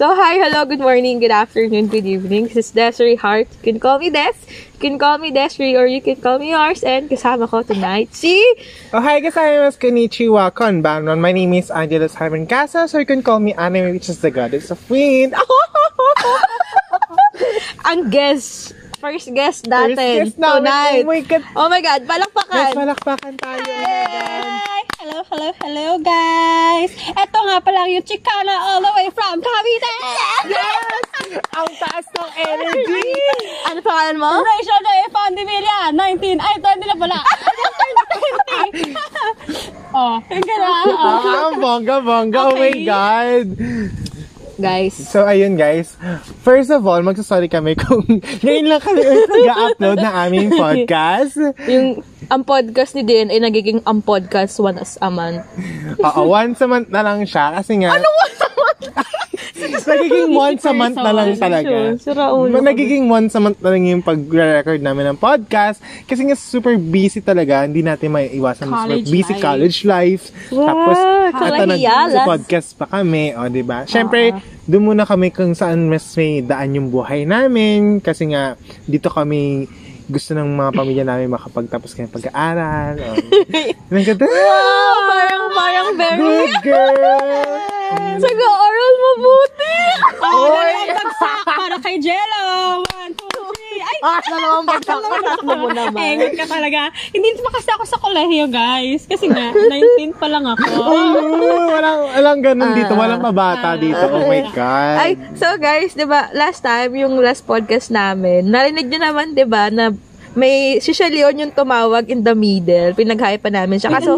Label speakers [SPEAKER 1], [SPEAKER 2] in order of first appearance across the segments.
[SPEAKER 1] So, hi, hello, good morning, good afternoon, good evening. This is Desiree Hart. You can call me Des. You can call me Desiree or you can call me Lars. And kasama ko tonight si...
[SPEAKER 2] Oh, hi guys, I am Konnichiwa Konbanron. My name is Angela Simon Casas, or you can call me Anime, which is the goddess of wind.
[SPEAKER 1] Ang guest. First guest natin
[SPEAKER 2] First guest namin.
[SPEAKER 1] tonight.
[SPEAKER 2] Oh my God.
[SPEAKER 1] Oh my God,
[SPEAKER 2] Guys,
[SPEAKER 1] palakpakan.
[SPEAKER 2] malakpakan tayo.
[SPEAKER 3] Hi! Hello, hello, hello, guys! Eto nga pala yung Chicana all the way from Cavite!
[SPEAKER 2] Yes! Ang taas ng energy!
[SPEAKER 1] Ano pangalan mo?
[SPEAKER 3] Rachel J. Fondimilla, 19, ay, 20 na pala! 20! oh, yung gano'n. Oh.
[SPEAKER 2] Ah, ang bongga-bongga. Oh my
[SPEAKER 3] Okay.
[SPEAKER 2] God!
[SPEAKER 1] Guys,
[SPEAKER 2] So, ayun guys. First of all, magsasorry kami kung ngayon lang kami ulit nag-upload na aming podcast.
[SPEAKER 1] yung ang podcast ni Din ay nagiging ang podcast once a month.
[SPEAKER 2] Oo, once a month na lang siya. Kasi nga... Ano Nagiging once a month na lang talaga.
[SPEAKER 1] Sure, sira ulo
[SPEAKER 2] Ma-
[SPEAKER 1] ko.
[SPEAKER 2] Nagiging once a month na lang yung pag-record namin ng podcast. Kasi nga super busy talaga. Hindi natin may iwasan.
[SPEAKER 3] College
[SPEAKER 2] super busy
[SPEAKER 3] life.
[SPEAKER 2] college life.
[SPEAKER 1] Wow,
[SPEAKER 2] Tapos, eto, nag-
[SPEAKER 1] kalahiyalas.
[SPEAKER 2] sa podcast pa kami. O, di ba? Siyempre, doon muna kami kung saan mas may daan yung buhay namin. Kasi nga, dito kami gusto ng mga pamilya namin makapagtapos kami pag-aaral. O, Ang ganda.
[SPEAKER 1] Wow, parang, parang very...
[SPEAKER 2] Good girl!
[SPEAKER 1] Nag-aaral mabuti!
[SPEAKER 3] Oh, dalawang bagsak para kay Jello! One, two, three! Ay,
[SPEAKER 2] Ah, dalawang bagsak.
[SPEAKER 1] Tatlo mo naman.
[SPEAKER 3] Engot ka talaga. Hindi pa kasi ako sa kolehiyo, guys. Kasi nga, 19 pa lang ako.
[SPEAKER 2] Oo, Oh, walang, walang ganun dito. Walang mabata dito. Oh my God.
[SPEAKER 1] Ah. Ay, so guys, 'di ba, last time yung last podcast namin, narinig niyo naman 'di ba na may si Shelly Leon yung tumawag in the middle. Pinag-hi pa namin siya. Kaso,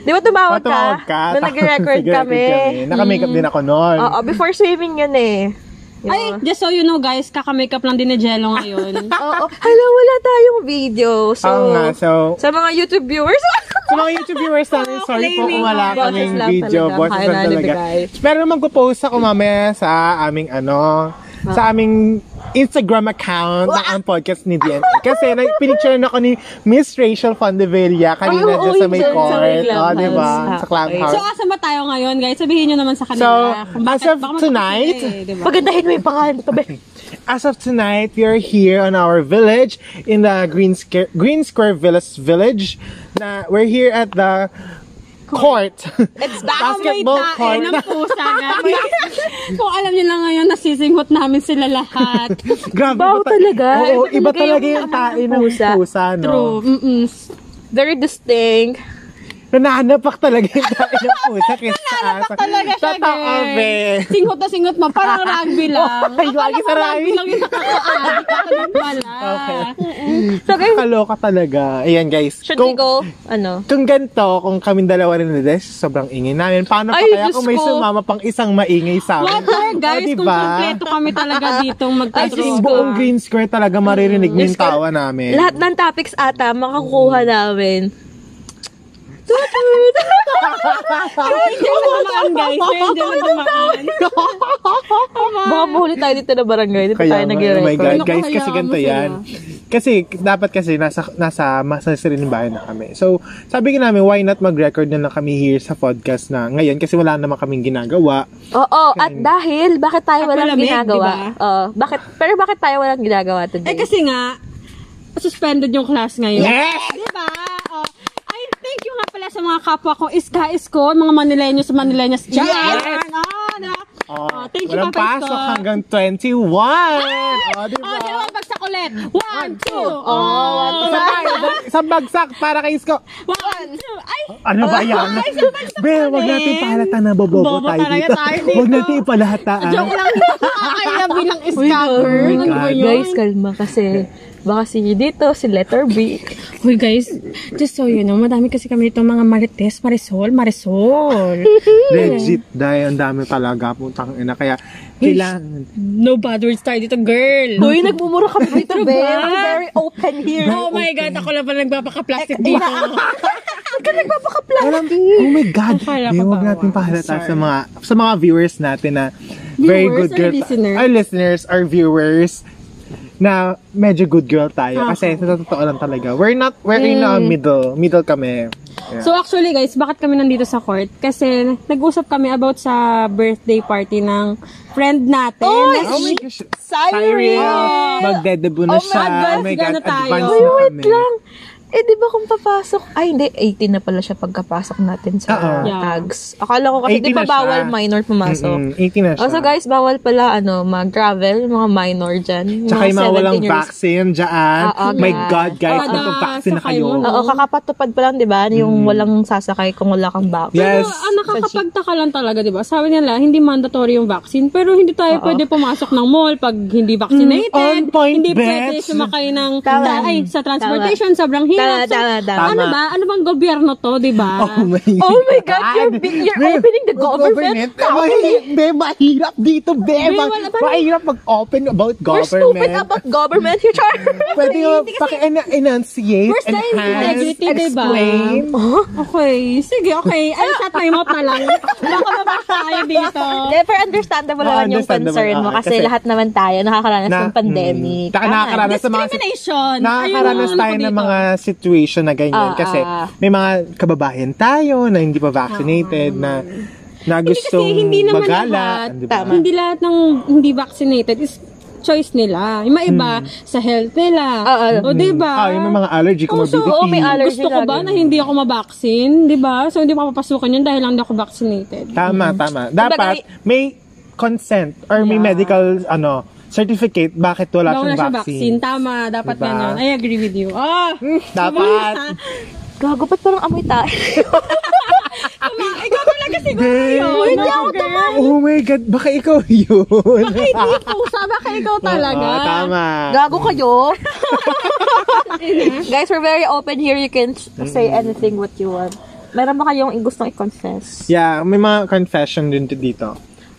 [SPEAKER 1] di ba tumawag ka?
[SPEAKER 2] Patawag Ah, ka.
[SPEAKER 1] Na
[SPEAKER 2] Tapos
[SPEAKER 1] nag-record
[SPEAKER 2] nag-record
[SPEAKER 1] kami. Mm.
[SPEAKER 2] Naka-makeup din ako noon.
[SPEAKER 1] Oo, before swimming yun eh. Yun.
[SPEAKER 3] Ay, just so you know, guys, kaka-makeup lang din ni Jello ngayon.
[SPEAKER 1] Oo. Hala, wala tayong video. So,
[SPEAKER 2] Oo nga, so-
[SPEAKER 1] sa mga YouTube viewers,
[SPEAKER 2] Sa mga YouTube viewers namin, sorry po kung wala
[SPEAKER 1] Boses
[SPEAKER 2] kaming
[SPEAKER 1] lang
[SPEAKER 2] video.
[SPEAKER 1] talaga.
[SPEAKER 2] Boses lang
[SPEAKER 1] Kailangan
[SPEAKER 2] talaga.
[SPEAKER 1] ibigay.
[SPEAKER 2] Pero magpo-post ako mamaya sa aming ano, sa aming Instagram account ng ang podcast ni DNA. Kasi pinicture na ako ni Miss Rachel Fondevilla kanina
[SPEAKER 1] Ay, oo,
[SPEAKER 2] dyan sa may
[SPEAKER 1] yun, sa may
[SPEAKER 2] court. O,
[SPEAKER 1] clubhouse.
[SPEAKER 2] di ba?
[SPEAKER 1] Ah, okay.
[SPEAKER 2] Sa clubhouse.
[SPEAKER 3] So, asan ba tayo ngayon, guys? Sabihin nyo naman sa kanila.
[SPEAKER 2] So,
[SPEAKER 3] kung bakit-
[SPEAKER 2] as of
[SPEAKER 3] baka magkapatid
[SPEAKER 2] tonight,
[SPEAKER 3] eh, di ba?
[SPEAKER 1] pagandahin mo yung pangalan ko, be.
[SPEAKER 2] As of tonight, we are here on our village in the Green Square, Green Square Villas Village. Na we're here at the court.
[SPEAKER 1] It's back.
[SPEAKER 2] basketball
[SPEAKER 3] Amoy tae
[SPEAKER 2] court.
[SPEAKER 3] ng pusa na. kung alam nyo lang ngayon, nasisinghot namin sila lahat.
[SPEAKER 2] Grabe.
[SPEAKER 1] Baho
[SPEAKER 2] iba ta-
[SPEAKER 1] talaga.
[SPEAKER 2] Oo,
[SPEAKER 1] Iba
[SPEAKER 2] iba
[SPEAKER 1] talaga
[SPEAKER 2] talaga
[SPEAKER 1] yung
[SPEAKER 2] yung tae ng
[SPEAKER 1] pusa.
[SPEAKER 2] pusa, no?
[SPEAKER 3] True. Mm-mm.
[SPEAKER 1] Very distinct.
[SPEAKER 2] Nananapak talaga yung tae ng pusa kaysa sa asak.
[SPEAKER 3] Talaga siya,
[SPEAKER 2] Totoo, Oh be.
[SPEAKER 3] guys. Singhot na singhot mo. Parang rugby lang.
[SPEAKER 2] Ay, lagi sa
[SPEAKER 3] Rugby lang yung nakakaadik. Ako din pala.
[SPEAKER 1] So guys,
[SPEAKER 2] Kaloka talaga. Ayan, guys.
[SPEAKER 1] should we go? Ano?
[SPEAKER 2] kung ganito, kung kaming dalawa rin na Des, sobrang ingay namin. Paano pa
[SPEAKER 1] Ay,
[SPEAKER 2] kaya
[SPEAKER 1] Diyos
[SPEAKER 2] kung may
[SPEAKER 1] ko.
[SPEAKER 2] sumama pang isang maingay sa amin?
[SPEAKER 3] Water,
[SPEAKER 2] O,
[SPEAKER 3] guys,
[SPEAKER 2] diba?
[SPEAKER 3] kung kompleto kami talaga dito
[SPEAKER 2] As in,
[SPEAKER 3] magkatropa.
[SPEAKER 2] buong green square talaga maririnig mo yung
[SPEAKER 1] Yes,
[SPEAKER 2] tawa namin.
[SPEAKER 1] Lahat ng topics ata makakuha namin.
[SPEAKER 3] Hindi mo tumaan, guys. Hindi mo tumaan.
[SPEAKER 1] Baka mahuli tayo dito na barangay. Dito
[SPEAKER 2] Kaya,
[SPEAKER 1] tayo
[SPEAKER 2] nga, oh my
[SPEAKER 1] nag-record.
[SPEAKER 2] God,
[SPEAKER 3] Naku,
[SPEAKER 2] guys, kasi
[SPEAKER 3] hayaan
[SPEAKER 2] ganito
[SPEAKER 3] mo sila.
[SPEAKER 2] yan. Kasi, dapat kasi, nasa, nasa masasariling bahay na kami. So, sabi ka namin, why not mag-record na lang kami here sa podcast na ngayon? Kasi wala naman kaming ginagawa.
[SPEAKER 1] Oo, at dahil, bakit tayo
[SPEAKER 3] At
[SPEAKER 1] walang
[SPEAKER 3] malamig,
[SPEAKER 1] ginagawa?
[SPEAKER 3] di
[SPEAKER 1] Oo, bakit, pero bakit tayo walang ginagawa today?
[SPEAKER 3] Eh kasi nga, suspended yung class ngayon.
[SPEAKER 2] Yes!
[SPEAKER 3] Diba? Oh. Ay, thank you nga pala sa mga kapwa ko. Iska, isko, mga Manilenyos, Manilenyos. Yes!
[SPEAKER 2] Yes!
[SPEAKER 3] Oh, na.
[SPEAKER 2] Oh,
[SPEAKER 3] Oh, thank you,
[SPEAKER 2] walang
[SPEAKER 3] Papa
[SPEAKER 2] pasok
[SPEAKER 3] Isko.
[SPEAKER 2] hanggang 21! Oh, di
[SPEAKER 3] Oh,
[SPEAKER 2] ba?
[SPEAKER 3] dalawang bagsak ulit. One, two. Oh.
[SPEAKER 1] Oo,
[SPEAKER 2] Isang bag- Isang bagsak para kay Isko.
[SPEAKER 3] One, two. Ay,
[SPEAKER 2] Ano ba yan? Be, wag natin pahalata na bobobo
[SPEAKER 3] Bobo
[SPEAKER 2] tayo
[SPEAKER 3] talaga
[SPEAKER 2] dito.
[SPEAKER 3] tayo dito.
[SPEAKER 2] Wag natin ah. ipalahataan.
[SPEAKER 3] joke lang. Ay, labi ng iska,
[SPEAKER 2] Oh
[SPEAKER 3] girl.
[SPEAKER 2] my
[SPEAKER 3] Ano ba
[SPEAKER 2] God.
[SPEAKER 3] yun?
[SPEAKER 1] Guys, kalma kasi. Baka si dito, si letter B.
[SPEAKER 3] Uy guys, just so you know, madami kasi kami dito mga marites, marisol, marisol.
[SPEAKER 2] Legit, dahil ang dami talaga putang ina. Kaya, kailangan.
[SPEAKER 3] No bad words tayo dito, girl.
[SPEAKER 1] Uy, nagmumura kami dito,
[SPEAKER 3] Ano
[SPEAKER 1] be.
[SPEAKER 3] ba?
[SPEAKER 1] We're very open here.
[SPEAKER 3] Oh my God, ako lang pala nagpapaka-plastic dito.
[SPEAKER 2] Walang, oh my God.
[SPEAKER 3] Akala
[SPEAKER 2] Be,
[SPEAKER 3] ko
[SPEAKER 2] wag
[SPEAKER 3] bawal.
[SPEAKER 2] natin pahalata sa mga, sa mga viewers natin na very
[SPEAKER 3] Viewers
[SPEAKER 2] good
[SPEAKER 3] or
[SPEAKER 2] girl.
[SPEAKER 3] listeners?
[SPEAKER 2] Our listeners, our viewers na Ah. Mm. medyo good girl tayo. Kasi sa totoo lang talaga. We're not, we're in a middle. Middle kami. Yeah.
[SPEAKER 3] So actually guys, bakit kami nandito sa court? Kasi nag-usap kami about sa birthday party ng friend natin.
[SPEAKER 2] Oh
[SPEAKER 3] Like,
[SPEAKER 2] my gosh.
[SPEAKER 3] Cyril!
[SPEAKER 2] Magdedebut na
[SPEAKER 3] Oh my
[SPEAKER 2] siya.
[SPEAKER 3] God,
[SPEAKER 2] oh my God,
[SPEAKER 3] gano tayo?
[SPEAKER 2] advance
[SPEAKER 3] Uy,
[SPEAKER 2] na
[SPEAKER 1] Wait
[SPEAKER 2] kami.
[SPEAKER 1] lang. Eh, di ba kung papasok? Ay, hindi. 18 na pala siya pagkapasok natin sa
[SPEAKER 2] Oo.
[SPEAKER 3] Yeah.
[SPEAKER 1] tags. Akala ko kasi, di ba
[SPEAKER 2] 18 Ah, na siya.
[SPEAKER 1] bawal minor pumasok?
[SPEAKER 2] Mm-mm, 18 na siya.
[SPEAKER 1] Also Oh, guys, bawal pala ano, mag-travel, yung mga minor dyan. yung
[SPEAKER 2] Tsaka yung mga
[SPEAKER 1] 17
[SPEAKER 2] walang
[SPEAKER 1] years. Ah,
[SPEAKER 2] vaccine dyan.
[SPEAKER 1] Oo,
[SPEAKER 2] my
[SPEAKER 1] guys.
[SPEAKER 2] God, guys,
[SPEAKER 3] Kada
[SPEAKER 2] magpa-vaccine na
[SPEAKER 3] sakay
[SPEAKER 2] kayo.
[SPEAKER 3] mo, no?
[SPEAKER 1] Oo, kakapatupad pa lang, di ba? Yung walang sasakay kung wala kang vaccine.
[SPEAKER 2] Mm. Yes.
[SPEAKER 3] Pero ang ah, nakakapagtaka lang talaga, di ba? Sabi nila, hindi mandatory yung vaccine, pero hindi tayo pwede pumasok ng mall pag hindi vaccinated.
[SPEAKER 2] Mm, on point,
[SPEAKER 3] hindi
[SPEAKER 2] bitch.
[SPEAKER 3] pwede sumakay ng
[SPEAKER 1] Tama.
[SPEAKER 3] ay, sa transportation, sobrang hirap.
[SPEAKER 1] Tama, tama, tama.
[SPEAKER 3] Ano ba? Ano bang gobyerno to, di ba?
[SPEAKER 2] Oh my,
[SPEAKER 1] Oh my God, you're big- you're opening the government
[SPEAKER 2] Mahi- Be, mahirap dito, be.
[SPEAKER 3] Be,
[SPEAKER 2] Ma-
[SPEAKER 3] wala pa-
[SPEAKER 2] mahirap mag-open about
[SPEAKER 1] We're
[SPEAKER 2] government.
[SPEAKER 1] stupid about government, you char.
[SPEAKER 2] Pwede mo paki-enunciate,
[SPEAKER 3] Where's the
[SPEAKER 2] enhance,
[SPEAKER 3] integrity, diba?
[SPEAKER 2] explain.
[SPEAKER 3] Okay, sige, okay. Ay, shut my mouth na lang. Baka mabash tayo dito.
[SPEAKER 1] Never understandable
[SPEAKER 2] Oo,
[SPEAKER 1] naman yung
[SPEAKER 2] understandable,
[SPEAKER 1] concern mo
[SPEAKER 2] oo,
[SPEAKER 1] kasi,
[SPEAKER 2] kasi-
[SPEAKER 1] lahat naman tayo nakakaranas
[SPEAKER 2] Na-
[SPEAKER 1] ng pandemic.
[SPEAKER 2] Mm. Taka-
[SPEAKER 1] Tama.
[SPEAKER 2] nakakaranas sa mga-
[SPEAKER 3] Discrimination.
[SPEAKER 2] Nakakaranas
[SPEAKER 3] Ayun,
[SPEAKER 2] tayo
[SPEAKER 3] ano ko
[SPEAKER 2] ng
[SPEAKER 3] dito.
[SPEAKER 2] mga situation na ganyan
[SPEAKER 1] Ah,
[SPEAKER 2] kasi
[SPEAKER 1] ah.
[SPEAKER 2] may mga kababayan tayo na hindi pa vaccinated na na gustong
[SPEAKER 3] Ah. hindi naman
[SPEAKER 2] magala.
[SPEAKER 3] lahat.
[SPEAKER 2] di ba?
[SPEAKER 1] Tama.
[SPEAKER 3] Hindi lahat ng hindi vaccinated is choice nila. Yung mga iba, sa health nila.
[SPEAKER 1] Oo.
[SPEAKER 3] O, diba?
[SPEAKER 2] Hmm. Ah, yung may mga allergy,
[SPEAKER 3] Oh, so,
[SPEAKER 2] comorbidity.
[SPEAKER 1] oo, may allergy.
[SPEAKER 3] gusto ko ba
[SPEAKER 1] lagi.
[SPEAKER 3] na hindi ako mabaksin? Diba? So, hindi ko papasukan yun dahil lang hindi ako vaccinated.
[SPEAKER 2] Tama, tama. Dapat may consent or may
[SPEAKER 3] Mm-hmm. Yeah.
[SPEAKER 2] medical ano certificate bakit wala
[SPEAKER 3] Bawal
[SPEAKER 2] siyang
[SPEAKER 3] na siya vaccine.
[SPEAKER 2] vaccine.
[SPEAKER 3] Tama, dapat
[SPEAKER 2] Diba?
[SPEAKER 3] ganyan. I agree with you. Ah!
[SPEAKER 2] dapat.
[SPEAKER 1] Gago, ba't parang amoy tayo?
[SPEAKER 3] Tama, ikaw talaga siguro
[SPEAKER 2] Babe,
[SPEAKER 3] yun.
[SPEAKER 2] wait
[SPEAKER 3] Mga
[SPEAKER 2] lang.
[SPEAKER 3] girl.
[SPEAKER 2] Oh my God, baka ikaw yun.
[SPEAKER 3] Baka hindi ko usap, baka ikaw talaga.
[SPEAKER 2] Oo, tama.
[SPEAKER 1] Gago kayo? Guys, we're very open here. You can
[SPEAKER 2] Mm.
[SPEAKER 1] say anything what you want. Meron ba kayong gustong i-confess?
[SPEAKER 2] Yeah, may mga confession din to dito.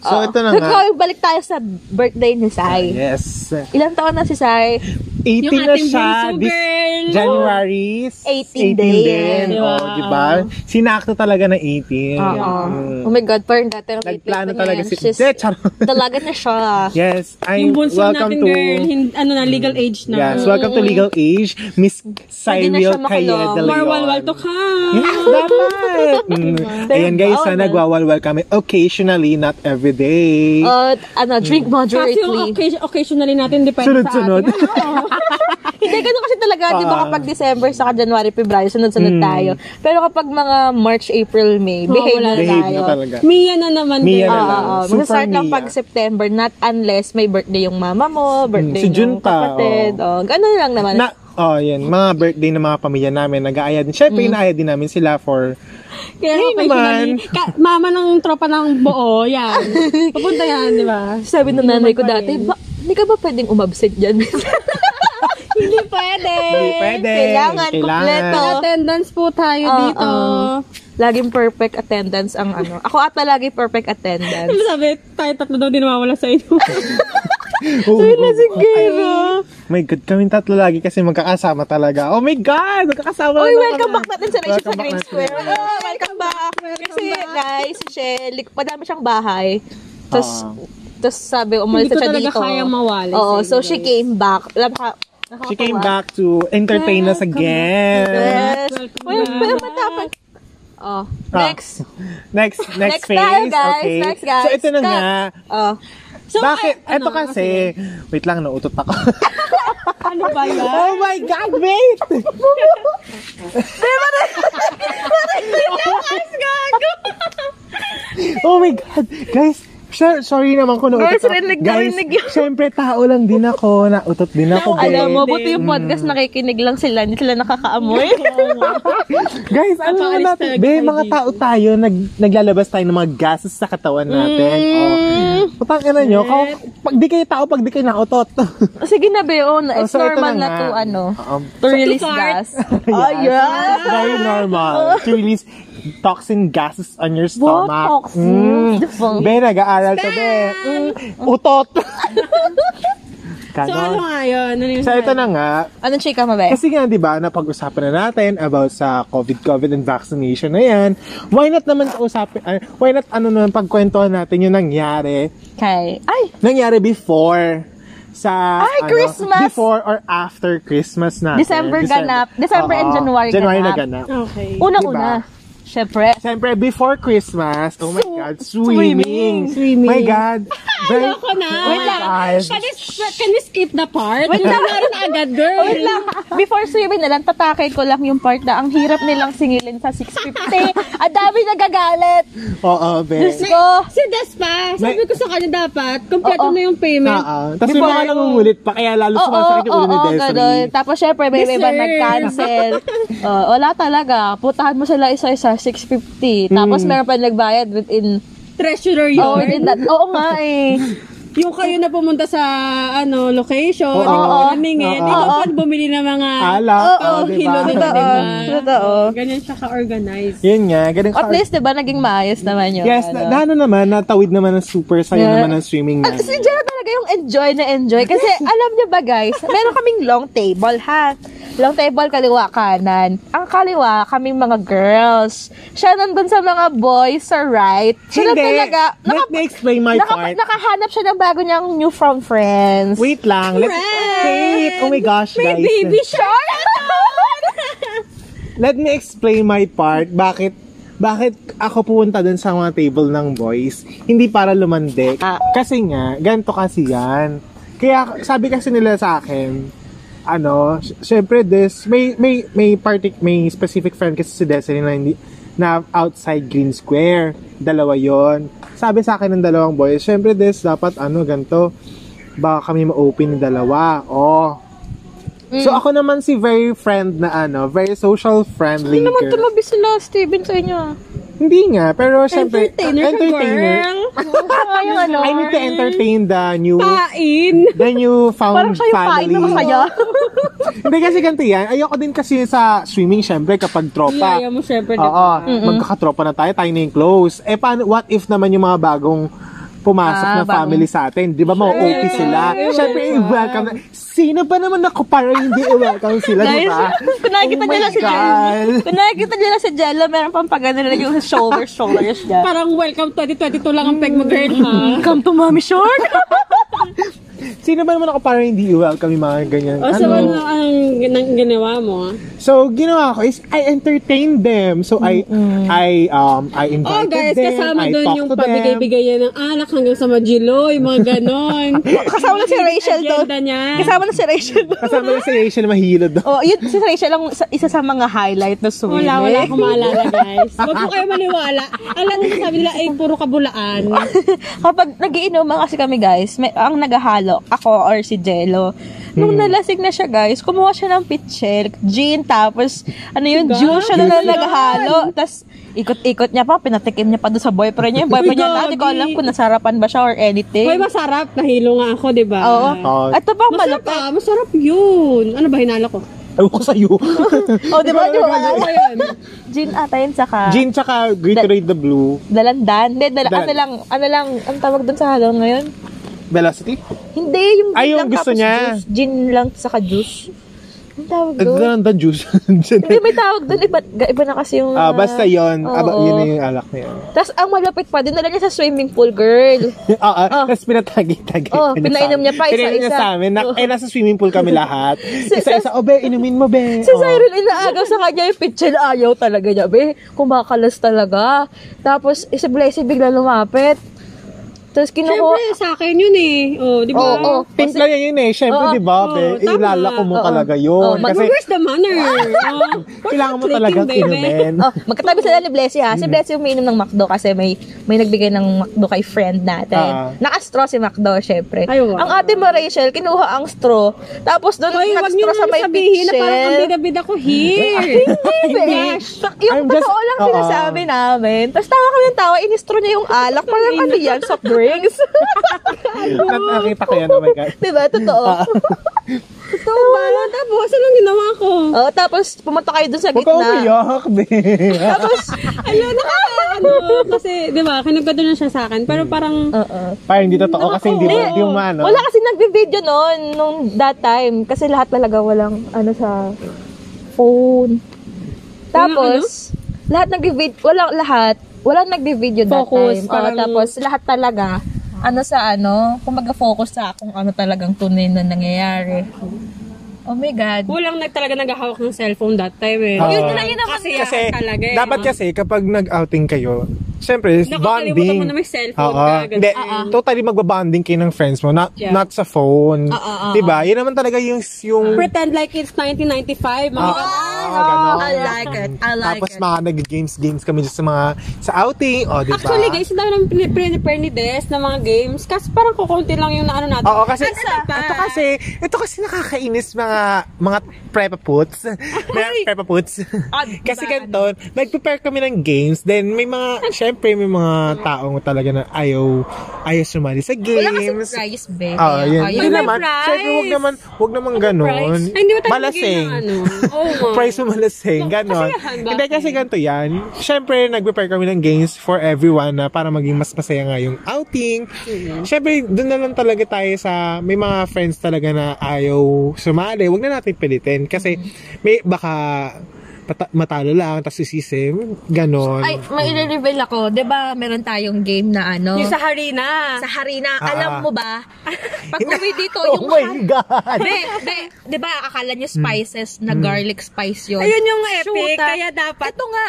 [SPEAKER 2] So,
[SPEAKER 1] Oo.
[SPEAKER 3] Ah.
[SPEAKER 2] ito na
[SPEAKER 1] So,
[SPEAKER 2] nga.
[SPEAKER 1] ikaw, balik tayo sa birthday ni Sai.
[SPEAKER 2] Yes.
[SPEAKER 1] Ilang taon na si Sai?
[SPEAKER 2] 18
[SPEAKER 3] Yung
[SPEAKER 2] na
[SPEAKER 3] ating
[SPEAKER 2] siya
[SPEAKER 3] bunso
[SPEAKER 2] this
[SPEAKER 3] girl.
[SPEAKER 2] January.
[SPEAKER 1] 18
[SPEAKER 2] din.
[SPEAKER 1] din.
[SPEAKER 2] Diba?
[SPEAKER 3] Wow.
[SPEAKER 2] Oh, diba? Sinakto talaga na 18.
[SPEAKER 1] Oo.
[SPEAKER 2] Mm.
[SPEAKER 1] Oh my God, parang dati ang late-late na
[SPEAKER 2] Nagplano talaga
[SPEAKER 1] yan.
[SPEAKER 2] si...
[SPEAKER 1] She's,
[SPEAKER 2] De, charot.
[SPEAKER 1] talaga na siya.
[SPEAKER 2] Yes, I'm
[SPEAKER 3] Yung bunso
[SPEAKER 2] welcome
[SPEAKER 3] natin,
[SPEAKER 2] to... Hmm.
[SPEAKER 3] girl. hin- ano na, legal age na.
[SPEAKER 2] Yes, welcome to Legal Age, Miss Cyril
[SPEAKER 1] makulong.
[SPEAKER 2] Cayet de Leon.
[SPEAKER 3] Marwalwal to ka.
[SPEAKER 2] Yes, dapat! Mm. Ayan guys,
[SPEAKER 1] Bawal.
[SPEAKER 2] sana nagwawalwal kami occasionally, not every day.
[SPEAKER 1] Uh, ano,
[SPEAKER 2] Mm.
[SPEAKER 1] drink
[SPEAKER 3] Kasi yung
[SPEAKER 1] moderately.
[SPEAKER 3] occasion, occasionally natin depende
[SPEAKER 2] Sunod-sunod.
[SPEAKER 3] sa atin. Ano?
[SPEAKER 1] Hindi, ganun kasi talaga, di ba
[SPEAKER 2] Ah. Mm.
[SPEAKER 1] kapag December, saka January, February, sunod-sunod tayo. Pero kapag mga March, April, May, behave
[SPEAKER 3] wala
[SPEAKER 1] na
[SPEAKER 3] na.
[SPEAKER 2] Behave
[SPEAKER 1] tayo.
[SPEAKER 2] na talaga.
[SPEAKER 3] Mia na naman
[SPEAKER 2] Mia
[SPEAKER 3] din. Ah,
[SPEAKER 2] na
[SPEAKER 1] Oo,
[SPEAKER 2] lang.
[SPEAKER 1] oo.
[SPEAKER 2] Super
[SPEAKER 1] Magsastart lang
[SPEAKER 2] Mia. Mm.
[SPEAKER 1] pag September, not unless may birthday yung mama mo, birthday
[SPEAKER 2] si Jun
[SPEAKER 1] yung
[SPEAKER 2] pa,
[SPEAKER 1] kapatid. Oh. Ganun lang naman.
[SPEAKER 2] Na, oh, yan. Mga birthday ng mga pamilya namin, nag-aaya din.
[SPEAKER 1] Mm.
[SPEAKER 2] Siyempre, inaaya din namin sila for...
[SPEAKER 3] Kaya
[SPEAKER 2] Hindi
[SPEAKER 3] occasionally,
[SPEAKER 2] naman.
[SPEAKER 3] ka, mama ng tropa ng buo, yan. Pupunta yan, di ba?
[SPEAKER 1] Sabi ng nanay ko dati, ba, hindi ka ba pwedeng umabsent dyan?
[SPEAKER 3] Hindi pwede.
[SPEAKER 2] Hindi pwede.
[SPEAKER 1] Kailangan, kompleto.
[SPEAKER 3] Attendance po tayo
[SPEAKER 2] Ah,
[SPEAKER 1] Oo.
[SPEAKER 3] dito.
[SPEAKER 1] Laging perfect attendance ang ano. Ako ata lagi perfect attendance.
[SPEAKER 3] Ano sabi, tayo tatlo daw din nawawala sa inyo.
[SPEAKER 2] Oh,
[SPEAKER 1] Siguro.
[SPEAKER 2] my God, kami tatlo lagi kasi magkakasama talaga. Oh my God, magkakasama
[SPEAKER 1] Uy,
[SPEAKER 2] na
[SPEAKER 1] welcome
[SPEAKER 2] kami.
[SPEAKER 1] back natin sa Rachel sa
[SPEAKER 2] Welcome
[SPEAKER 1] Green
[SPEAKER 2] back
[SPEAKER 1] Square.
[SPEAKER 2] natin.
[SPEAKER 1] Oh, welcome back. Kasi guys, si Shell, madami siyang bahay. Tapos,
[SPEAKER 2] Ah.
[SPEAKER 1] tapos sabi, umalis
[SPEAKER 3] Hindi ko
[SPEAKER 1] siya
[SPEAKER 3] talaga
[SPEAKER 1] dito.
[SPEAKER 3] kayang mawali
[SPEAKER 1] Oo,
[SPEAKER 3] sa inyo,
[SPEAKER 1] so she
[SPEAKER 3] guys.
[SPEAKER 1] came back. Alam ka,
[SPEAKER 2] She came back to entertain us again.
[SPEAKER 1] Yes.
[SPEAKER 3] Welcome
[SPEAKER 1] Well,
[SPEAKER 3] back.
[SPEAKER 1] well, matapang. Oh,
[SPEAKER 2] Ah.
[SPEAKER 1] next.
[SPEAKER 2] Next,
[SPEAKER 1] Next
[SPEAKER 2] next,
[SPEAKER 1] tayo,
[SPEAKER 2] phase.
[SPEAKER 1] guys.
[SPEAKER 2] Okay.
[SPEAKER 1] Next, guys.
[SPEAKER 2] So, ito na
[SPEAKER 1] Cut.
[SPEAKER 2] nga.
[SPEAKER 1] Oh.
[SPEAKER 3] So,
[SPEAKER 2] Bakit?
[SPEAKER 3] ay-
[SPEAKER 2] ito
[SPEAKER 3] ano,
[SPEAKER 2] kasi,
[SPEAKER 1] Ah,
[SPEAKER 2] wait lang, nautot ako.
[SPEAKER 3] Ano ba yan?
[SPEAKER 2] oh my God, wait! Oh my God! Guys, sir, sorry naman kung nautot
[SPEAKER 1] Guys,
[SPEAKER 2] ako.
[SPEAKER 1] rinig na
[SPEAKER 2] Guys,
[SPEAKER 1] rinig yun.
[SPEAKER 2] syempre tao lang din ako. Nautot din Mm. ako, guys.
[SPEAKER 1] Alam mo, buti yung podcast nakikinig lang sila. Hindi sila nakakaamoy.
[SPEAKER 2] Guys, ano
[SPEAKER 3] Napaalis
[SPEAKER 2] naman natin?
[SPEAKER 3] talaga
[SPEAKER 2] Be,
[SPEAKER 3] tayo
[SPEAKER 2] mga
[SPEAKER 3] dito.
[SPEAKER 2] tao tayo, nag, naglalabas tayo ng mga gases sa katawan natin.
[SPEAKER 1] Mm.
[SPEAKER 2] Oh. Putang ina nyo, kung, pag di kayo tao, pag di kayo nautot.
[SPEAKER 1] Sige na, Beo. na- It's
[SPEAKER 2] Oh, so ito
[SPEAKER 1] normal na
[SPEAKER 2] nga.
[SPEAKER 1] to, ano,
[SPEAKER 2] Um,
[SPEAKER 1] to release
[SPEAKER 3] fart.
[SPEAKER 1] gas.
[SPEAKER 2] yes.
[SPEAKER 1] Oh, yes.
[SPEAKER 2] Very normal to release toxin gases on your
[SPEAKER 1] What
[SPEAKER 2] stomach. Hmm.
[SPEAKER 1] toxins? The fuck?
[SPEAKER 2] Mm. Be, nag-aaral ka, be. Mm. Utot.
[SPEAKER 3] So, ano
[SPEAKER 2] Ganon.
[SPEAKER 3] nga yun? Ano yun?
[SPEAKER 2] So, ito na nga.
[SPEAKER 1] Anong chika mo, Be?
[SPEAKER 2] Kasi nga, di ba, napag-usapan na natin about sa COVID, COVID and vaccination na yan. Why not naman kausapin, ay, why not ano naman pagkwentuhan natin yung nangyari,
[SPEAKER 1] Okay. Ay,
[SPEAKER 2] nangyari before. sa
[SPEAKER 1] Ay,
[SPEAKER 2] ano,
[SPEAKER 1] Christmas!
[SPEAKER 2] before or after Christmas na.
[SPEAKER 4] December ganap. December and January
[SPEAKER 2] January
[SPEAKER 4] ganap.
[SPEAKER 2] na ganap.
[SPEAKER 3] Okay.
[SPEAKER 4] Unang-una,
[SPEAKER 2] Diba?
[SPEAKER 4] syempre,
[SPEAKER 2] Siyempre, before Christmas, oh my God, swimming.
[SPEAKER 3] Swimming.
[SPEAKER 2] My God. Very,
[SPEAKER 3] Ayoko na.
[SPEAKER 2] Oh my
[SPEAKER 3] Wait lang.
[SPEAKER 2] God.
[SPEAKER 3] Can you, can you skip the part? Wait lang. Meron na agad, girl.
[SPEAKER 4] Wait lang. Before swimming na lang, tatakay ko lang yung part na ang hirap nilang singilin sa 650. Ang dami nagagalit.
[SPEAKER 2] Oo, be.
[SPEAKER 4] Diyos ko.
[SPEAKER 3] Si Des pa, sabi
[SPEAKER 2] May-
[SPEAKER 3] ko sa kanya dapat, kompleto na yung payment.
[SPEAKER 2] Oo. Tapos may mga nangungulit pa, kaya lalo
[SPEAKER 4] Oo,
[SPEAKER 2] sumasakit yung ulo ni
[SPEAKER 4] oo,
[SPEAKER 2] Desiree.
[SPEAKER 4] ganun. Tapos syempre, may iba
[SPEAKER 3] Dessert.
[SPEAKER 4] nag-cancel. Oo, wala talaga. Putahan mo sila isa-isa, 650. Tapos
[SPEAKER 2] Hmm.
[SPEAKER 4] meron pa nagbayad within,
[SPEAKER 3] Treasurer yun.
[SPEAKER 4] oh, within that. Oo nga eh.
[SPEAKER 3] Yung kayo na pumunta sa ano location,
[SPEAKER 2] Oo.
[SPEAKER 3] oh, aming
[SPEAKER 2] Oo.
[SPEAKER 3] eh, di ba pa bumili ng mga
[SPEAKER 2] Alak,
[SPEAKER 3] oh,
[SPEAKER 2] oo, diba?
[SPEAKER 3] hilo na
[SPEAKER 1] Totoo.
[SPEAKER 3] diba?
[SPEAKER 1] Totoo. diba,
[SPEAKER 3] Ganyan siya ka-organize.
[SPEAKER 2] Yun nga, ganun ka.
[SPEAKER 4] At least, di ba, naging maayos naman yun.
[SPEAKER 2] Yes, na,
[SPEAKER 4] ano?
[SPEAKER 2] na, ano naman, natawid naman ng super sayo
[SPEAKER 4] Yeah.
[SPEAKER 2] naman ng swimming
[SPEAKER 1] At si
[SPEAKER 2] namin.
[SPEAKER 1] Jenna talaga yung enjoy na enjoy. Kasi alam niyo ba guys, meron kaming long table ha. Long table kaliwa kanan. Ang kaliwa kaming mga girls. Siya nandun sa mga boys sa right. Siya na
[SPEAKER 2] Hindi,
[SPEAKER 1] talaga.
[SPEAKER 2] let me explain my
[SPEAKER 1] naka-
[SPEAKER 2] part.
[SPEAKER 1] nakahanap siya ng bago niyang new from friends.
[SPEAKER 2] Wait lang, let wait, oh my gosh,
[SPEAKER 3] May
[SPEAKER 2] guys.
[SPEAKER 3] baby siya.
[SPEAKER 2] Let me explain my part, bakit bakit ako pumunta dun sa mga table ng boys, hindi para lumandek. Kasi nga, ganito kasi yan. Kaya sabi kasi nila sa akin, ano, sy- syempre this, may, may, may, party, may specific friend kasi si Destiny na hindi, na outside Green Square. Dalawa yon Sabi sa akin ng dalawang boys, syempre this, dapat ano, ganito, baka kami ma-open yung dalawa. Oh, So ako naman si very friend na ano, very social friendly
[SPEAKER 1] Hindi naman
[SPEAKER 2] girl.
[SPEAKER 1] tumabi sila, Steven, sa inyo.
[SPEAKER 2] Hindi nga, pero syempre
[SPEAKER 3] Entertainer ka,
[SPEAKER 2] entertainer.
[SPEAKER 3] girl.
[SPEAKER 4] Kaya yung ano,
[SPEAKER 2] I need to entertain the new
[SPEAKER 3] Pain.
[SPEAKER 2] the new
[SPEAKER 4] parang
[SPEAKER 2] found
[SPEAKER 4] siya yung pain
[SPEAKER 2] family.
[SPEAKER 4] naman kaya.
[SPEAKER 2] Hindi kasi ganito yan. Ayoko din kasi sa swimming syempre kapag tropa.
[SPEAKER 3] Yaya mo syempre.
[SPEAKER 2] Oo, magkakatropa na tayo, tayo na yung close. Eh, paano, what if naman yung mga bagong pumasok
[SPEAKER 1] Ah,
[SPEAKER 2] na family sa atin? Di ba, ma-OP sila? Siyempre, i-welcome na. Sino ba naman ako para hindi i-welcome sila, di
[SPEAKER 1] Guys,
[SPEAKER 2] ba?
[SPEAKER 1] kung nakikita
[SPEAKER 2] Oh
[SPEAKER 1] niyo lang
[SPEAKER 2] my
[SPEAKER 1] si Jello,
[SPEAKER 2] God.
[SPEAKER 1] kung nakikita niyo lang si Jello, meron pang pagano na yung shoulders, shoulders niya.
[SPEAKER 3] Parang welcome 2022 lang ang peg mo, girl, ha?
[SPEAKER 2] Mm.
[SPEAKER 4] Come to mommy short.
[SPEAKER 2] Sino ba naman ako para hindi i-welcome yung mga ganyan?
[SPEAKER 3] O, so, ano ang ginang- ginawa mo?
[SPEAKER 2] So, ginawa ko is I entertained them. So, I I um I
[SPEAKER 3] Oh,
[SPEAKER 2] invited
[SPEAKER 3] guys,
[SPEAKER 2] them. I
[SPEAKER 3] kasama doon
[SPEAKER 2] talked
[SPEAKER 3] yung
[SPEAKER 2] to them.
[SPEAKER 3] pabigay-bigayan ng alak hanggang sa majilo, yung mga ganon.
[SPEAKER 1] Kasama na si Rachel doon.
[SPEAKER 3] Agenda niya.
[SPEAKER 1] Kasama na si Rachel doon.
[SPEAKER 2] Kasama na si Rachel Mahilo doon.
[SPEAKER 1] Oh, yun, si Rachel lang sa- isa sa mga highlight na swimming.
[SPEAKER 3] Wala, wala akong maalala, guys. Huwag po kayo maniwala. Alam nyo, sabi nila, ay, puro kabulaan.
[SPEAKER 1] Kapag nagiinuman kasi kami, guys, may, ang nagahalo, ako or si Jello. Nung nalasing na siya, guys, kumuha siya ng pitcher, gin, tapos, ano yun, juice siya na, na nagahalo. Tapos, ikot-ikot niya pa, pinatikim niya pa doon sa boyfriend niya. Yung boyfriend niya,
[SPEAKER 3] Gagi.
[SPEAKER 1] hindi ko alam kung nasarapan ba siya or anything.
[SPEAKER 3] Hoy, masarap. Nahilo nga ako, di ba?
[SPEAKER 1] Eh. Oo.
[SPEAKER 2] Ah.
[SPEAKER 1] At ito pa,
[SPEAKER 3] Masarap
[SPEAKER 1] malupit.
[SPEAKER 3] ah, masarap yun. Ano ba, hinala ko?
[SPEAKER 2] Ewan ko sa'yo.
[SPEAKER 1] Oh, di ba? Di ba?
[SPEAKER 3] Ano yun?
[SPEAKER 1] Gin ata yun, saka
[SPEAKER 2] Jean tsaka Gatorade the Blue.
[SPEAKER 1] dalandan. Hindi, dala,
[SPEAKER 2] Dal-
[SPEAKER 1] ano lang, ano lang, ang tawag doon sa halo ngayon?
[SPEAKER 2] Velocity?
[SPEAKER 1] Hindi, yung gin
[SPEAKER 2] Ay, yung
[SPEAKER 1] lang
[SPEAKER 2] gusto
[SPEAKER 1] tapos
[SPEAKER 2] niya.
[SPEAKER 1] juice. Gin lang saka juice. Ang tawag doon?
[SPEAKER 2] Ganun the juice.
[SPEAKER 1] Hindi, may tawag doon. Iba, iba na kasi yung...
[SPEAKER 2] Ah, basta yon
[SPEAKER 1] Oo.
[SPEAKER 2] Aba, yun na yung alak na yun.
[SPEAKER 1] Tapos ang malapit pa, dinala niya sa swimming pool, girl.
[SPEAKER 2] Oo, tapos pinatagi-tagi.
[SPEAKER 1] Ah. Oh,
[SPEAKER 2] pa
[SPEAKER 1] pinainom
[SPEAKER 2] sa
[SPEAKER 1] niya pa,
[SPEAKER 2] amin.
[SPEAKER 1] isa-isa.
[SPEAKER 2] Pinainom
[SPEAKER 1] Oh.
[SPEAKER 2] niya sa amin. Na,
[SPEAKER 1] Oo.
[SPEAKER 2] eh, nasa swimming pool kami lahat. Isa-isa, oh, be, inumin mo, be.
[SPEAKER 1] Si
[SPEAKER 2] Oh.
[SPEAKER 1] Cyril inaagaw sa kanya yung pitchel. Ayaw talaga niya, be. Kumakalas talaga. Tapos, eh, si Blessy bigla lumapit. Tapos
[SPEAKER 3] Siyempre,
[SPEAKER 1] kinuha...
[SPEAKER 3] sa akin yun eh. Oh, di ba?
[SPEAKER 1] Oo, oo.
[SPEAKER 2] Pink lang yun eh.
[SPEAKER 1] Oo.
[SPEAKER 2] Siyempre, di ba, be?
[SPEAKER 3] Oo, tama.
[SPEAKER 2] Ilalako mo
[SPEAKER 1] Oo.
[SPEAKER 2] talaga yun.
[SPEAKER 1] Oo, mag-
[SPEAKER 2] Kasi,
[SPEAKER 3] Well, where's the manner? Oh,
[SPEAKER 2] kailangan mo
[SPEAKER 3] Treating,
[SPEAKER 2] talagang
[SPEAKER 3] baby.
[SPEAKER 2] inumin.
[SPEAKER 1] Oh, magkatabi sila ni Blessy ha.
[SPEAKER 2] Mm.
[SPEAKER 1] Si Blessy umiinom ng McDo kasi may may nagbigay ng McDo kay friend natin.
[SPEAKER 2] Ah.
[SPEAKER 1] Naka-straw si McDo, syempre.
[SPEAKER 3] Ay, wow.
[SPEAKER 1] Ang ate mo, Rachel, kinuha ang straw. Tapos doon,
[SPEAKER 3] Hoy, wag nyo
[SPEAKER 1] nag-straw sa
[SPEAKER 3] naman
[SPEAKER 1] may
[SPEAKER 3] sabihin na parang ang
[SPEAKER 1] pitchel.
[SPEAKER 3] bida-bida ko here.
[SPEAKER 1] Hindi, eh. Yung
[SPEAKER 2] I'm just-
[SPEAKER 1] totoo lang
[SPEAKER 2] Oo.
[SPEAKER 1] sinasabi namin. Tapos tawa kami ng tawa, inistro niya yung alak. Parang ano yan, soft drinks.
[SPEAKER 2] Nat- Nakita ko yan, oh my God.
[SPEAKER 1] diba? Totoo.
[SPEAKER 2] Ah.
[SPEAKER 1] totoo ba?
[SPEAKER 3] Ano, tapos, anong ginawa ko?
[SPEAKER 1] Oh, tapos pumunta kayo dun sa
[SPEAKER 2] Huwag ka
[SPEAKER 1] gitna.
[SPEAKER 2] umiyak, be.
[SPEAKER 1] Tapos,
[SPEAKER 3] Ayun, nakakaano. Ano? Kasi, di ba, kinagado na siya sa akin. Pero parang,
[SPEAKER 1] oo.
[SPEAKER 2] Parang hindi totoo kasi hindi mo, hindi mo maano.
[SPEAKER 1] Wala kasi nagbe-video noon, nung that time. Kasi lahat talaga walang, ano, sa phone. Tapos,
[SPEAKER 2] ano?
[SPEAKER 1] lahat nagbe-video, walang lahat, walang nagbe-video that
[SPEAKER 3] Focus,
[SPEAKER 1] time. Oo,
[SPEAKER 3] parang-
[SPEAKER 1] tapos, lahat talaga, ano sa ano, kumbaga focus sa kung ano talagang tunay na nangyayari. Oh my God.
[SPEAKER 3] Walang nag talaga naghahawak ng cellphone that time eh.
[SPEAKER 2] Oo.
[SPEAKER 3] yun
[SPEAKER 2] na,
[SPEAKER 3] yun naman kasi,
[SPEAKER 2] Ah. Kasi,
[SPEAKER 3] talaga eh.
[SPEAKER 2] dapat kasi kapag nag-outing kayo, Siyempre,
[SPEAKER 3] Nakakalimutan
[SPEAKER 2] bonding.
[SPEAKER 3] mo na may cellphone
[SPEAKER 2] Oo.
[SPEAKER 3] ka, ganun. Ah,
[SPEAKER 2] Hindi, totally magbabonding kayo ng friends mo, not,
[SPEAKER 3] Yeah. Ah,
[SPEAKER 2] not sa phone. Diba? Yun naman talaga yung... yung
[SPEAKER 3] Pretend like it's 1995. Mga
[SPEAKER 2] Oo, ganon.
[SPEAKER 1] I like it. I like
[SPEAKER 2] Tapos
[SPEAKER 1] it.
[SPEAKER 2] mga nag-games-games kami dyan sa mga, sa outing, o diba?
[SPEAKER 3] Actually guys, ang dami namin pinipre-prepare ni Des ng mga games. Kasi parang kukunti lang yung naano natin.
[SPEAKER 2] Oo, kasi,
[SPEAKER 3] At isa pa.
[SPEAKER 2] ito kasi, ito kasi nakakainis mga, mga prepa puts. Mga prepa puts. kasi ganito, nag-prepare kami ng games, then may mga, syempre, may mga taong talaga na ayaw, ayaw sumali sa
[SPEAKER 1] Wala kasi
[SPEAKER 2] games.
[SPEAKER 1] price, Oh, babe.
[SPEAKER 2] Oo, Ah, yun.
[SPEAKER 1] Ayun.
[SPEAKER 2] Hindi
[SPEAKER 3] May
[SPEAKER 2] naman.
[SPEAKER 3] price.
[SPEAKER 2] Syempre, wag naman, wag naman ganun.
[SPEAKER 3] Price. Ay, hindi mo tayo
[SPEAKER 2] Malasing.
[SPEAKER 3] nagiging ano. Oo nga.
[SPEAKER 2] Price mo malasing, ganon.
[SPEAKER 3] kasiyahan ba?
[SPEAKER 2] Hindi, kasi ganito yan. Siyempre, nag-prepare kami ng games for everyone na para maging mas masaya nga yung outing. Siyempre, doon na lang talaga tayo sa, may mga friends talaga na ayaw sumali. Wag na natin pilitin. Kasi,
[SPEAKER 3] Mm-hmm.
[SPEAKER 2] may, baka, pata- matalo lang, tapos sisisi, ganon.
[SPEAKER 1] Ay, may i-reveal ako. 'Di ba meron tayong game na ano?
[SPEAKER 3] Yung sa harina.
[SPEAKER 1] sa harina.
[SPEAKER 2] Ah.
[SPEAKER 1] Alam mo ba? Pag uwi dito,
[SPEAKER 2] oh
[SPEAKER 1] yung...
[SPEAKER 2] my God!
[SPEAKER 1] Be, be, di ba akala
[SPEAKER 2] Hmm.
[SPEAKER 1] niyo spices na garlic spice yun?
[SPEAKER 3] Ayun yung epic.
[SPEAKER 1] Shoot, ah.
[SPEAKER 3] Kaya dapat.
[SPEAKER 1] Ito nga.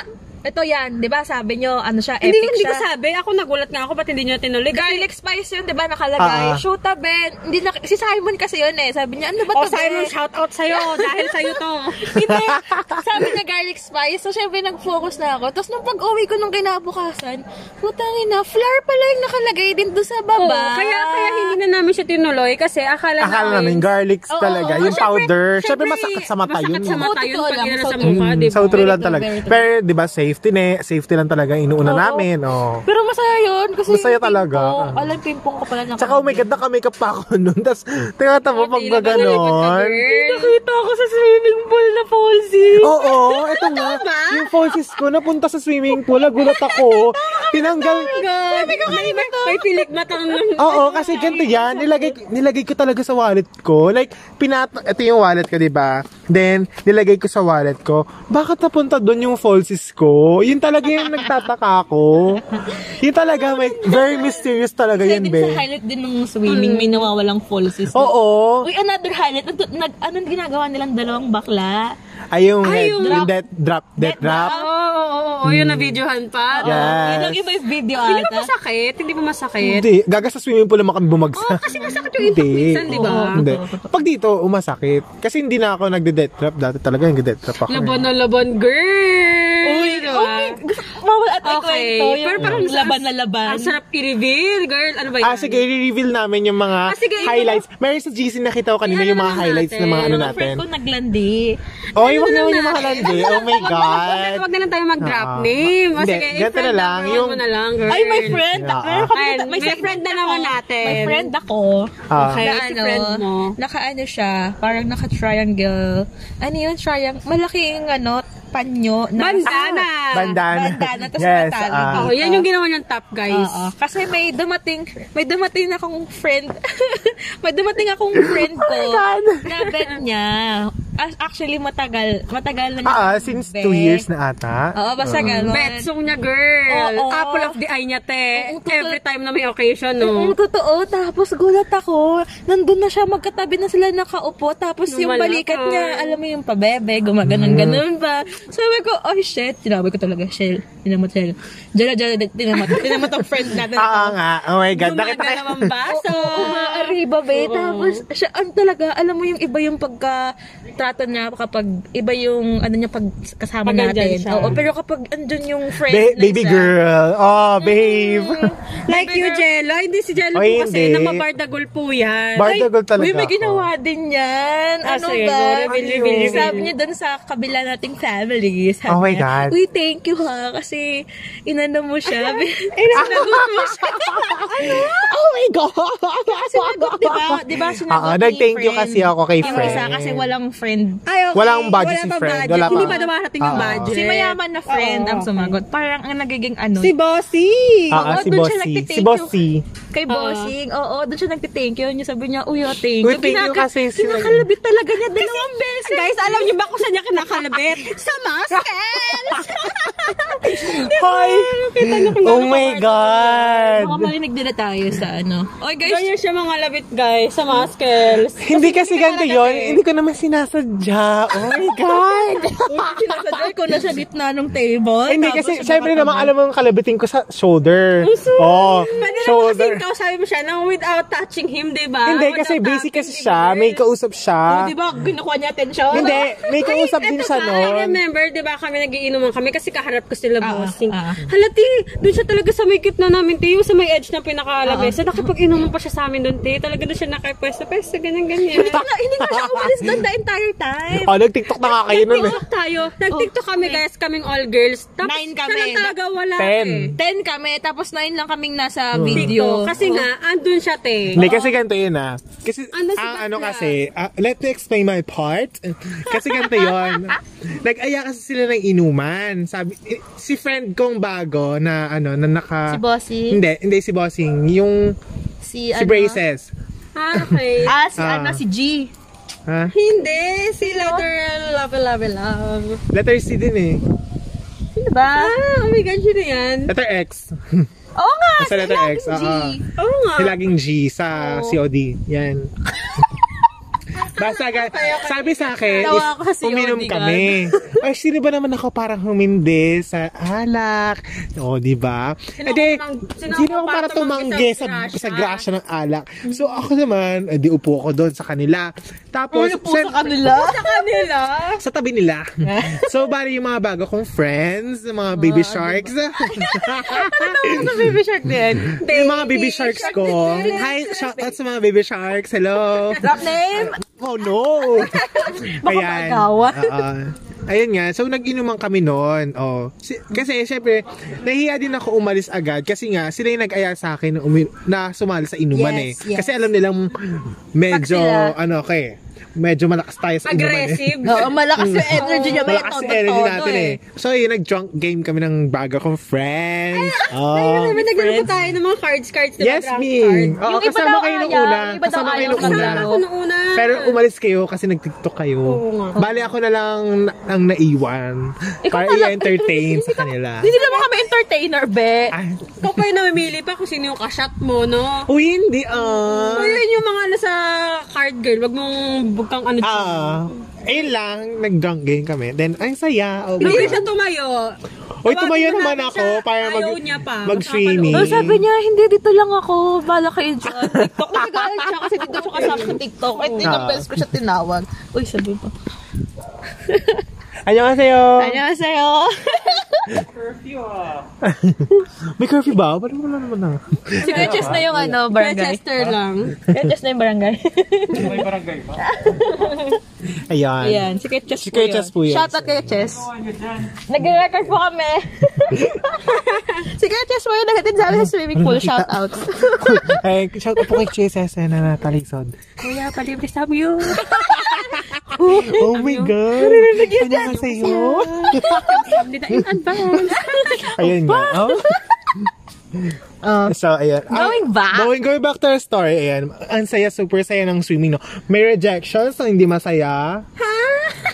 [SPEAKER 1] Ito yan. Di ba sabi niyo, ano siya, epic
[SPEAKER 3] Hindi, hindi ko
[SPEAKER 1] siya.
[SPEAKER 3] sabi. Ako nagulat nga ako. Ba't hindi nyo tinuloy?
[SPEAKER 1] Garlic spice yun, di ba nakalagay?
[SPEAKER 2] Ah.
[SPEAKER 1] Shoot, ah, Ben. Hindi na, si Simon kasi yun eh. Sabi niya, ano ba
[SPEAKER 3] O
[SPEAKER 1] to, Ben?
[SPEAKER 3] Oh, Simon, shout out sa'yo. dahil sa'yo to.
[SPEAKER 1] Hindi. Sabi niya garlic spice. So, syempre, nag-focus na ako. Tapos, nung pag-uwi ko nung kinabukasan, putang ina, flour pala yung nakalagay din doon sa baba.
[SPEAKER 3] Oo, kaya, kaya hindi na namin siya tinuloy kasi akala,
[SPEAKER 2] Akala namin garlic
[SPEAKER 1] Oo,
[SPEAKER 2] talaga,
[SPEAKER 1] oo,
[SPEAKER 2] yung
[SPEAKER 1] syempre-
[SPEAKER 2] powder. Siyempre, masakit sa mata yun.
[SPEAKER 3] Masakit sa mata yun
[SPEAKER 1] Totoo
[SPEAKER 3] pag
[SPEAKER 1] lang,
[SPEAKER 3] yun
[SPEAKER 1] so
[SPEAKER 3] sa mukha,
[SPEAKER 2] Mm,
[SPEAKER 3] di ba?
[SPEAKER 2] Sa utro lang
[SPEAKER 1] diba? Very true,
[SPEAKER 2] talaga.
[SPEAKER 1] very true.
[SPEAKER 2] Pero, di ba, safety na Safety lang talaga inuuna namin. Oh.
[SPEAKER 1] Pero masaya yun. Kasi
[SPEAKER 2] Masaya
[SPEAKER 1] yung pimpong-
[SPEAKER 2] talaga.
[SPEAKER 1] Alam, pimpong ko pala na.
[SPEAKER 2] Tsaka, oh my God, naka-makeup pa ako nun. Tapos, tingnan mo, pag ba
[SPEAKER 1] diba,
[SPEAKER 2] ganon.
[SPEAKER 3] Nakita ako sa swimming pool na palsy.
[SPEAKER 1] Oh,
[SPEAKER 2] Oo, eto nga. Yung poses ko, napunta sa swimming pool, nagulat ako. Tinanggal.
[SPEAKER 3] Sabi ko kayo ba to? May pilik matang
[SPEAKER 2] Oo, kasi ganito yan. Nilagay, nilagay ko talaga sa wallet ko. Like, pinat... Ito yung wallet ko, di ba? Then, nilagay ko sa wallet ko. Bakit napunta doon yung falsies ko? Yun talaga yung nagtataka ako. Yun talaga, may, very mysterious talaga yun,
[SPEAKER 1] Pwede sa
[SPEAKER 2] be.
[SPEAKER 1] highlight din ng swimming, may
[SPEAKER 3] Hmm.
[SPEAKER 1] nawawalang falsies.
[SPEAKER 2] Oo.
[SPEAKER 1] Uy, another highlight. Nag, nag, anong ginagawa nilang dalawang bakla?
[SPEAKER 2] Ay, yung, head-
[SPEAKER 3] Ay, yung-
[SPEAKER 2] yung death drop. Death
[SPEAKER 1] Death
[SPEAKER 2] drop.
[SPEAKER 3] Oo, oo, oo, oo.
[SPEAKER 2] Hmm.
[SPEAKER 3] Yun na videohan pa.
[SPEAKER 1] Oh, Yun
[SPEAKER 2] Yes.
[SPEAKER 1] ang iba yung video
[SPEAKER 3] Hindi ba
[SPEAKER 1] ata.
[SPEAKER 3] masakit? Hindi ba masakit?
[SPEAKER 2] Hindi. Gaga sa swimming pool naman kami bumagsak.
[SPEAKER 3] Oo, Oh, kasi masakit yung impact minsan, di ba?
[SPEAKER 2] Oo, Hindi. Pag dito, umasakit. Kasi hindi na ako nagde-death trap. Dati talaga nagde-death trap ako. eh.
[SPEAKER 3] Laban na laban, girl! Uy, oh
[SPEAKER 1] Bawal at
[SPEAKER 3] Okay.
[SPEAKER 1] ikwento.
[SPEAKER 3] Pero parang
[SPEAKER 1] yung laban na laban.
[SPEAKER 3] Ang sarap i-reveal, girl. Ano ba yan?
[SPEAKER 2] Ah, sige, i-reveal namin yung mga
[SPEAKER 3] Ah, sige, i-reveal.
[SPEAKER 2] highlights. Meron sa GC nakita ko kanina
[SPEAKER 3] Kaya
[SPEAKER 2] yung mga
[SPEAKER 3] ano
[SPEAKER 2] highlights
[SPEAKER 3] natin?
[SPEAKER 2] ng mga ano
[SPEAKER 1] Yung
[SPEAKER 2] natin.
[SPEAKER 1] friend ko naglandi.
[SPEAKER 2] Oh, yung
[SPEAKER 3] Ano
[SPEAKER 2] naman
[SPEAKER 3] na
[SPEAKER 2] yung mga
[SPEAKER 3] natin?
[SPEAKER 2] landi. Oh my God.
[SPEAKER 3] Huwag na lang tayo mag-drop
[SPEAKER 2] Oo.
[SPEAKER 3] name. O
[SPEAKER 2] Ah, Hindi,
[SPEAKER 3] sige,
[SPEAKER 2] ganito
[SPEAKER 3] i-friend
[SPEAKER 2] na lang,
[SPEAKER 3] number one
[SPEAKER 2] yung-
[SPEAKER 3] mo na lang, girl.
[SPEAKER 1] Ay, my friend.
[SPEAKER 2] Yeah.
[SPEAKER 1] Meron kami
[SPEAKER 3] Ayan,
[SPEAKER 1] kita-
[SPEAKER 3] may friend na naman natin.
[SPEAKER 1] May friend ako.
[SPEAKER 2] Ah.
[SPEAKER 3] Okay,
[SPEAKER 1] na
[SPEAKER 3] si
[SPEAKER 1] ano,
[SPEAKER 3] friend mo.
[SPEAKER 1] naka-ano siya, parang naka-triangle. Ano yun, triangle? Malaking ano, panyo. Na, Ah,
[SPEAKER 3] Bandana.
[SPEAKER 2] Bandana.
[SPEAKER 1] Bandana, tas
[SPEAKER 2] yes,
[SPEAKER 1] matali.
[SPEAKER 2] ah.
[SPEAKER 3] Oo, yan yung ginawa niyang top, guys.
[SPEAKER 1] Oo. Kasi may dumating, may dumating akong friend. may dumating akong friend ko. na bet niya. As- Actually, matagal. Matagal na niya.
[SPEAKER 2] Ah, ah,
[SPEAKER 1] akong
[SPEAKER 2] since
[SPEAKER 1] bet.
[SPEAKER 2] two years na ata. Ah,
[SPEAKER 1] Oo, basta ganun.
[SPEAKER 3] Betsong niya, girl.
[SPEAKER 1] Oo.
[SPEAKER 3] Apple of the eye niya, te.
[SPEAKER 1] Oo, totoo.
[SPEAKER 3] Every time na may occasion,
[SPEAKER 1] Oo, Mm,
[SPEAKER 3] no?
[SPEAKER 1] totoo. Tapos gulat ako. Nandun na siya, magkatabi na sila nakaupo. Tapos yung
[SPEAKER 3] Lumalakad.
[SPEAKER 1] balikat niya, alam mo yung pabebe,
[SPEAKER 2] Mm.
[SPEAKER 1] gumaganon-ganon pa. Sabi ko, oh shit. Tinabi ko talaga, Shell. Tinamot, Shell. Jala, jala, tinamot. Ah. Tinamot ang friend natin.
[SPEAKER 2] Oo nga. Oh my God. Nakita
[SPEAKER 3] Gumagalaw
[SPEAKER 2] ka-
[SPEAKER 3] ang baso.
[SPEAKER 1] Umaariba, be. Tapos, siya, ang talaga, alam mo yung iba yung pagka-trato niya kapag iba yung, ano niya, pag kasama
[SPEAKER 3] Pag andyan
[SPEAKER 1] natin.
[SPEAKER 3] siya.
[SPEAKER 1] Oo, pero kapag andun yung friend
[SPEAKER 2] Ba-
[SPEAKER 1] na
[SPEAKER 2] baby
[SPEAKER 1] isa,
[SPEAKER 2] girl. Oh,
[SPEAKER 3] Mm.
[SPEAKER 2] babe.
[SPEAKER 3] Like you, Jello. Ay, Hindi si Jello
[SPEAKER 2] Ay,
[SPEAKER 3] po kasi
[SPEAKER 2] hindi.
[SPEAKER 3] namabardagol po yan.
[SPEAKER 1] Ay,
[SPEAKER 2] Bardagol talaga
[SPEAKER 1] Uy, may
[SPEAKER 2] ako.
[SPEAKER 1] ginawa din yan.
[SPEAKER 3] Ah,
[SPEAKER 1] ano
[SPEAKER 3] sige,
[SPEAKER 1] ba?
[SPEAKER 3] go, reveal,
[SPEAKER 2] reveal, reveal.
[SPEAKER 1] Sabi niya doon sa kabila nating family. Sabi
[SPEAKER 2] Oh my
[SPEAKER 1] niya,
[SPEAKER 2] God.
[SPEAKER 1] Uy, thank you ha. Kasi inano mo siya. Inagot mo siya. ano? Oh my God. Kasi nagot, di ba? Di ba sinagot
[SPEAKER 2] Oo,
[SPEAKER 1] ni
[SPEAKER 2] Ah, nag-thank you
[SPEAKER 1] friend?
[SPEAKER 2] kasi ako kay
[SPEAKER 1] Yung
[SPEAKER 2] friend. oh,
[SPEAKER 1] isa kasi walang friend.
[SPEAKER 3] Ay, okay.
[SPEAKER 2] Walang budget
[SPEAKER 3] Wala
[SPEAKER 2] si
[SPEAKER 3] pa
[SPEAKER 2] Fred.
[SPEAKER 3] budget.
[SPEAKER 2] Wala pa. Ah.
[SPEAKER 3] Hindi pa dumarating yung
[SPEAKER 2] Oo.
[SPEAKER 3] budget.
[SPEAKER 1] Si mayaman na friend
[SPEAKER 3] Oo,
[SPEAKER 1] ang
[SPEAKER 3] okay.
[SPEAKER 1] sumagot. Parang ang nagiging ano.
[SPEAKER 3] Si Bossy.
[SPEAKER 2] Ah, ah,
[SPEAKER 1] Oo, doon
[SPEAKER 2] si
[SPEAKER 1] siya
[SPEAKER 2] Bossy. Si
[SPEAKER 1] nagtithank you.
[SPEAKER 2] Bossy.
[SPEAKER 1] Kay bossing, oo, doon siya nagte-thank you. Yung sabi niya, uy, oh, thank you.
[SPEAKER 2] Uy, thank you
[SPEAKER 1] Kinaka-
[SPEAKER 2] kasi eh. sila-
[SPEAKER 1] Kinakalabit talaga niya dalawang beses.
[SPEAKER 3] Guys, alam niyo ba kung saan niya kinakalabit? sa mask!
[SPEAKER 2] Oo, Hi!
[SPEAKER 3] ano
[SPEAKER 2] Oh my God!
[SPEAKER 1] Baka marinig nila tayo sa ano. Oy guys,
[SPEAKER 3] Ganyan siya mga labit, guys, sa mga skills.
[SPEAKER 2] Hindi eh. kasi ganito yun. Hindi ko naman sinasadya. Oh my God!
[SPEAKER 1] sinasadya ko na sa gitna ng table.
[SPEAKER 2] Hindi
[SPEAKER 1] tapos
[SPEAKER 2] kasi,
[SPEAKER 1] siya
[SPEAKER 2] syempre
[SPEAKER 1] nakatabi.
[SPEAKER 2] naman, alam mo yung kalabitin ko sa shoulder. Oh,
[SPEAKER 3] Pwede naman kasi
[SPEAKER 2] shoulder.
[SPEAKER 3] ikaw sabi mo siya nang without touching him, di ba?
[SPEAKER 2] Hindi,
[SPEAKER 3] Without
[SPEAKER 2] kasi busy
[SPEAKER 3] touching,
[SPEAKER 2] kasi
[SPEAKER 3] di ba,
[SPEAKER 2] siya. May
[SPEAKER 3] girl?
[SPEAKER 2] kausap siya.
[SPEAKER 3] Oh, di ba? Kinukuha niya attention.
[SPEAKER 2] Hindi, may kausap din siya
[SPEAKER 3] I
[SPEAKER 2] noon.
[SPEAKER 3] remember, di ba kami nagiinuman kami kasi kaharap ko sila bossing.
[SPEAKER 1] ah.
[SPEAKER 3] Halati, doon siya talaga sa may gitna namin, te, yung sa may edge na
[SPEAKER 1] Ah,
[SPEAKER 3] pinakalamesa. Nakipag-inuman pa siya sa amin doon, te. Talaga doon siya nakipwesta-pwesta, ganyan-ganyan.
[SPEAKER 1] Wala, hindi nga siya umalis doon the entire time.
[SPEAKER 2] Oh, nag-tiktok na nga kayo nun. eh.
[SPEAKER 3] Nag-tiktok tayo. Nag-tiktok kami, guys. Kaming all girls. Tapos,
[SPEAKER 1] Oh, Nine
[SPEAKER 3] siya
[SPEAKER 1] kami.
[SPEAKER 3] lang talaga wala,
[SPEAKER 2] Ten.
[SPEAKER 3] te.
[SPEAKER 1] Ten kami, tapos nine lang kaming nasa
[SPEAKER 2] Hmm.
[SPEAKER 3] TikTok.
[SPEAKER 1] video.
[SPEAKER 3] Kasi nga, andun siya, te.
[SPEAKER 2] Hindi, kasi ganito yun ah. Kasi,
[SPEAKER 3] Ano si
[SPEAKER 2] ang
[SPEAKER 3] Bakla?
[SPEAKER 2] ano kasi, ah, let me explain my part. Kasi ganito yun. Nag-aya kasi sila ng inuman. Sabi, eh, si friend kong bago na ano, na naka...
[SPEAKER 5] Si Bossy?
[SPEAKER 2] Hindi, hindi si Bossing. Yung
[SPEAKER 5] Si, ano?
[SPEAKER 2] si Braces.
[SPEAKER 3] Ah, okay.
[SPEAKER 5] Ah, si
[SPEAKER 2] Ah.
[SPEAKER 5] ano, si G.
[SPEAKER 2] Ha?
[SPEAKER 3] Hindi, si Letter Love Love Love.
[SPEAKER 2] Letter C din eh.
[SPEAKER 5] Sino ba?
[SPEAKER 3] Ah, oh my God, sino yan?
[SPEAKER 2] Letter X.
[SPEAKER 5] Oo nga,
[SPEAKER 2] Basta
[SPEAKER 5] si
[SPEAKER 2] letter X.
[SPEAKER 5] Ah, G.
[SPEAKER 2] oo.
[SPEAKER 3] Oo nga.
[SPEAKER 2] Si laging G sa COD. Yan. Basta, ga- sabi sa akin,
[SPEAKER 1] Tawa
[SPEAKER 2] is,
[SPEAKER 1] ako sa COD,
[SPEAKER 2] uminom
[SPEAKER 1] God.
[SPEAKER 2] kami. Ay, sino ba naman ako parang humindi sa alak? O, di ba?
[SPEAKER 3] Sino
[SPEAKER 2] Eh, di,
[SPEAKER 3] ako mang- sino
[SPEAKER 2] sino
[SPEAKER 3] ako
[SPEAKER 2] ako para
[SPEAKER 3] para tumanggi
[SPEAKER 2] tumanggi
[SPEAKER 3] sa
[SPEAKER 2] sa,
[SPEAKER 3] grasya? Mm-hmm.
[SPEAKER 2] sa grasya ng alak? So, ako naman, eh, di upo ako doon sa kanila. Tapos, sen-
[SPEAKER 1] kanila.
[SPEAKER 3] Sa kanila.
[SPEAKER 2] sa tabi nila. so, bali yung mga bago kong friends, yung mga baby
[SPEAKER 3] Ah,
[SPEAKER 2] sharks.
[SPEAKER 1] Baby shark din.
[SPEAKER 2] yung mga baby sharks ko. Hi, shout out sa mga baby sharks. Hello.
[SPEAKER 1] Drop name?
[SPEAKER 2] Oh no! Ayan.
[SPEAKER 1] maagawan.
[SPEAKER 2] Oo. ayun nga. So, nag-inuman kami noon. Oh. Si- kasi, syempre, nahiya din ako umalis agad. Kasi nga, sila yung nag-aya sa akin na, umi- na sumali sa inuman
[SPEAKER 1] Yes,
[SPEAKER 2] eh.
[SPEAKER 1] yes.
[SPEAKER 2] Kasi alam nilang medyo,
[SPEAKER 1] Pag sila-
[SPEAKER 2] ano, okay. Medyo malakas tayo sa inuman eh.
[SPEAKER 3] Aggressive.
[SPEAKER 1] Oo, malakas yung energy niya. may
[SPEAKER 2] Malakas yung
[SPEAKER 1] todo-todo
[SPEAKER 2] energy natin
[SPEAKER 1] eh.
[SPEAKER 2] eh. So, yun, nag-drunk game kami ng bago kong friends.
[SPEAKER 1] ah,
[SPEAKER 3] Ay,
[SPEAKER 2] Oh.
[SPEAKER 3] may naglaro pa tayo ng mga cards, cards. diba?
[SPEAKER 2] Yes, Oh,
[SPEAKER 3] Draft
[SPEAKER 2] me.
[SPEAKER 3] cards.
[SPEAKER 2] Oo,
[SPEAKER 5] Yung iba
[SPEAKER 2] kasama
[SPEAKER 5] daw
[SPEAKER 2] kayo nung
[SPEAKER 5] ayaw,
[SPEAKER 2] una.
[SPEAKER 5] yung iba daw
[SPEAKER 2] Kasama kayo
[SPEAKER 5] ayaw,
[SPEAKER 2] nung una.
[SPEAKER 3] Kasama ko nung una.
[SPEAKER 2] Pero um- umalis kayo kasi nag-TikTok kayo.
[SPEAKER 3] Oo nga.
[SPEAKER 2] Bali ako na lang na- ang naiwan. para i-entertain sa kanila.
[SPEAKER 1] Hindi naman kami entertainer, be.
[SPEAKER 2] Ah,
[SPEAKER 3] Ikaw pa yung namimili pa kung sino yung kashat mo, no?
[SPEAKER 2] uy, hindi ah.
[SPEAKER 3] O yun yung mga nasa card girl. Wag mong bugkang ano.
[SPEAKER 2] Ah, ayun lang, nag-drunk game kami. Then, ang saya. Oh my
[SPEAKER 3] Hindi siya
[SPEAKER 2] God.
[SPEAKER 3] tumayo.
[SPEAKER 2] Uy, tumayo
[SPEAKER 3] Tawagin mo
[SPEAKER 2] naman
[SPEAKER 3] natin
[SPEAKER 2] ako
[SPEAKER 3] siya.
[SPEAKER 2] para mag,
[SPEAKER 3] Ayaw niya pa.
[SPEAKER 2] mag-swimming.
[SPEAKER 3] Baka
[SPEAKER 5] Oh, sabi niya, hindi, dito lang ako. Bala kayo dyan.
[SPEAKER 1] TikTok.
[SPEAKER 3] Oh
[SPEAKER 1] Kasi galit siya kasi dito siya kasama sa TikTok. Ay,
[SPEAKER 2] Ah.
[SPEAKER 1] ilang beses ko siya tinawag. Uy, sabi pa.
[SPEAKER 2] Annyeonghaseyo.
[SPEAKER 1] Annyeonghaseyo.
[SPEAKER 2] May curfew ba? Parang wala naman na.
[SPEAKER 1] Sige, cheers na yung ano, barangay.
[SPEAKER 3] Chester lang.
[SPEAKER 1] Cheers na yung barangay.
[SPEAKER 2] Ayan.
[SPEAKER 1] Ayan, sige, cheers
[SPEAKER 2] Si Kuya Chess po yun.
[SPEAKER 1] Shoutout kay Chess. Nag-record po kami. sige, Chess po yun. Nagatid sa amin sa swimming
[SPEAKER 2] Ano
[SPEAKER 1] pool. Shoutout.
[SPEAKER 2] Ay, shout out po kay Chase Esen na nataligson.
[SPEAKER 3] Kuya, palibre sa view.
[SPEAKER 2] Oh my God! Ano Annyeonghaseyo.
[SPEAKER 3] Hindi na in advance.
[SPEAKER 2] Ayun nga. Oh. so, ayan. Ah,
[SPEAKER 1] Going back?
[SPEAKER 2] Going, going back to our story, ayan. Ang saya, super saya ng swimming, no? May rejections na hindi masaya. Ha?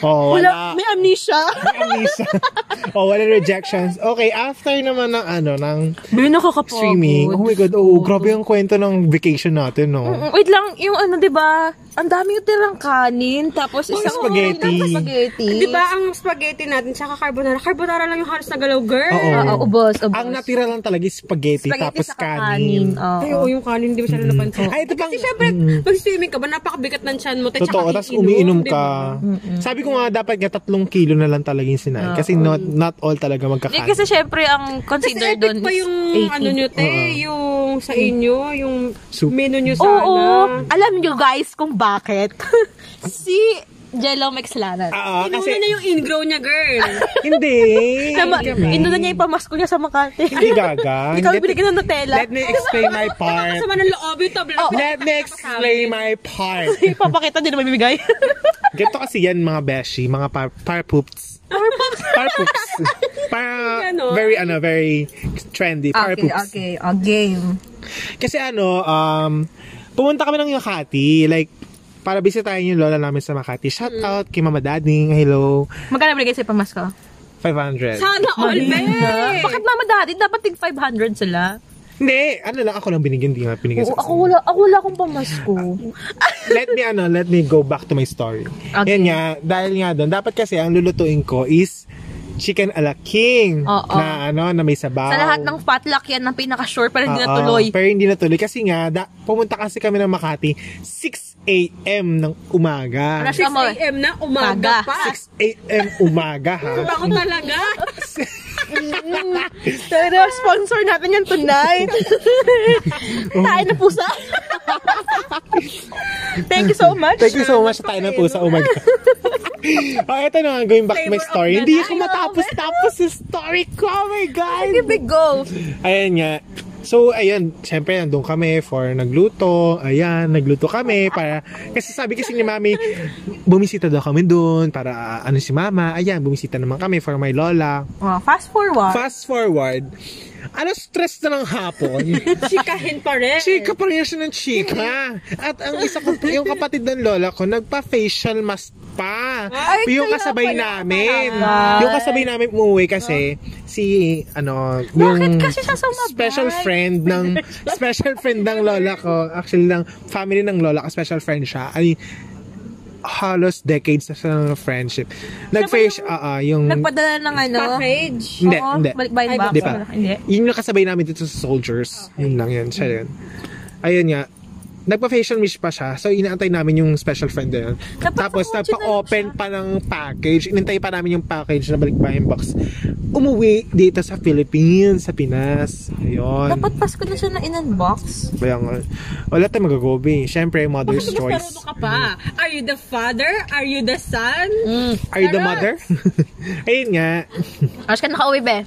[SPEAKER 2] Oh, wala.
[SPEAKER 1] May amnesia.
[SPEAKER 2] May amnesia. oh, wala rejections. Okay, after naman ng ano, ng
[SPEAKER 1] May nakakapagod.
[SPEAKER 2] swimming. Oh my God, oh, grabe yung kwento ng vacation natin, no?
[SPEAKER 1] Wait lang, yung ano, di ba? Ang dami yung tirang kanin, tapos isang
[SPEAKER 2] spaghetti.
[SPEAKER 1] Tapos spaghetti.
[SPEAKER 3] Di ba ang spaghetti natin, tsaka carbonara, carbonara lang yung halos na galaw, girl.
[SPEAKER 2] Oo.
[SPEAKER 1] Oo, Ah, ubos, ubos.
[SPEAKER 2] Ang natira lang talaga is spaghetti,
[SPEAKER 1] Spaghetti
[SPEAKER 2] tapos
[SPEAKER 1] saka
[SPEAKER 2] kanin.
[SPEAKER 1] Oo.
[SPEAKER 3] Ay, oo, yung kanin, hindi masyado
[SPEAKER 2] Ay,
[SPEAKER 3] napansin.
[SPEAKER 2] Ah, ito pang...
[SPEAKER 3] Kasi syempre, mag-swimming ka ba, napakabigat ng tiyan mo. Te,
[SPEAKER 2] Totoo,
[SPEAKER 3] tsaka
[SPEAKER 2] tapos
[SPEAKER 3] kikinom,
[SPEAKER 2] umiinom
[SPEAKER 3] di
[SPEAKER 2] ka.
[SPEAKER 3] ba?
[SPEAKER 2] Sabi ko nga, dapat nga tatlong kilo na lang talaga yung sinabi. Kasi not, not all talaga
[SPEAKER 5] Hindi,
[SPEAKER 2] magkakain.
[SPEAKER 5] kasi syempre ang
[SPEAKER 3] Kasi
[SPEAKER 5] consider
[SPEAKER 3] epic
[SPEAKER 5] doon
[SPEAKER 3] pa
[SPEAKER 5] is
[SPEAKER 3] yung
[SPEAKER 5] 80.
[SPEAKER 3] ano nyo, te, yung sa inyo, yung
[SPEAKER 2] Mm. Soup.
[SPEAKER 3] menu nyo
[SPEAKER 1] Oo,
[SPEAKER 3] sana.
[SPEAKER 1] alam nyo guys kung bakit. si Jello Mexlanan.
[SPEAKER 2] Ah, ah,
[SPEAKER 3] Inuna
[SPEAKER 2] kasi,
[SPEAKER 3] na yung ingrow niya, girl.
[SPEAKER 2] hindi.
[SPEAKER 1] Tama, inuna niya yung pamasko niya sa Makati.
[SPEAKER 2] Hindi gaga.
[SPEAKER 1] Ikaw
[SPEAKER 2] Let-
[SPEAKER 1] binigyan ng Nutella.
[SPEAKER 2] Let me explain my part.
[SPEAKER 3] Kasama ng loob yung tabla.
[SPEAKER 2] Let me explain my part.
[SPEAKER 1] Papakita din naman bibigay.
[SPEAKER 2] Ganito kasi yan mga beshi, mga par, par poops. Par poops. Para
[SPEAKER 3] Ganon.
[SPEAKER 2] very ano, very trendy. Par
[SPEAKER 1] okay,
[SPEAKER 2] poops.
[SPEAKER 1] okay. A game.
[SPEAKER 2] Kasi ano, um, pumunta kami ng Makati, like, para bisitahin yung lola namin sa Makati. Shout
[SPEAKER 1] Mm.
[SPEAKER 2] out kay Mama Dading, hello,
[SPEAKER 1] Magkano binigay sa'yo pamasko?
[SPEAKER 2] 500.
[SPEAKER 3] Sana all, be.
[SPEAKER 1] Bakit mama natin, dapat tig 500 sila.
[SPEAKER 2] Hindi, ano lang, ako lang binigyan, hindi nga binigyan
[SPEAKER 1] Oo,
[SPEAKER 2] sa
[SPEAKER 1] ako wala, ako wala akong pamasko.
[SPEAKER 2] let me ano, let me go back to my story.
[SPEAKER 1] Okay.
[SPEAKER 2] Yan nga, dahil nga doon, dapat kasi ang lulutuin ko is chicken ala king
[SPEAKER 1] Oo.
[SPEAKER 2] na ano na may sabaw.
[SPEAKER 1] Sa lahat ng potluck yan ang pinaka-sure pero hindi
[SPEAKER 2] Oo,
[SPEAKER 1] natuloy.
[SPEAKER 2] Pero hindi natuloy kasi nga da, pumunta kasi kami ng Makati 6 a.m. ng umaga.
[SPEAKER 1] Alas-
[SPEAKER 3] 6 a.m. na, umaga
[SPEAKER 1] Umaga.
[SPEAKER 3] pa.
[SPEAKER 2] 6 a.m. umaga ha.
[SPEAKER 1] Ano
[SPEAKER 3] Ako talaga.
[SPEAKER 1] Pero sponsor natin yan tonight. Tayo na pusa. Thank you so much.
[SPEAKER 2] Thank you so much tayo na po sa umaga. oh, eto na nga, going back to my
[SPEAKER 3] Flavor of
[SPEAKER 2] story.
[SPEAKER 3] the
[SPEAKER 2] Hindi ako matapos-tapos yung story ko. Oh my God!
[SPEAKER 1] Big go.
[SPEAKER 2] Ayan nga. So, ayun, syempre, nandun kami for nagluto. Ayan, nagluto kami para... Kasi sabi kasi ni Mami, bumisita daw kami dun para ah, ano si Mama. Ayan, bumisita naman kami for my Lola.
[SPEAKER 1] Oh, fast forward.
[SPEAKER 2] Fast forward, alas stress na ng hapon.
[SPEAKER 3] Chikahin pa rin.
[SPEAKER 2] Chika pa rin siya ng chika. At ang isa ko, yung kapatid ng lola ko, nagpa-facial mask pa. yung kasabay namin. Yung kasabay namin umuwi kasi si, ano, yung special friend ng, special friend ng lola ko, actually ng family ng lola ko, special friend siya. Ay, halos decades na siya ng friendship. Nag-facial, ah, ah, yung,
[SPEAKER 1] Nagpadala ng ano.
[SPEAKER 3] Package.
[SPEAKER 2] hindi,
[SPEAKER 1] Oo,
[SPEAKER 2] hindi.
[SPEAKER 1] Balikbayan ba?
[SPEAKER 2] Di pa.
[SPEAKER 1] Hindi.
[SPEAKER 2] Yun yung kasabay namin dito sa soldiers. Yun lang yun. Siya yun. Ayun nga. Nagpa-facial wish pa siya. So, inaantay namin yung special friend na yun. Tapos, nagpa-open pa ng package. Inintay pa namin yung package na balik pa yung box. Umuwi dito sa Philippines, sa Pinas. Ayun.
[SPEAKER 1] Dapat Pasko na siya na in-unbox.
[SPEAKER 2] Kaya nga, wala tayong magagobi. Siyempre, mother's
[SPEAKER 3] Mas
[SPEAKER 2] choice.
[SPEAKER 3] marunong ka pa. Are you the father? Are you the son?
[SPEAKER 1] Mm,
[SPEAKER 2] Are you the mother? Ayun nga.
[SPEAKER 1] Oras ka nakauwi, be.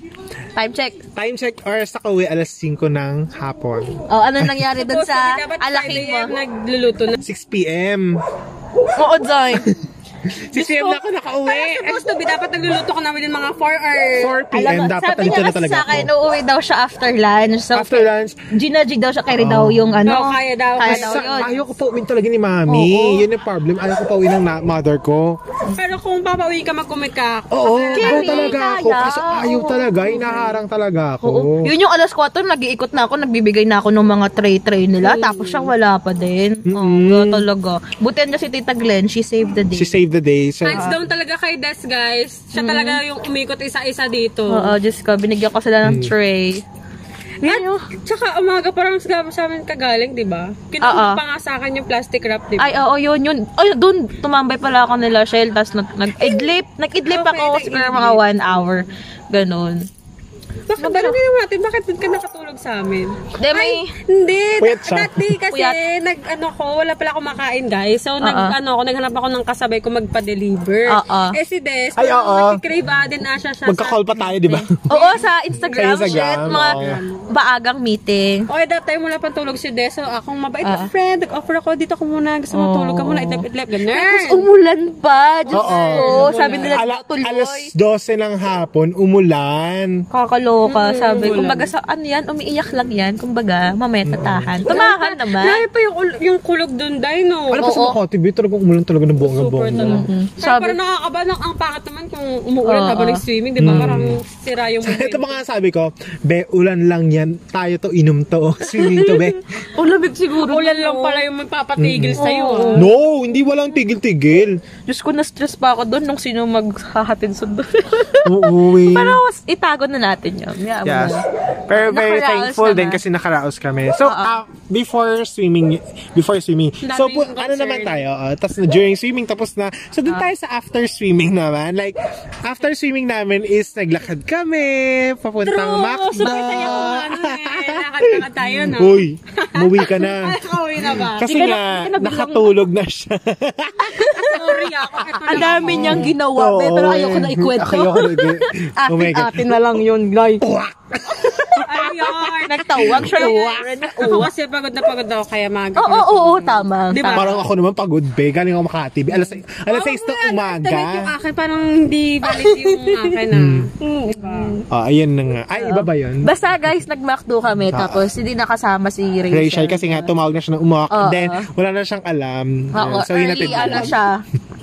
[SPEAKER 1] Time check.
[SPEAKER 2] Time check or sa kauwi alas 5 ng hapon.
[SPEAKER 1] Oh, ano nangyari dun
[SPEAKER 3] Tapos
[SPEAKER 1] sa
[SPEAKER 3] sabi, dapat
[SPEAKER 1] alaking
[SPEAKER 3] 5
[SPEAKER 1] mo?
[SPEAKER 3] a.m. Nagluluto na.
[SPEAKER 2] 6 p.m.
[SPEAKER 1] Oo, Zoy.
[SPEAKER 2] 6 p.m. na ako nakauwi.
[SPEAKER 3] Parang supposed to be, dapat nagluluto ka namin ng mga 4 or...
[SPEAKER 2] 4 p.m. dapat
[SPEAKER 1] Sabi
[SPEAKER 2] nandito
[SPEAKER 1] niya
[SPEAKER 2] na
[SPEAKER 1] kasi
[SPEAKER 2] talaga
[SPEAKER 1] sa
[SPEAKER 2] ako.
[SPEAKER 1] akin, uuwi daw siya after lunch. So,
[SPEAKER 2] After Oh. lunch,
[SPEAKER 1] Ginaji daw siya, carry daw yung ano.
[SPEAKER 3] Oo, kaya daw,
[SPEAKER 1] Kaya
[SPEAKER 3] kaya
[SPEAKER 1] daw
[SPEAKER 2] sa,
[SPEAKER 1] yun.
[SPEAKER 2] ayaw ko pa uwin talaga ni mami. Yun yung problem. Ayaw ko pa uwin ng na- mother ko.
[SPEAKER 3] Pero kung papauwi ka, mag-commit ka.
[SPEAKER 2] Oo, ayaw
[SPEAKER 1] Carrie,
[SPEAKER 2] talaga ako.
[SPEAKER 1] kaya.
[SPEAKER 2] Kasi ayaw talaga. Inaharang talaga ako.
[SPEAKER 1] Oo. Yun yung alas 4, nag-iikot na ako, nagbibigay na ako ng mga tray-tray nila, tapos siya wala pa din. Oo, Diba, talaga. Butihan kasi Tita Glenn, Mm. she saved the day.
[SPEAKER 2] She saved the day. So,
[SPEAKER 3] Hands down talaga kay Des, guys. Siya talaga yung umikot isa-isa dito.
[SPEAKER 1] Mm. Oo, Diyos ko, binigyan ko sila ng tray.
[SPEAKER 3] At tsaka umaga parang sa sa amin kagaling, di ba? Kinuha
[SPEAKER 1] Oo.
[SPEAKER 3] pa nga sa akin yung plastic wrap, di ba?
[SPEAKER 1] Ay, oo, yun, yun. Ay, dun, tumambay pala ako nila, Shell, tapos nag- nag-idlip. Nag-idlip
[SPEAKER 3] Okay,
[SPEAKER 1] ako, siguro mga one hour. Ganun.
[SPEAKER 3] Bakit ba ginawa natin? Bakit ba't ka nakatulog sa amin?
[SPEAKER 1] Hindi, may-
[SPEAKER 3] hindi.
[SPEAKER 2] Puyat
[SPEAKER 3] That-
[SPEAKER 2] siya.
[SPEAKER 3] that day kasi, nag, ano ko, wala pala akong makain, guys. So, nag, ano ako, naghanap ako ng kasabay ko magpa-deliver.
[SPEAKER 1] Oo.
[SPEAKER 3] Eh, si Des,
[SPEAKER 2] Ay,
[SPEAKER 3] parang
[SPEAKER 2] oo.
[SPEAKER 3] nagkikrave din Asya siya.
[SPEAKER 2] magka-call pa tayo, di ba?
[SPEAKER 1] Oo, sa Instagram,
[SPEAKER 2] Sa Instagram,
[SPEAKER 1] shit, mga
[SPEAKER 2] oo.
[SPEAKER 1] baagang meeting.
[SPEAKER 3] Okay, that time wala pang tulog si Des. So, akong mabait na friend. Nag-offer ako, dito ko muna. Gusto mo tulog ka muna. Itlap-itlap. Ganun.
[SPEAKER 1] Umulan pa, Diyos ko. Sabi nila,
[SPEAKER 2] Ala-
[SPEAKER 1] tuloy.
[SPEAKER 2] alas 12 ng hapon, umulan.
[SPEAKER 1] Kakaloka, sabi. Kumbaga, sa ano yan, umiiyak lang yan. Kumbaga, mamaya tatahan. Tumahan naman.
[SPEAKER 3] Lalo pa yung, ul- yung kulog dun, Dino.
[SPEAKER 2] Ano pa sa Makati, Bay? Talagang umulan talaga ng bongga-bongga.
[SPEAKER 3] Mm-hmm. Sabi, parang nakakaba ng ang pangat naman kung umuulan
[SPEAKER 1] Oo.
[SPEAKER 3] habang nag-swimming, di ba?
[SPEAKER 2] Mm.
[SPEAKER 3] Parang sira yung moment.
[SPEAKER 2] Ito mga sabi ko, be, ulan lang yan. Tayo to, inom to. Swimming to, be.
[SPEAKER 1] Ulamig siguro.
[SPEAKER 3] Ulan Mm. lang pala yung magpapatigil sa'yo. ah.
[SPEAKER 2] No, hindi walang tigil-tigil.
[SPEAKER 1] Diyos ko, na-stress pa ako doon nung sino maghahatin sundo.
[SPEAKER 2] Uuwi.
[SPEAKER 1] Pero itago na natin yun. Yeah,
[SPEAKER 2] Yes.
[SPEAKER 1] wala.
[SPEAKER 2] Pero very
[SPEAKER 1] Nakaraos
[SPEAKER 2] thankful din
[SPEAKER 1] naman.
[SPEAKER 2] kasi nakaraos kami. So, ah, before swimming, before swimming, so, pu-
[SPEAKER 3] yung
[SPEAKER 2] ano
[SPEAKER 3] concern.
[SPEAKER 2] naman tayo? ah, tas na during swimming, tapos na. So, dun
[SPEAKER 1] Ah.
[SPEAKER 2] tayo sa after swimming naman. Like, after swimming namin is naglakad kami, papuntang
[SPEAKER 3] Oo,
[SPEAKER 2] McDo.
[SPEAKER 3] super saya ko nga
[SPEAKER 1] ano
[SPEAKER 3] nun eh. Nakakanta tayo, no?
[SPEAKER 2] Uy, umuwi ka na.
[SPEAKER 3] Ay, kawin na ba?
[SPEAKER 2] Kasi nga, nakatulog na siya.
[SPEAKER 3] Sorry ako. Ito
[SPEAKER 1] Ang dami niyang ginawa,
[SPEAKER 2] Oo,
[SPEAKER 1] be, pero
[SPEAKER 2] eh.
[SPEAKER 1] ayoko na ikwento.
[SPEAKER 2] Ayoko na ikwento. Oh my God.
[SPEAKER 1] Atin-atin na lang yun, guys.
[SPEAKER 3] Ayun.
[SPEAKER 1] Nagtawag siya.
[SPEAKER 3] Ako kasi pagod na pagod ako kaya maga.
[SPEAKER 1] Oo, oo, oo, tama.
[SPEAKER 3] Di ba?
[SPEAKER 2] Parang ako naman pagod, be. Galing ako Makati. be. Alas, alas 6 na umaga. Hmm.
[SPEAKER 3] Tamit yung akin, parang hindi valid yung akin na.
[SPEAKER 2] Ah, ayun na nga. Ay, iba ba yun?
[SPEAKER 1] Basta guys, nag-MacDo kami, tapos hindi nakasama si Rachel.
[SPEAKER 2] Rachel kasi nga tumawag na siya ng umawak.
[SPEAKER 1] Oo.
[SPEAKER 2] then, wala na siyang alam.
[SPEAKER 1] Oo,
[SPEAKER 2] Yun.
[SPEAKER 1] early
[SPEAKER 2] hinatid na
[SPEAKER 1] ano
[SPEAKER 2] lang.
[SPEAKER 1] siya.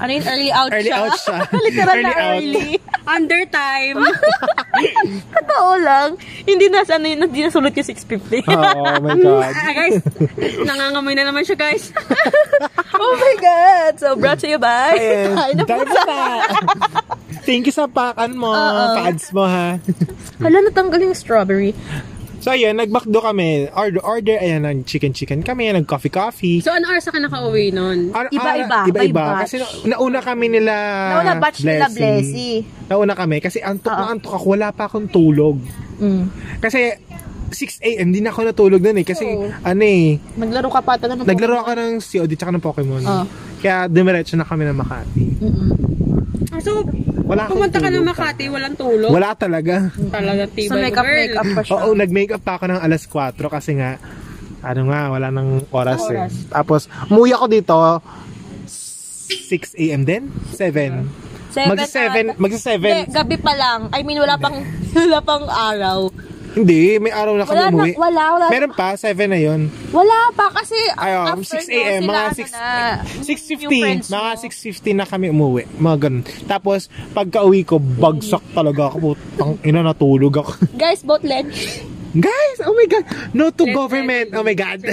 [SPEAKER 1] Ano yun? Early out
[SPEAKER 2] Early
[SPEAKER 1] siya.
[SPEAKER 2] out siya.
[SPEAKER 1] Literal na
[SPEAKER 2] Early out.
[SPEAKER 1] early.
[SPEAKER 3] Under time.
[SPEAKER 2] Oh
[SPEAKER 1] Totoo lang. Hindi na, ano yun, hindi nasulat yung 650.
[SPEAKER 2] Oh my God.
[SPEAKER 3] Ah, guys, nangangamoy na naman siya, guys.
[SPEAKER 1] oh my God! So, brought to you by...
[SPEAKER 2] Ayun. Dahil sa Thank you sa pakan mo. Pads mo ha.
[SPEAKER 1] Hala, natanggal yung strawberry.
[SPEAKER 2] So ayun, nag-McDo kami. Order, order. Ayan, nag-chicken-chicken kami. Nag-coffee-coffee.
[SPEAKER 3] So, ano oras ka naka-uwi nun?
[SPEAKER 2] Ar-
[SPEAKER 1] Iba-iba,
[SPEAKER 2] ar- Iba-iba.
[SPEAKER 1] by batch.
[SPEAKER 2] Kasi na- nauna kami nila
[SPEAKER 1] Nauna batch nila Blessy.
[SPEAKER 2] Nauna kami. Kasi antok na antok ako. Wala pa akong tulog.
[SPEAKER 1] Mm.
[SPEAKER 2] Kasi 6 a.m. Hindi na ako natulog nun eh. Kasi ano eh,
[SPEAKER 1] Naglaro ka pa talaga ng
[SPEAKER 2] naglaro ako ng COD tsaka ng Pokemon. Kaya dumiretso na kami ng Makati.
[SPEAKER 3] Ah, So,
[SPEAKER 2] Wala akong
[SPEAKER 3] pumunta ka
[SPEAKER 2] tulog.
[SPEAKER 3] ng Makati, walang tulog.
[SPEAKER 2] Wala talaga.
[SPEAKER 3] Talaga,
[SPEAKER 1] So,
[SPEAKER 3] tibay
[SPEAKER 1] makeup,
[SPEAKER 3] girl.
[SPEAKER 1] makeup pa siya.
[SPEAKER 2] Oo, nag-makeup pa ako ng alas 4 kasi nga, ano nga, wala nang oras, eh. Tapos, umuwi ako dito, 6 a.m. din? 7.
[SPEAKER 1] Seven
[SPEAKER 2] Mag 7, mag
[SPEAKER 1] Hindi,
[SPEAKER 2] 7.
[SPEAKER 1] gabi pa lang. I mean, wala pang, wala pang araw.
[SPEAKER 2] Hindi, may araw na kami
[SPEAKER 1] Wala na,
[SPEAKER 2] umuwi.
[SPEAKER 1] wala, wala.
[SPEAKER 2] Meron pa, 7 na yun.
[SPEAKER 1] Wala pa kasi
[SPEAKER 2] Ay, oh,
[SPEAKER 1] after
[SPEAKER 2] 6 a.m.,
[SPEAKER 1] nun,
[SPEAKER 2] mga
[SPEAKER 1] sila, ano na, yung friends
[SPEAKER 2] 6.50. Mga
[SPEAKER 1] mo.
[SPEAKER 2] 6.50 na kami umuwi. Mga ganun. Tapos, pagka-uwi ko, bagsak talaga ako. Putang ina, natulog ako.
[SPEAKER 1] Guys, both legs.
[SPEAKER 2] Guys, oh my God. No to government. Oh my God.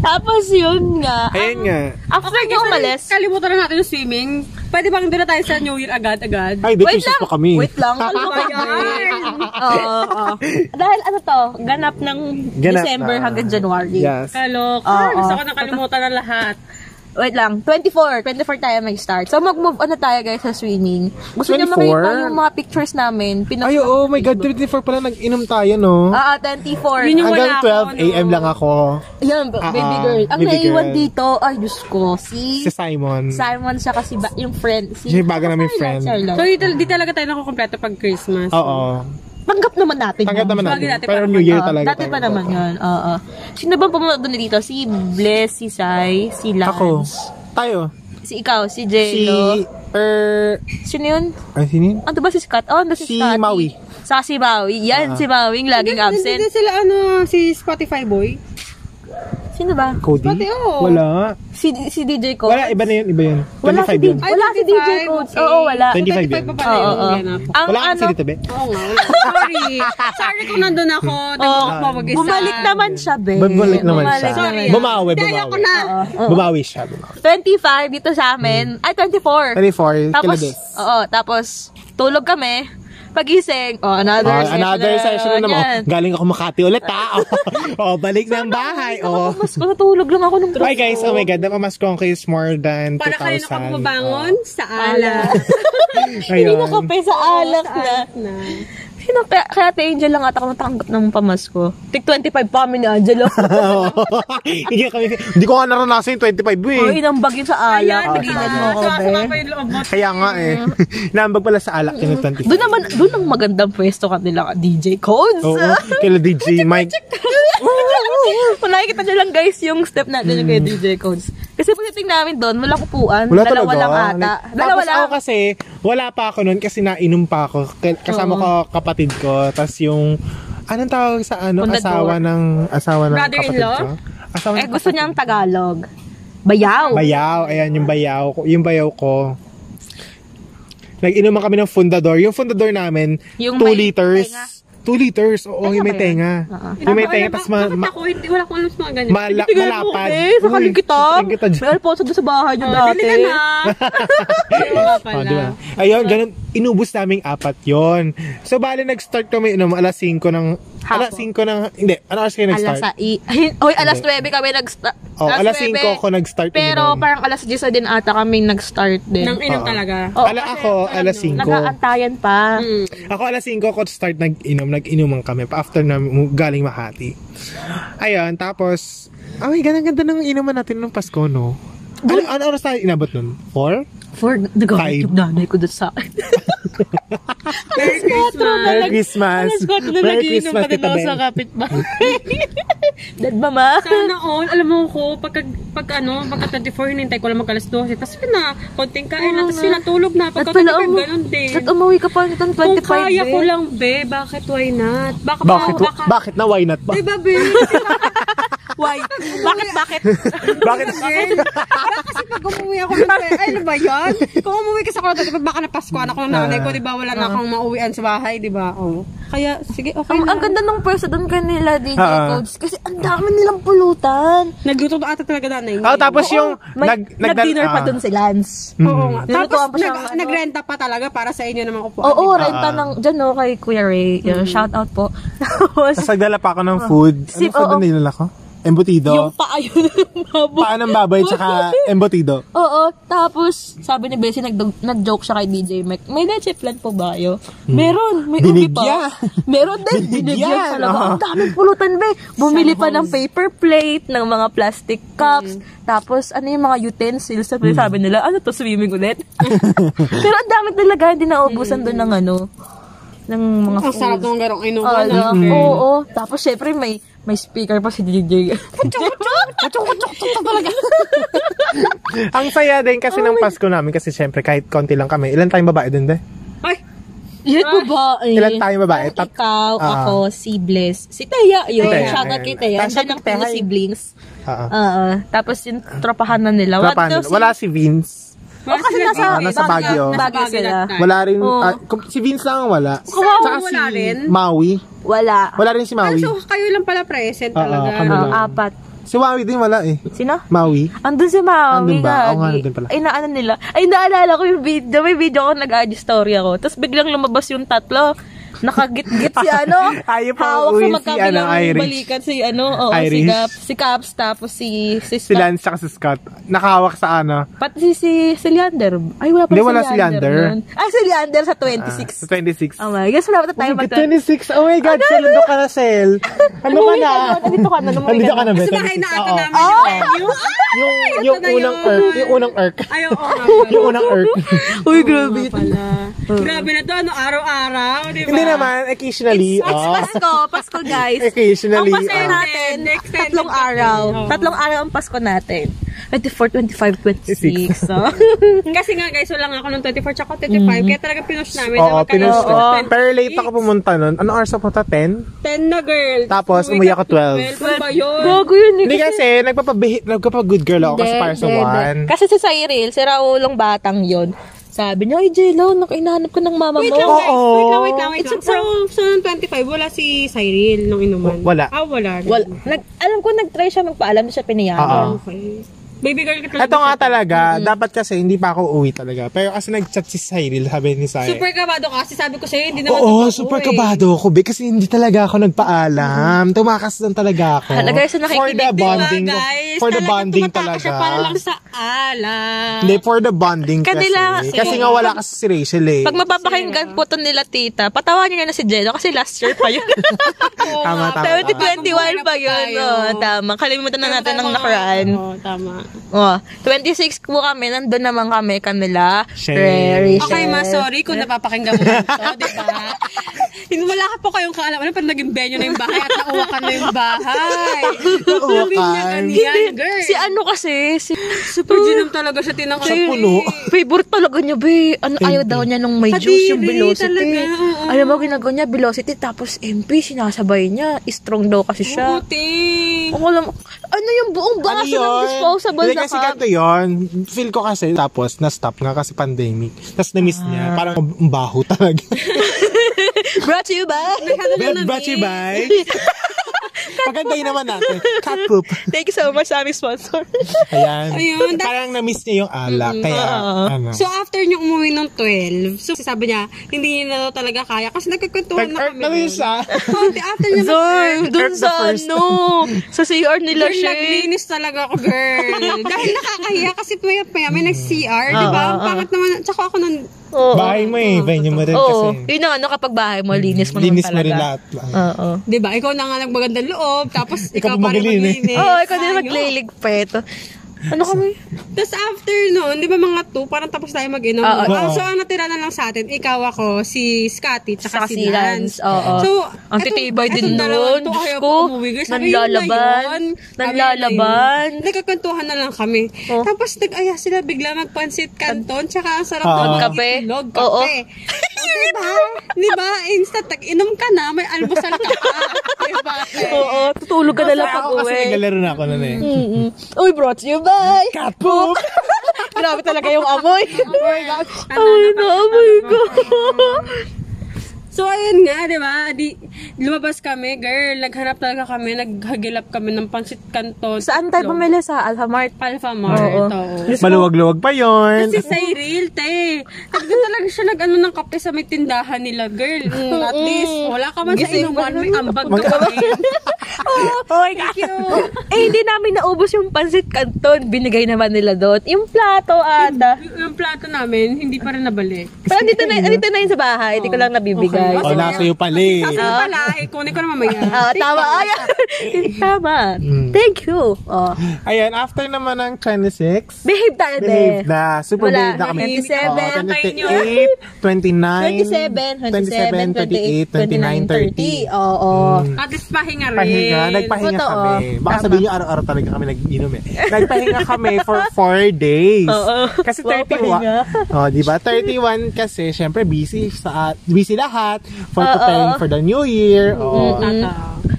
[SPEAKER 1] Tapos yun nga.
[SPEAKER 2] Ayun nga.
[SPEAKER 1] After niya umalis,
[SPEAKER 3] Kalimutan na natin yung swimming. Pwede bang doon na tayo sa New Year agad-agad?
[SPEAKER 2] Ay,
[SPEAKER 1] wait
[SPEAKER 2] decusus
[SPEAKER 1] lang.
[SPEAKER 2] pa kami.
[SPEAKER 1] Wait lang. Alam mo ba? Oo, oo, oo. Dahil ano to, ganap ng
[SPEAKER 2] Ganap
[SPEAKER 1] December
[SPEAKER 2] na.
[SPEAKER 1] hanggang January.
[SPEAKER 2] Yes.
[SPEAKER 3] Kalok.
[SPEAKER 1] Oo.
[SPEAKER 3] Gusto ko nakalimutan na lahat.
[SPEAKER 1] Wait lang, 24. 24 tayo mag-start. So mag-move on na tayo guys sa swimming. Gusto niyo
[SPEAKER 2] 24?
[SPEAKER 1] makita yung mga pictures namin. Pinost
[SPEAKER 2] Ay, oh my God, 24 pala nag-inom tayo, no?
[SPEAKER 1] Ah, ah, 24.
[SPEAKER 3] Yun yung
[SPEAKER 2] Hanggang
[SPEAKER 3] wala
[SPEAKER 2] 12 a.m.
[SPEAKER 3] ako, no?
[SPEAKER 2] lang ako
[SPEAKER 1] Yan, ba-
[SPEAKER 2] Ah,
[SPEAKER 1] baby
[SPEAKER 2] ah,
[SPEAKER 1] girl. Ang
[SPEAKER 2] baby
[SPEAKER 1] naiwan
[SPEAKER 2] girl.
[SPEAKER 1] dito, ay, Diyos ko, si
[SPEAKER 2] si Simon.
[SPEAKER 1] Simon siya kasi ba, yung friend. Si
[SPEAKER 2] Siya yung bago namin friend.
[SPEAKER 3] So, di, tal- di talaga tayo nakukompleto pag Christmas.
[SPEAKER 2] Oo.
[SPEAKER 1] Panggap naman natin.
[SPEAKER 2] Tanggap
[SPEAKER 1] yun.
[SPEAKER 2] naman
[SPEAKER 3] Bagay
[SPEAKER 2] natin.
[SPEAKER 3] dati pa
[SPEAKER 2] Pero
[SPEAKER 3] naman,
[SPEAKER 2] New Year
[SPEAKER 1] Oo,
[SPEAKER 2] talaga.
[SPEAKER 1] Dati
[SPEAKER 2] tayo
[SPEAKER 1] pa naman
[SPEAKER 2] nagtatanong.
[SPEAKER 1] yun. Oo. Sino bang pumunta doon dito? Si Bless, si Sai, si Lance.
[SPEAKER 2] Ako. Tayo.
[SPEAKER 1] Si ikaw, si
[SPEAKER 2] Si,
[SPEAKER 1] Jello.
[SPEAKER 2] er,
[SPEAKER 1] Sino yun?
[SPEAKER 2] ay, sino?
[SPEAKER 1] Ano ba si Scott? Oh, ano si,
[SPEAKER 2] Si
[SPEAKER 1] Scotty?
[SPEAKER 2] Maui. Ah.
[SPEAKER 1] Sa si Maui. Yan, si Maui. Yung laging absent.
[SPEAKER 3] Hindi sila ano, si Spotify boy.
[SPEAKER 1] Sino ba?
[SPEAKER 2] Cody?
[SPEAKER 3] Pati, oo.
[SPEAKER 2] Wala.
[SPEAKER 1] Si, si DJ ko.
[SPEAKER 2] Wala, iba na yun, iba yun.
[SPEAKER 1] Wala si
[SPEAKER 2] 25
[SPEAKER 1] DJ.
[SPEAKER 2] yun.
[SPEAKER 3] Ay,
[SPEAKER 1] Wala si DJ ko.
[SPEAKER 3] 25, okay.
[SPEAKER 1] Oo, wala.
[SPEAKER 3] So,
[SPEAKER 2] 25
[SPEAKER 3] 25 pa
[SPEAKER 2] yun.
[SPEAKER 3] pala
[SPEAKER 1] Oo,
[SPEAKER 3] yun.
[SPEAKER 1] oo.
[SPEAKER 3] yan, ah.
[SPEAKER 1] Ang
[SPEAKER 2] Wala kang
[SPEAKER 1] ano,
[SPEAKER 2] sinitabi.
[SPEAKER 3] Oo nga, wala. Sorry. Sorry kung nandun ako. Nagbukas pa mag-isa.
[SPEAKER 1] bumalik naman siya, babe.
[SPEAKER 2] Bumalik naman siya.
[SPEAKER 3] Sorry, ah.
[SPEAKER 2] Bumawi,
[SPEAKER 3] Hindi, ayoko
[SPEAKER 2] bumawi.
[SPEAKER 3] na.
[SPEAKER 2] Bumawi siya. bumawi.
[SPEAKER 1] 25 dito sa amin. Ay, 24. Tapos,
[SPEAKER 2] 24, Hmm.
[SPEAKER 1] oh,
[SPEAKER 2] kilabis.
[SPEAKER 1] oo, tapos, tulog kami. Pagising, oh, another
[SPEAKER 2] Oh,
[SPEAKER 1] session.
[SPEAKER 2] another session na naman.
[SPEAKER 1] Yan.
[SPEAKER 2] Oh, Galing ako Makati ulit, ha? Oh, balik ng bahay. Oh.
[SPEAKER 1] Mas natulog lang ako nung
[SPEAKER 2] Hi guys, oh my god, napamask ko ang case more than 2,000.
[SPEAKER 3] Para kayo nakapabangon sa ala.
[SPEAKER 1] Hindi
[SPEAKER 2] Ayun.
[SPEAKER 1] na kape sa alak na.
[SPEAKER 3] na.
[SPEAKER 1] Sino, kaya, kaya tayo Angel lang ata ako natanggap ng pamasko. Tig 25 pa kami ni oh. Angelo.
[SPEAKER 2] Oh. Hindi kami, hindi ko nga naranasan yung 25 eh.
[SPEAKER 1] Ay, inambag yun sa
[SPEAKER 3] Ayan,
[SPEAKER 1] alak. Ah,
[SPEAKER 3] tingnan
[SPEAKER 1] Tingnan
[SPEAKER 3] mo
[SPEAKER 1] mo ako,
[SPEAKER 3] Sasama
[SPEAKER 1] be.
[SPEAKER 3] pa yung loob mo.
[SPEAKER 2] Kaya nga eh. Naambag pala sa alak yung 25.
[SPEAKER 1] Mm. Doon naman, doon ang magandang pwesto ka nila, DJ Codes.
[SPEAKER 2] Oo, kila DJ Mike.
[SPEAKER 1] Kung nakikita nyo lang guys yung step natin yung kay DJ Codes. Kasi pagdating namin doon, wala kupuan.
[SPEAKER 2] Hmm. Wala
[SPEAKER 1] dalawa
[SPEAKER 2] talaga.
[SPEAKER 1] lang ata.
[SPEAKER 2] Like,
[SPEAKER 1] Dalawa
[SPEAKER 2] tapos
[SPEAKER 1] lang.
[SPEAKER 2] ako kasi, wala pa ako nun kasi nainom pa ako. K- Kasama ko kapatid ko. Tapos yung, anong tawag sa ano?
[SPEAKER 1] Pundador.
[SPEAKER 2] Asawa ng, asawa ng kapatid
[SPEAKER 3] Brother-in-law?
[SPEAKER 2] ko. Asawa
[SPEAKER 1] Eh,
[SPEAKER 2] ng
[SPEAKER 1] gusto niya ang Tagalog. Bayaw.
[SPEAKER 2] Bayaw, ayan yung bayaw ko. Yung bayaw ko. Nag-inuman kami ng fundador. Yung fundador namin, 2
[SPEAKER 1] Yung may
[SPEAKER 2] liters.
[SPEAKER 1] tenga.
[SPEAKER 2] 2 liters, oo, yung may tenga. Yung may tenga, tapos ma- ma-
[SPEAKER 3] Ano, Ako, hindi, wala ko alam sa mga ganyan.
[SPEAKER 2] mala- malapad.
[SPEAKER 1] Eh, sa
[SPEAKER 2] Uy,
[SPEAKER 1] kita.
[SPEAKER 2] sakaling kita
[SPEAKER 1] May
[SPEAKER 2] dyan. Ah,
[SPEAKER 1] Alfonso doon sa bahay niyo
[SPEAKER 3] Oh,
[SPEAKER 1] dati.
[SPEAKER 3] dali na. Oo nga pala.
[SPEAKER 2] Oh, di ba? Ayun, ganun, inubos naming apat yon. So, bali, nag-start kami inom alas 5 ng, alas 5 ng, hindi, ano oras kayo
[SPEAKER 1] Alas
[SPEAKER 2] nag-start?
[SPEAKER 1] ai- ay, Oy, alas 9 kami nag-start.
[SPEAKER 2] Oh, alas 5 ako nag-start
[SPEAKER 1] Pero
[SPEAKER 2] uminom.
[SPEAKER 1] parang alas 10 din ata kami nag-start din.
[SPEAKER 3] Nang inom talaga. Mm.
[SPEAKER 1] Oo, ano,
[SPEAKER 2] Ala ako, alas 5.
[SPEAKER 1] Nagaantayan pa.
[SPEAKER 2] Hmm. Ako alas 5 ako start nag-inom, nag-inuman kami pa after na um- galing Makati. Ayun, tapos, ay, ganang ganda ng inuman natin nung Pasko, no? Ano, ano oras tayo inabot nun? 4?
[SPEAKER 1] For,
[SPEAKER 2] Five.
[SPEAKER 1] nagawin yung nanay ko doon sa akin.
[SPEAKER 3] Merry Christmas.
[SPEAKER 2] Merry Christmas!
[SPEAKER 3] Alas 4 na nag-iinom pa din ako sa kapitbahay.
[SPEAKER 1] Dad, mama.
[SPEAKER 3] Sana all, alam mo ko, pag, pag ano, pagka 24, hinintay ko lang magkalas 12. Tapos yun na, konting kain na, tapos yun na, tulog na.
[SPEAKER 1] At
[SPEAKER 3] Pagka
[SPEAKER 1] pala,
[SPEAKER 3] 25,
[SPEAKER 1] umu-
[SPEAKER 3] ganun din.
[SPEAKER 1] At umuwi ka pa nitong 25
[SPEAKER 3] Kung kaya
[SPEAKER 1] eh.
[SPEAKER 3] ko lang, be, bakit why not? Baka,
[SPEAKER 2] Bakit?
[SPEAKER 3] baka,
[SPEAKER 2] Bakit na? Why not? Ba-
[SPEAKER 3] Diba, be? Kasi baka,
[SPEAKER 6] Why? Bakit, bakit?
[SPEAKER 2] Bakit?
[SPEAKER 3] Kasi pag umuwi ako ng pera, ay, ano ba yan? Kung umuwi kasi ako na, di ba, baka napaskuhan ako ng nanay ko, di ba, wala na akong mauwian sa bahay, di ba? Oh. Kaya, sige, okay
[SPEAKER 1] Ah. Ang,
[SPEAKER 3] na.
[SPEAKER 1] ang ganda ng pwesto doon kanila, DJ
[SPEAKER 2] Ah.
[SPEAKER 1] Codes. Kasi ang dami nilang pulutan.
[SPEAKER 3] Nagluto to ata talaga nanay.
[SPEAKER 2] Oh, tapos yung...
[SPEAKER 6] May, nag-dinner
[SPEAKER 2] ah. Hmm.
[SPEAKER 6] pa dun si Lance.
[SPEAKER 2] Mm.
[SPEAKER 3] Oo nga.
[SPEAKER 1] Nilutuan
[SPEAKER 3] Tapos,
[SPEAKER 1] pa siya ng
[SPEAKER 3] nag-
[SPEAKER 1] ano.
[SPEAKER 3] nagrenta pa talaga para sa inyo namang upuan.
[SPEAKER 1] Oo,
[SPEAKER 3] di ba?
[SPEAKER 1] renta
[SPEAKER 2] Ah. Mm-hmm.
[SPEAKER 1] ng, dyan no, kay Kuya Ray. Yung Shout out po. Tapos,
[SPEAKER 2] Tapos nagdala pa ako ng food. Ano
[SPEAKER 1] Sip,
[SPEAKER 2] food
[SPEAKER 1] oo.
[SPEAKER 2] na nilala ko? Embutido.
[SPEAKER 6] Yung paa yun.
[SPEAKER 2] Paa ng baboy tsaka embutido.
[SPEAKER 1] oo, tapos, sabi ni Bessie, nag- nag-joke siya kay DJ Mike, may leche plan po ba kayo? Meron, may ubi
[SPEAKER 2] Binigyan.
[SPEAKER 1] pa. Meron din, binigyan
[SPEAKER 2] Binigyan,
[SPEAKER 1] talaga.
[SPEAKER 2] oo.
[SPEAKER 1] Ang daming pulutan, be. Bumili pa ng paper plate, ng mga plastic cups, tapos, ano yung mga utensils, sabi, sabi nila, ano to, swimming ulit? Pero ang dami talaga, hindi naubusan doon ng ano, ng mga
[SPEAKER 3] Ang sarap
[SPEAKER 1] food.
[SPEAKER 3] nung garong inuman.
[SPEAKER 1] Oo,
[SPEAKER 3] ah.
[SPEAKER 1] oo, oo. Tapos, syempre, may may speaker pa si DJ.
[SPEAKER 2] Ang saya din kasi ng Pasko namin kasi syempre kahit konti lang kami. Ilan tayong babae dun, de?
[SPEAKER 3] Ay,
[SPEAKER 6] Yun po ba? eh.
[SPEAKER 2] Ilan tayong babae?
[SPEAKER 6] Ang
[SPEAKER 2] Tat-
[SPEAKER 6] Ikaw,
[SPEAKER 2] Ah.
[SPEAKER 6] ako, si Bless. Si Taya yun.
[SPEAKER 2] Si Taya,
[SPEAKER 6] Shout out
[SPEAKER 2] ayun.
[SPEAKER 6] kay Taya.
[SPEAKER 2] Shout
[SPEAKER 6] Siya
[SPEAKER 2] out
[SPEAKER 6] ng
[SPEAKER 2] kay
[SPEAKER 6] puro
[SPEAKER 2] Taya.
[SPEAKER 6] siblings.
[SPEAKER 2] Oo.
[SPEAKER 6] Oo.
[SPEAKER 1] Ah, Tapos, yung tropahan na nila.
[SPEAKER 2] Ah, Wala
[SPEAKER 1] What
[SPEAKER 2] pa,
[SPEAKER 1] the-
[SPEAKER 2] wala si Vince.
[SPEAKER 3] wala
[SPEAKER 1] kasi
[SPEAKER 3] sila
[SPEAKER 1] nasa-
[SPEAKER 3] dito eh.
[SPEAKER 2] Ah, nasa Baguio.
[SPEAKER 3] Nasa
[SPEAKER 1] Baguio sila.
[SPEAKER 3] that time.
[SPEAKER 2] Wala rin,
[SPEAKER 1] Oo.
[SPEAKER 2] ah, kum- si Vince lang ang wala.
[SPEAKER 3] Kawawa,
[SPEAKER 2] Tsaka
[SPEAKER 3] wala
[SPEAKER 2] si
[SPEAKER 3] rin.
[SPEAKER 2] Maui.
[SPEAKER 1] Wala.
[SPEAKER 2] Wala rin si
[SPEAKER 3] Ah,
[SPEAKER 2] Maui.
[SPEAKER 3] so, kayo lang pala present
[SPEAKER 2] Oo,
[SPEAKER 3] talaga.
[SPEAKER 2] Ah, kami
[SPEAKER 1] Oo,
[SPEAKER 2] lang.
[SPEAKER 1] Ah, apat.
[SPEAKER 2] Si Maui din wala eh.
[SPEAKER 1] Sino?
[SPEAKER 2] Maui.
[SPEAKER 1] Andun si Maui.
[SPEAKER 2] Andun
[SPEAKER 1] gagi.
[SPEAKER 2] ba? Oo nga, nandun pala.
[SPEAKER 1] Ay, naano nila. Ay, naalala ko yung video. May video ako nag-add story ako. Tapos biglang lumabas yung tatlo. Nakagit-git si ano.
[SPEAKER 2] Ayaw pa
[SPEAKER 1] Hawak
[SPEAKER 2] uuwi
[SPEAKER 1] sa
[SPEAKER 2] si,
[SPEAKER 1] magkabilang
[SPEAKER 2] ano, Irish.
[SPEAKER 1] balikan si ano. Oo, si
[SPEAKER 2] Irish.
[SPEAKER 1] Gaps. Si Caps. Tapos si, si
[SPEAKER 2] Si
[SPEAKER 1] Scott.
[SPEAKER 2] Lance tsaka si Scott. Nakahawak sa ano.
[SPEAKER 1] Pati si, si, si Leander. Ay, wala pa
[SPEAKER 2] Hindi,
[SPEAKER 1] si
[SPEAKER 2] wala si Leander.
[SPEAKER 1] nun. Ay, si Leander sa
[SPEAKER 2] Ah, sa
[SPEAKER 1] 26.
[SPEAKER 2] 26.
[SPEAKER 1] oh my God, salamat na tayo
[SPEAKER 2] Hanggang
[SPEAKER 1] mag-
[SPEAKER 2] 26. Oh my God, saludo ka na, Sel. Ano ka na?
[SPEAKER 1] Nandito ka na. Lumuwi
[SPEAKER 2] Nandito ka na,
[SPEAKER 3] Sa
[SPEAKER 2] Beth.
[SPEAKER 3] bahay na ata namin.
[SPEAKER 1] Oh!
[SPEAKER 3] eh.
[SPEAKER 1] Ah!
[SPEAKER 2] Yung, yung
[SPEAKER 3] Ito na
[SPEAKER 2] unang
[SPEAKER 3] yun.
[SPEAKER 2] irk. Yung unang irk.
[SPEAKER 3] Ay, oo nga
[SPEAKER 2] Yung unang irk.
[SPEAKER 1] Uy, grabe.
[SPEAKER 3] pala. Grabe na to, ano, araw-araw, di ba?
[SPEAKER 2] Hindi naman, occasionally. oh.
[SPEAKER 1] Pasko, Pasko guys.
[SPEAKER 2] Occasionally.
[SPEAKER 1] Ang pasaya
[SPEAKER 2] oh.
[SPEAKER 1] natin,
[SPEAKER 3] Next time,
[SPEAKER 1] tatlong
[SPEAKER 3] next time.
[SPEAKER 1] araw.
[SPEAKER 3] Oo.
[SPEAKER 1] Tatlong araw ang Pasko natin. 24, 25, 26. So,
[SPEAKER 3] Kasi nga guys, wala nga ako ng 24 tsaka 25, kaya talaga pinush namin.
[SPEAKER 2] Mm-hmm. Oo,
[SPEAKER 3] na magkano-
[SPEAKER 2] pinush ko.
[SPEAKER 3] Oo.
[SPEAKER 2] Pero late ako pumunta nun. Ano oras ako pumunta? 10?
[SPEAKER 3] 10 na girl.
[SPEAKER 2] Tapos,
[SPEAKER 3] Uwi
[SPEAKER 2] umuwi
[SPEAKER 3] ka
[SPEAKER 2] ako 12.
[SPEAKER 3] 12. Ano ba yun?
[SPEAKER 1] Gago yun eh.
[SPEAKER 2] Hindi kasi, nagpapabihi- nagpapa-good girl ako kasi para sa
[SPEAKER 1] Hindi, hindi.
[SPEAKER 2] one.
[SPEAKER 1] Kasi si Cyril, si Raulong Batang yon sabi niya, ay Jello, nak- inahanap ko ng mama
[SPEAKER 3] Wait
[SPEAKER 1] mo.
[SPEAKER 3] lang guys,
[SPEAKER 2] Oo.
[SPEAKER 3] wait lang, wait lang, wait
[SPEAKER 1] It's
[SPEAKER 3] lang.
[SPEAKER 1] a
[SPEAKER 3] So, so nung 25, wala si Cyril nung
[SPEAKER 2] W-
[SPEAKER 3] inuman?
[SPEAKER 2] Oh, wala.
[SPEAKER 3] Ah, wala. rin.
[SPEAKER 1] Wal, nag, alam ko, nag-try siya magpaalam na siya pinayagan.
[SPEAKER 2] Oo.
[SPEAKER 3] Okay. Baby girl ka talaga.
[SPEAKER 2] Ito nga
[SPEAKER 3] siya.
[SPEAKER 2] talaga, dapat kasi hindi pa ako uuwi talaga. Pero kasi nag-chat si Cyril, sabi ni Cyril.
[SPEAKER 3] Super kabado kasi sabi ko sa'yo, hindi naman
[SPEAKER 2] Oo,
[SPEAKER 3] totoo
[SPEAKER 2] super
[SPEAKER 3] eh.
[SPEAKER 2] kabado ako, be, kasi hindi talaga ako nagpaalam. Tumakas lang talaga ako.
[SPEAKER 1] Talaga, so
[SPEAKER 2] for the
[SPEAKER 1] nakikinig,
[SPEAKER 3] Diba,
[SPEAKER 2] bonding,
[SPEAKER 3] guys?
[SPEAKER 2] for the
[SPEAKER 3] Talagang
[SPEAKER 2] bonding
[SPEAKER 3] tumataka
[SPEAKER 2] talaga.
[SPEAKER 3] siya para lang sa alam.
[SPEAKER 2] Hindi, for the bonding
[SPEAKER 1] Kanila
[SPEAKER 2] kasi.
[SPEAKER 1] kasi.
[SPEAKER 2] Kasi nga wala kasi si Rachel eh.
[SPEAKER 1] Pag mapapakinggan po to nila tita, patawanin niya na si Jello kasi last year pa yun.
[SPEAKER 3] Oo,
[SPEAKER 2] Tama,
[SPEAKER 3] nga.
[SPEAKER 2] tama,
[SPEAKER 3] Pero
[SPEAKER 2] tama.
[SPEAKER 3] bagong buhay
[SPEAKER 1] 2021 pa yun.
[SPEAKER 3] Ah, tayo.
[SPEAKER 1] Oh, tama. Kalimutan na natin
[SPEAKER 3] Pero
[SPEAKER 1] ng
[SPEAKER 3] bagong-
[SPEAKER 1] nakaraan.
[SPEAKER 3] Oo, tama.
[SPEAKER 1] Oh, 26 po kami, nandun naman kami, kanila.
[SPEAKER 2] Shay.
[SPEAKER 1] Prairie.
[SPEAKER 3] Okay, ma, sorry kung napapakinggan mo ito, di ba? Hindi, wala ka po kayong kaalaman na pag naging venue na yung bahay at nauwakan na yung bahay.
[SPEAKER 2] Nauwakan.
[SPEAKER 3] Ganyan, girl.
[SPEAKER 1] Si ano kasi, si
[SPEAKER 3] Super ginam talaga siya tinangka.
[SPEAKER 2] Siya puno.
[SPEAKER 1] favorite talaga niya, be. Ano, ayaw daw niya nung may
[SPEAKER 3] Kadiri
[SPEAKER 1] juice, yung velocity.
[SPEAKER 3] talaga, oo.
[SPEAKER 1] Alam mo, ginagawa niya, velocity, tapos MP, sinasabay niya. Strong daw kasi siya.
[SPEAKER 3] Puti.
[SPEAKER 1] Ang alam, ano yung buong
[SPEAKER 2] Ano
[SPEAKER 1] baso ng
[SPEAKER 2] yun?
[SPEAKER 1] disposable
[SPEAKER 2] Hindi,
[SPEAKER 1] na
[SPEAKER 2] kasi
[SPEAKER 1] cup?
[SPEAKER 2] ganito yun. Feel ko kasi, tapos, na-stop nga kasi pandemic. Tapos na-miss
[SPEAKER 1] Ah.
[SPEAKER 2] niya. Parang ang baho talaga.
[SPEAKER 1] Brought to you by...
[SPEAKER 2] Bad batchy bye. Pagandahin naman natin. Cat poop.
[SPEAKER 1] Thank you so much sa aming sponsor.
[SPEAKER 2] Ayan.
[SPEAKER 3] Ayun, that-
[SPEAKER 2] Parang na-miss niya yung alak. Kaya, ano.
[SPEAKER 3] So, after niya umuwi ng 12, so sabi niya, hindi niya na daw talaga kaya kasi nagkakwentuhan na
[SPEAKER 2] Nag-irk na rin
[SPEAKER 3] kami. nun.
[SPEAKER 2] siya.
[SPEAKER 3] Konti after niya
[SPEAKER 1] Doy,
[SPEAKER 2] Earth
[SPEAKER 1] dun
[SPEAKER 2] the
[SPEAKER 1] sa
[SPEAKER 2] first.
[SPEAKER 1] ano, sa CR nila
[SPEAKER 3] Girl,
[SPEAKER 1] siya. eh.
[SPEAKER 3] naglinis talaga ako, girl. Dahil nakakahiya kasi maya maya may nag-CR, di ba? Ang pangat naman. Tsaka ako nun,
[SPEAKER 1] Oo.
[SPEAKER 2] Bahay mo eh. Venue mo rin kasi.
[SPEAKER 1] Oo. Yun ang ano, kapag bahay mo, linis mo
[SPEAKER 2] Linis
[SPEAKER 1] naman
[SPEAKER 2] mo rin
[SPEAKER 1] talaga.
[SPEAKER 2] lahat. Ah. lang.
[SPEAKER 1] Oo.
[SPEAKER 3] di ba? Ikaw na nga nagmagandang loob, tapos
[SPEAKER 2] Ikaw
[SPEAKER 3] ikaw,
[SPEAKER 2] pa
[SPEAKER 3] pa rin
[SPEAKER 2] maglinis.
[SPEAKER 3] maglinis.
[SPEAKER 1] Oo, ikaw din
[SPEAKER 3] Sayang.
[SPEAKER 1] magliligpet. Ano kami?
[SPEAKER 3] Tapos after nun, di ba mga two, parang tapos tayo mag-inom.
[SPEAKER 1] Oo.
[SPEAKER 3] Ah,
[SPEAKER 2] Oo.
[SPEAKER 3] so, ang natira na lang sa atin, ikaw ako, si Scotty,
[SPEAKER 1] Saka
[SPEAKER 3] tsaka si
[SPEAKER 1] si Lance.
[SPEAKER 3] Lance.
[SPEAKER 1] Oo.
[SPEAKER 3] So,
[SPEAKER 1] Oh. ang
[SPEAKER 3] eto-
[SPEAKER 1] titibay din
[SPEAKER 3] etong
[SPEAKER 1] nun.
[SPEAKER 3] dalawang to,
[SPEAKER 1] Diyos
[SPEAKER 3] ayaw
[SPEAKER 1] ko.
[SPEAKER 3] pa umuwi, guys. Sabi, yun na yun.
[SPEAKER 1] Nanlalaban.
[SPEAKER 3] Sabi, yun na yun.
[SPEAKER 1] Nanlalaban.
[SPEAKER 3] Nagkakantuhan na lang kami.
[SPEAKER 1] Oh.
[SPEAKER 3] Tapos nag-aya sila bigla magpansit kanton, tsaka ang sarap
[SPEAKER 2] Ah.
[SPEAKER 3] ng
[SPEAKER 1] Kape.
[SPEAKER 3] itlog, kape.
[SPEAKER 1] Oo.
[SPEAKER 3] Oh, O, diba? diba? Instant, nag-inom ka na, may almusal ka pa.
[SPEAKER 1] Oo, tutulog ka na lang pag
[SPEAKER 2] Ako kasi
[SPEAKER 1] uwi.
[SPEAKER 2] naglalaro na ako nun eh.
[SPEAKER 1] Mm.
[SPEAKER 7] Uy, brought to you by...
[SPEAKER 2] Cat poop!
[SPEAKER 7] Grabe talaga yung amoy.
[SPEAKER 3] Oh my God.
[SPEAKER 1] Ay, na, oh my God.
[SPEAKER 3] So, ayun nga, di ba? Di, lumabas kami, girl. Naghanap talaga kami. Naghagilap kami ng pansit kanton.
[SPEAKER 1] Saan tayo
[SPEAKER 3] Itlog.
[SPEAKER 1] pumili? Sa Alhamart?
[SPEAKER 3] Alpha Mart.
[SPEAKER 1] Oo.
[SPEAKER 3] oo.
[SPEAKER 2] Maluwag-luwag pa yun.
[SPEAKER 3] Kasi Cyril, te. Nagdoon talaga siya nag-ano ng kape sa may tindahan nila, girl. Mm, at least, wala ka man sa inuman. May ambag ka pa rin.
[SPEAKER 1] Oh my God. Eh, hindi namin naubos yung pansit canton. Binigay naman nila doon. Yung plato ata.
[SPEAKER 3] Yung plato namin, hindi pa rin nabalik.
[SPEAKER 1] Pero dito na, dito na yun sa bahay. Hindi ko lang nabibigay.
[SPEAKER 2] O, nasa iyo pala eh.
[SPEAKER 3] Kasi pala, eh, kunin ko na mamaya.
[SPEAKER 1] Ah, tama. Ay, tama.
[SPEAKER 2] Mm.
[SPEAKER 1] Thank you. Oh.
[SPEAKER 2] Ayan, after naman ng 26,
[SPEAKER 1] Behave tayo,
[SPEAKER 2] Believe
[SPEAKER 1] de.
[SPEAKER 2] na. Super
[SPEAKER 1] Wala.
[SPEAKER 2] believe na kami. Oh,
[SPEAKER 1] 27,
[SPEAKER 2] Oo,
[SPEAKER 3] tayo nyo.
[SPEAKER 7] 27, 28,
[SPEAKER 2] 28, 29,
[SPEAKER 7] 29, 30. Oo.
[SPEAKER 2] Mm.
[SPEAKER 3] At least pahinga rin.
[SPEAKER 2] Pahinga, nagpahinga
[SPEAKER 7] Totoo.
[SPEAKER 2] kami. Baka
[SPEAKER 7] Tama.
[SPEAKER 2] sabihin nyo, araw-araw talaga kami nag-inom eh. Nagpahinga kami for 4 days. Kasi 31. Oh, di ba? 31 kasi, syempre, busy sa busy lahat for preparing for the new year. Oh.
[SPEAKER 3] Totoo.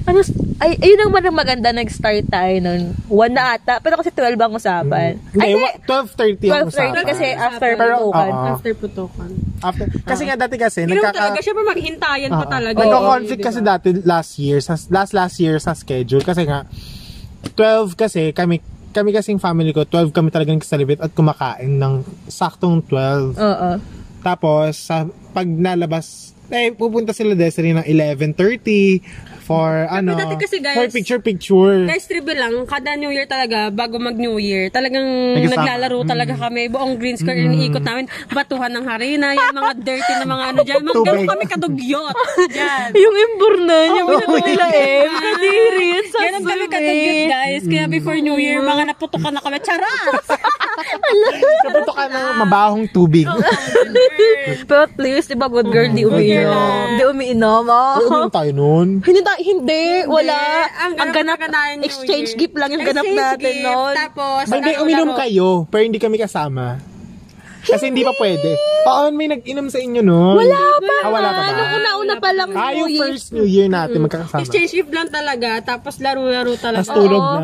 [SPEAKER 1] Ano, ay, ayun naman ang maganda. Nag-start tayo nun. One na ata. Pero kasi 12 ang usapan.
[SPEAKER 2] Ay,
[SPEAKER 1] Ay, hindi.
[SPEAKER 2] 12.30
[SPEAKER 1] 12.30
[SPEAKER 2] ang usapan.
[SPEAKER 1] kasi
[SPEAKER 3] ah,
[SPEAKER 1] after
[SPEAKER 2] Pero,
[SPEAKER 1] putukan.
[SPEAKER 2] oo.
[SPEAKER 3] After putukan.
[SPEAKER 2] After, kasi nga dati kasi,
[SPEAKER 3] Ganun
[SPEAKER 2] nagkaka...
[SPEAKER 3] talaga, syempre maghintayan pa
[SPEAKER 2] Oo.
[SPEAKER 3] talaga.
[SPEAKER 2] Nagka-conflict
[SPEAKER 3] Oo,
[SPEAKER 2] kasi
[SPEAKER 3] diba?
[SPEAKER 2] dati last year, sa, last last year sa schedule kasi nga 12 kasi kami kami kasing family ko, 12 kami talagang nagsalibit at kumakain ng saktong 12.
[SPEAKER 1] Oo.
[SPEAKER 2] Tapos, sa, pag nalabas, eh, pupunta sila Desiree ng 11.30 for, ano,
[SPEAKER 3] dati kasi, guys,
[SPEAKER 2] for picture-picture.
[SPEAKER 3] Guys, trivia lang, kada New Year talaga, bago mag New Year, talagang
[SPEAKER 2] Nagkasama.
[SPEAKER 3] naglalaro talaga kami. Buong green square iniikot namin. Batuhan ng harina, yung mga dirty na mga ano dyan. Mga
[SPEAKER 2] Tubig.
[SPEAKER 3] ganun kami kadugyot. Dyan.
[SPEAKER 1] Yung imburnan, yung
[SPEAKER 7] Oh.
[SPEAKER 1] pinag nila eh. Kadiri, yun sa
[SPEAKER 3] Ganun kami kadugyot, guys. Kaya before New Year, mga naputukan na kami. Charas!
[SPEAKER 2] Kapunta ka ng mabahong tubig.
[SPEAKER 1] Pero at least,
[SPEAKER 7] diba,
[SPEAKER 1] di ba, good girl, di umiinom. Di umiinom, oh.
[SPEAKER 2] Ano tayo nun?
[SPEAKER 7] Hindi, ta- hindi, wala.
[SPEAKER 3] Ang ganap na ganaan New
[SPEAKER 7] exchange
[SPEAKER 3] Year.
[SPEAKER 7] gift lang yung ganap
[SPEAKER 3] Exchange
[SPEAKER 7] natin
[SPEAKER 3] gift,
[SPEAKER 7] noon.
[SPEAKER 3] Tapos, ano,
[SPEAKER 2] Hindi,
[SPEAKER 3] laro-laro.
[SPEAKER 2] uminom kayo, pero hindi kami kasama. Kasi hindi pa pwede. Oo, may nag-inom sa inyo nun. Wala
[SPEAKER 7] pa
[SPEAKER 2] Ah, wala pa ba?
[SPEAKER 1] Ano
[SPEAKER 7] Nung una-una pa lang
[SPEAKER 2] Ah,
[SPEAKER 7] New
[SPEAKER 2] yung
[SPEAKER 7] Year.
[SPEAKER 2] first New Year
[SPEAKER 1] Mm.
[SPEAKER 2] natin magkakasama.
[SPEAKER 3] Exchange gift lang talaga, tapos laro-laro
[SPEAKER 2] Tapos
[SPEAKER 3] talaga.
[SPEAKER 2] tulog na.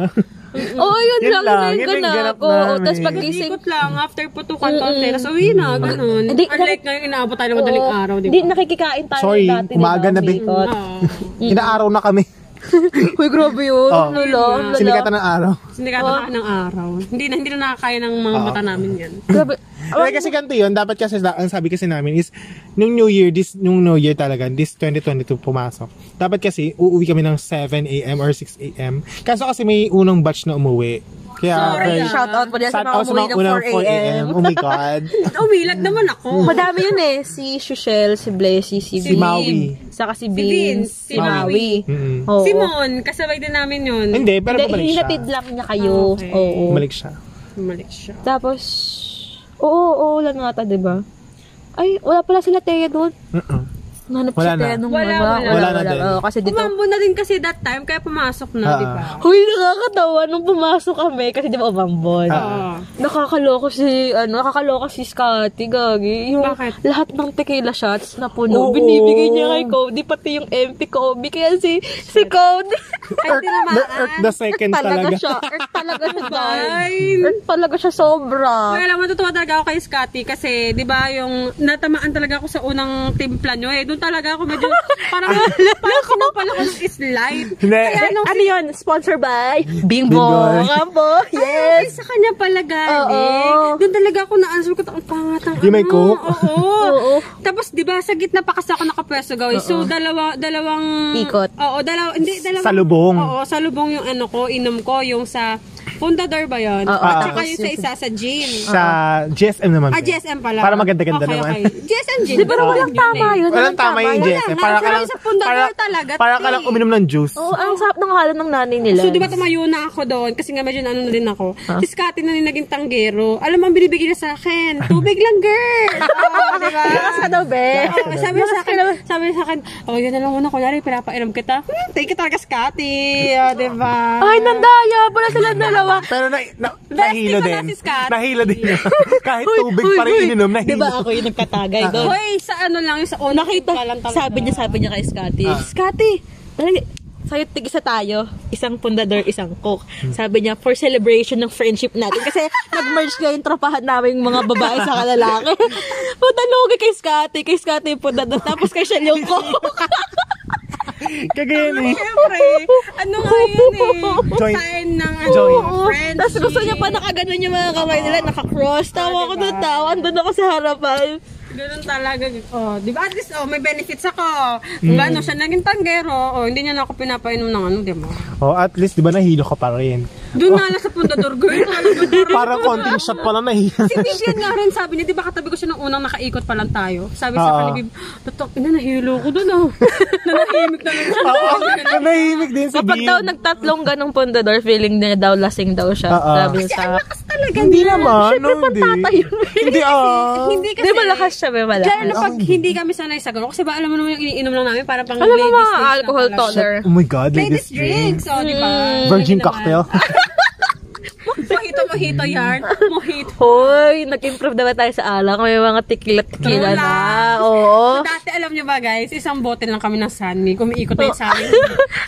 [SPEAKER 7] Oo, yun,
[SPEAKER 2] Yun
[SPEAKER 7] lang.
[SPEAKER 2] lang,
[SPEAKER 7] Yun
[SPEAKER 2] yun
[SPEAKER 7] yung
[SPEAKER 2] yung ganap
[SPEAKER 7] ganap ko.
[SPEAKER 2] namin.
[SPEAKER 7] Tapos pagising,
[SPEAKER 3] Ikot lang, after putukan konti, tapos uwi na, ganun.
[SPEAKER 7] Hindi,
[SPEAKER 3] Unlike ngayon, inaabot tayo ng madaling araw, di
[SPEAKER 7] Di,
[SPEAKER 3] ba?
[SPEAKER 7] nakikikain tayo
[SPEAKER 2] Sorry,
[SPEAKER 7] dati.
[SPEAKER 2] umaga na, be.
[SPEAKER 7] Bikot.
[SPEAKER 3] Oo.
[SPEAKER 2] Inaaraw na kami.
[SPEAKER 7] Uy, grabe yun.
[SPEAKER 2] Oh.
[SPEAKER 7] Lolo, lolo.
[SPEAKER 2] Sinikatan ng araw.
[SPEAKER 3] Sinikatan ka ng araw. Hindi na, hindi na nakakaya ng
[SPEAKER 2] Ah.
[SPEAKER 3] mga mata namin yan.
[SPEAKER 7] Grabe.
[SPEAKER 2] Eh, kasi ganito yun, dapat kasi, ang sabi kasi namin is, nung New Year, this, nung New Year talaga, this 2022 pumasok. Dapat kasi, uuwi kami ng 7 a.m. or 6 a.m. Kaso kasi may unang batch na umuwi. Kaya,
[SPEAKER 1] Sorry,
[SPEAKER 2] first-
[SPEAKER 1] shout out pa dyan sa
[SPEAKER 2] shout
[SPEAKER 1] mga
[SPEAKER 2] out sa
[SPEAKER 1] umuwi
[SPEAKER 2] mga
[SPEAKER 1] ng
[SPEAKER 2] unang
[SPEAKER 1] 4 a.m.
[SPEAKER 2] Oh my God.
[SPEAKER 3] Umilag naman ako.
[SPEAKER 1] Madami yun eh. Si Shushel, si Blessy, si,
[SPEAKER 2] Si
[SPEAKER 1] Bean,
[SPEAKER 2] Maui.
[SPEAKER 1] Saka si
[SPEAKER 3] Vince,
[SPEAKER 1] Beans, si
[SPEAKER 3] si
[SPEAKER 1] Maui. Mm-hmm.
[SPEAKER 2] Mm-mm.
[SPEAKER 1] Oo.
[SPEAKER 3] Si Mon, kasabay din namin yun.
[SPEAKER 2] Hindi, Eh, pero
[SPEAKER 1] Hindi,
[SPEAKER 2] bumalik siya.
[SPEAKER 1] hinatid lang niya kayo.
[SPEAKER 3] Ah, Okay.
[SPEAKER 1] Oo.
[SPEAKER 2] Bumalik siya.
[SPEAKER 3] Bumalik siya.
[SPEAKER 1] Tapos, oo, oo, wala na ata, di ba? Ay, wala pala sila Teya doon.
[SPEAKER 2] Mm-mm.
[SPEAKER 1] Nanap si
[SPEAKER 2] Wala na.
[SPEAKER 1] Teya nung
[SPEAKER 3] Wala,
[SPEAKER 1] mga-
[SPEAKER 3] wala.
[SPEAKER 2] Wala na din.
[SPEAKER 1] Oo, kasi dito,
[SPEAKER 3] Umambo na din kasi that time, kaya pumasok na,
[SPEAKER 2] Ah.
[SPEAKER 3] di ba?
[SPEAKER 1] Huy, nakakatawa nung pumasok kami kasi di ba umambon.
[SPEAKER 2] Ah.
[SPEAKER 1] Nakakaloko si, ano, nakakaloko si Scotty, gagi. Yung
[SPEAKER 3] Bakit?
[SPEAKER 1] lahat ng tequila shots na puno,
[SPEAKER 2] Oo.
[SPEAKER 1] binibigay niya kay Cody, pati yung MP Cody. Kaya si, si Cody,
[SPEAKER 2] Earth, the, earth the second
[SPEAKER 1] talaga
[SPEAKER 2] talaga.
[SPEAKER 1] siya. Earth talaga siya, guys.
[SPEAKER 3] Ay,
[SPEAKER 1] Earth talaga siya sobra.
[SPEAKER 3] Well, alam mo, totoo talaga ako kay Scotty kasi, di ba, yung natamaan talaga ako sa unang timpla nyo eh. Doon talaga ako medyo, parang, parang sinapal ako ng slide.
[SPEAKER 2] Hindi.
[SPEAKER 1] Ay, ano yun? Sponsor by
[SPEAKER 2] Bimbo.
[SPEAKER 1] Bimbo. Kampo. Yes.
[SPEAKER 3] Ay, sa kanya pala galing.
[SPEAKER 1] Oo.
[SPEAKER 3] Doon talaga ako na-answer ko, ang pangat ang
[SPEAKER 2] Yung may
[SPEAKER 3] ano.
[SPEAKER 2] coke?
[SPEAKER 3] Oo. Tapos, di ba, sa gitna pa kasi ako nakapwesto gawin. So, dalawa, dalawang...
[SPEAKER 1] Ikot.
[SPEAKER 3] Oo, dalawa, hindi, dalawang...
[SPEAKER 2] Salubong.
[SPEAKER 3] Oo, salubong yung ano ko, inom ko, yung sa Fundador ba yun?
[SPEAKER 1] Oo,
[SPEAKER 3] At saka
[SPEAKER 1] tapos
[SPEAKER 3] yung sa isa sa gin.
[SPEAKER 2] Sa GSM naman.
[SPEAKER 3] eh. Ah,
[SPEAKER 2] ba?
[SPEAKER 3] GSM pala.
[SPEAKER 2] Para maganda-ganda
[SPEAKER 3] Okay,
[SPEAKER 2] naman.
[SPEAKER 3] okay. GSM gin. eh.
[SPEAKER 1] Di ba walang tama yun?
[SPEAKER 2] Walang tama yung
[SPEAKER 3] Wala
[SPEAKER 2] GSM.
[SPEAKER 3] nga,
[SPEAKER 2] Para ka
[SPEAKER 3] sarap
[SPEAKER 2] lang,
[SPEAKER 3] sa pundador
[SPEAKER 2] para,
[SPEAKER 3] talaga,
[SPEAKER 2] para ka
[SPEAKER 3] te.
[SPEAKER 2] lang uminom ng juice.
[SPEAKER 1] Oo, Oh, ang sarap ng halo ng nanay nila.
[SPEAKER 3] So, di ba tumayo na ako doon? Kasi nga medyo ano na din ako.
[SPEAKER 1] Ah.
[SPEAKER 3] Si Scotty na yung naging tanggero. Alam mo, ang binibigay niya sa akin, tubig lang, girl! Oo, di ba?
[SPEAKER 1] Lakas ka daw, be.
[SPEAKER 3] Oo, Oh, sabi niya sa akin, sabi niya sa akin, oh, yun na lang muna, kunyari, pinapainom kita. Hmm, thank you talaga, Scotty. Oh, di ba?
[SPEAKER 1] Ay, nandaya pala sila dalawa.
[SPEAKER 2] Pero na, na,
[SPEAKER 3] Bestie
[SPEAKER 2] nahilo
[SPEAKER 3] ko na
[SPEAKER 2] din.
[SPEAKER 3] si Scott.
[SPEAKER 2] nahilo din. yun. Kahit tubig
[SPEAKER 1] Uy,
[SPEAKER 2] pa rin
[SPEAKER 1] uy. Diba?
[SPEAKER 2] ininom, nahilo.
[SPEAKER 7] Di ba ako yung nagkatagay doon?
[SPEAKER 3] Hoy, sa ano lang, yung sa on
[SPEAKER 1] Ah.
[SPEAKER 7] Nakita, sabi niya, sabi niya kay Scotty. Scotty, talaga,
[SPEAKER 8] Sabi, tigisa tayo. Isang pundador, isang coke. Sabi niya, for celebration ng friendship natin. Kasi nag-merge nga yung tropahan namin yung mga babae sa kalalaki. Puta lugi kay Scotty. Kay Scotty yung pundador. Tapos kay Shell yung coke.
[SPEAKER 2] Kagayan eh.
[SPEAKER 3] Siyempre, ano nga yun eh.
[SPEAKER 2] Joint.
[SPEAKER 3] Sign ng ano,
[SPEAKER 2] Joint.
[SPEAKER 3] friendship.
[SPEAKER 8] Tapos gusto niya pa nakaganon yung mga kamay nila. Naka-cross.
[SPEAKER 1] Ah,
[SPEAKER 8] Tawa ko
[SPEAKER 1] diba?
[SPEAKER 8] na tawa. Andun ako sa harapan.
[SPEAKER 3] Ganun talaga. Oh, di ba? At least, oh, may benefits ako.
[SPEAKER 8] Mm.
[SPEAKER 3] Di ba? No, siya naging tanggero. Oh, hindi niya na ako pinapainom ng ano, di ba?
[SPEAKER 2] Oh, at least, di ba, nahilo ka pa rin.
[SPEAKER 3] Doon na lang sa pundador, girl.
[SPEAKER 2] Para konting shot pa lang nahilo.
[SPEAKER 3] Si Vivian nga rin sabi niya, di ba katabi ko siya nung unang nakaikot pa lang tayo? Sabi sa
[SPEAKER 2] Oo.
[SPEAKER 3] kanibib, tutok, ina, nahilo ko doon oh. Nanahimik na lang.
[SPEAKER 2] Oo, nanahimik din si
[SPEAKER 1] Kapag
[SPEAKER 2] Bill.
[SPEAKER 1] daw nagtatlong ganong pundador, feeling niya daw lasing daw siya.
[SPEAKER 2] Oo.
[SPEAKER 1] Sabi niya sa akin.
[SPEAKER 2] Hindi naman, no, hindi. Hindi, ah.
[SPEAKER 3] Hindi kasi.
[SPEAKER 1] Hindi, malakas siya, may
[SPEAKER 3] Lalo na
[SPEAKER 1] malakas.
[SPEAKER 3] pag hindi kami sanay sa ganun. Kasi ba alam mo naman yung iniinom lang namin para pang
[SPEAKER 1] Alam mo
[SPEAKER 3] ladies
[SPEAKER 1] mga
[SPEAKER 3] drinks na
[SPEAKER 1] alcohol Mm.
[SPEAKER 3] pala.
[SPEAKER 1] toddler.
[SPEAKER 2] Oh my God,
[SPEAKER 3] Ladies
[SPEAKER 2] ladies drink.
[SPEAKER 3] drinks, oh, di ba?
[SPEAKER 2] Virgin
[SPEAKER 3] Lagi naman.
[SPEAKER 2] cocktail.
[SPEAKER 3] Mojito, mojito yarn. Mojito.
[SPEAKER 1] Hoy, nag-improve na ba tayo sa alak? May mga tequila-tequila
[SPEAKER 3] Wala.
[SPEAKER 1] na. Oo.
[SPEAKER 3] So, dati alam nyo ba guys, isang bote lang kami ng Sunny. Kumiikot na yung Sunny.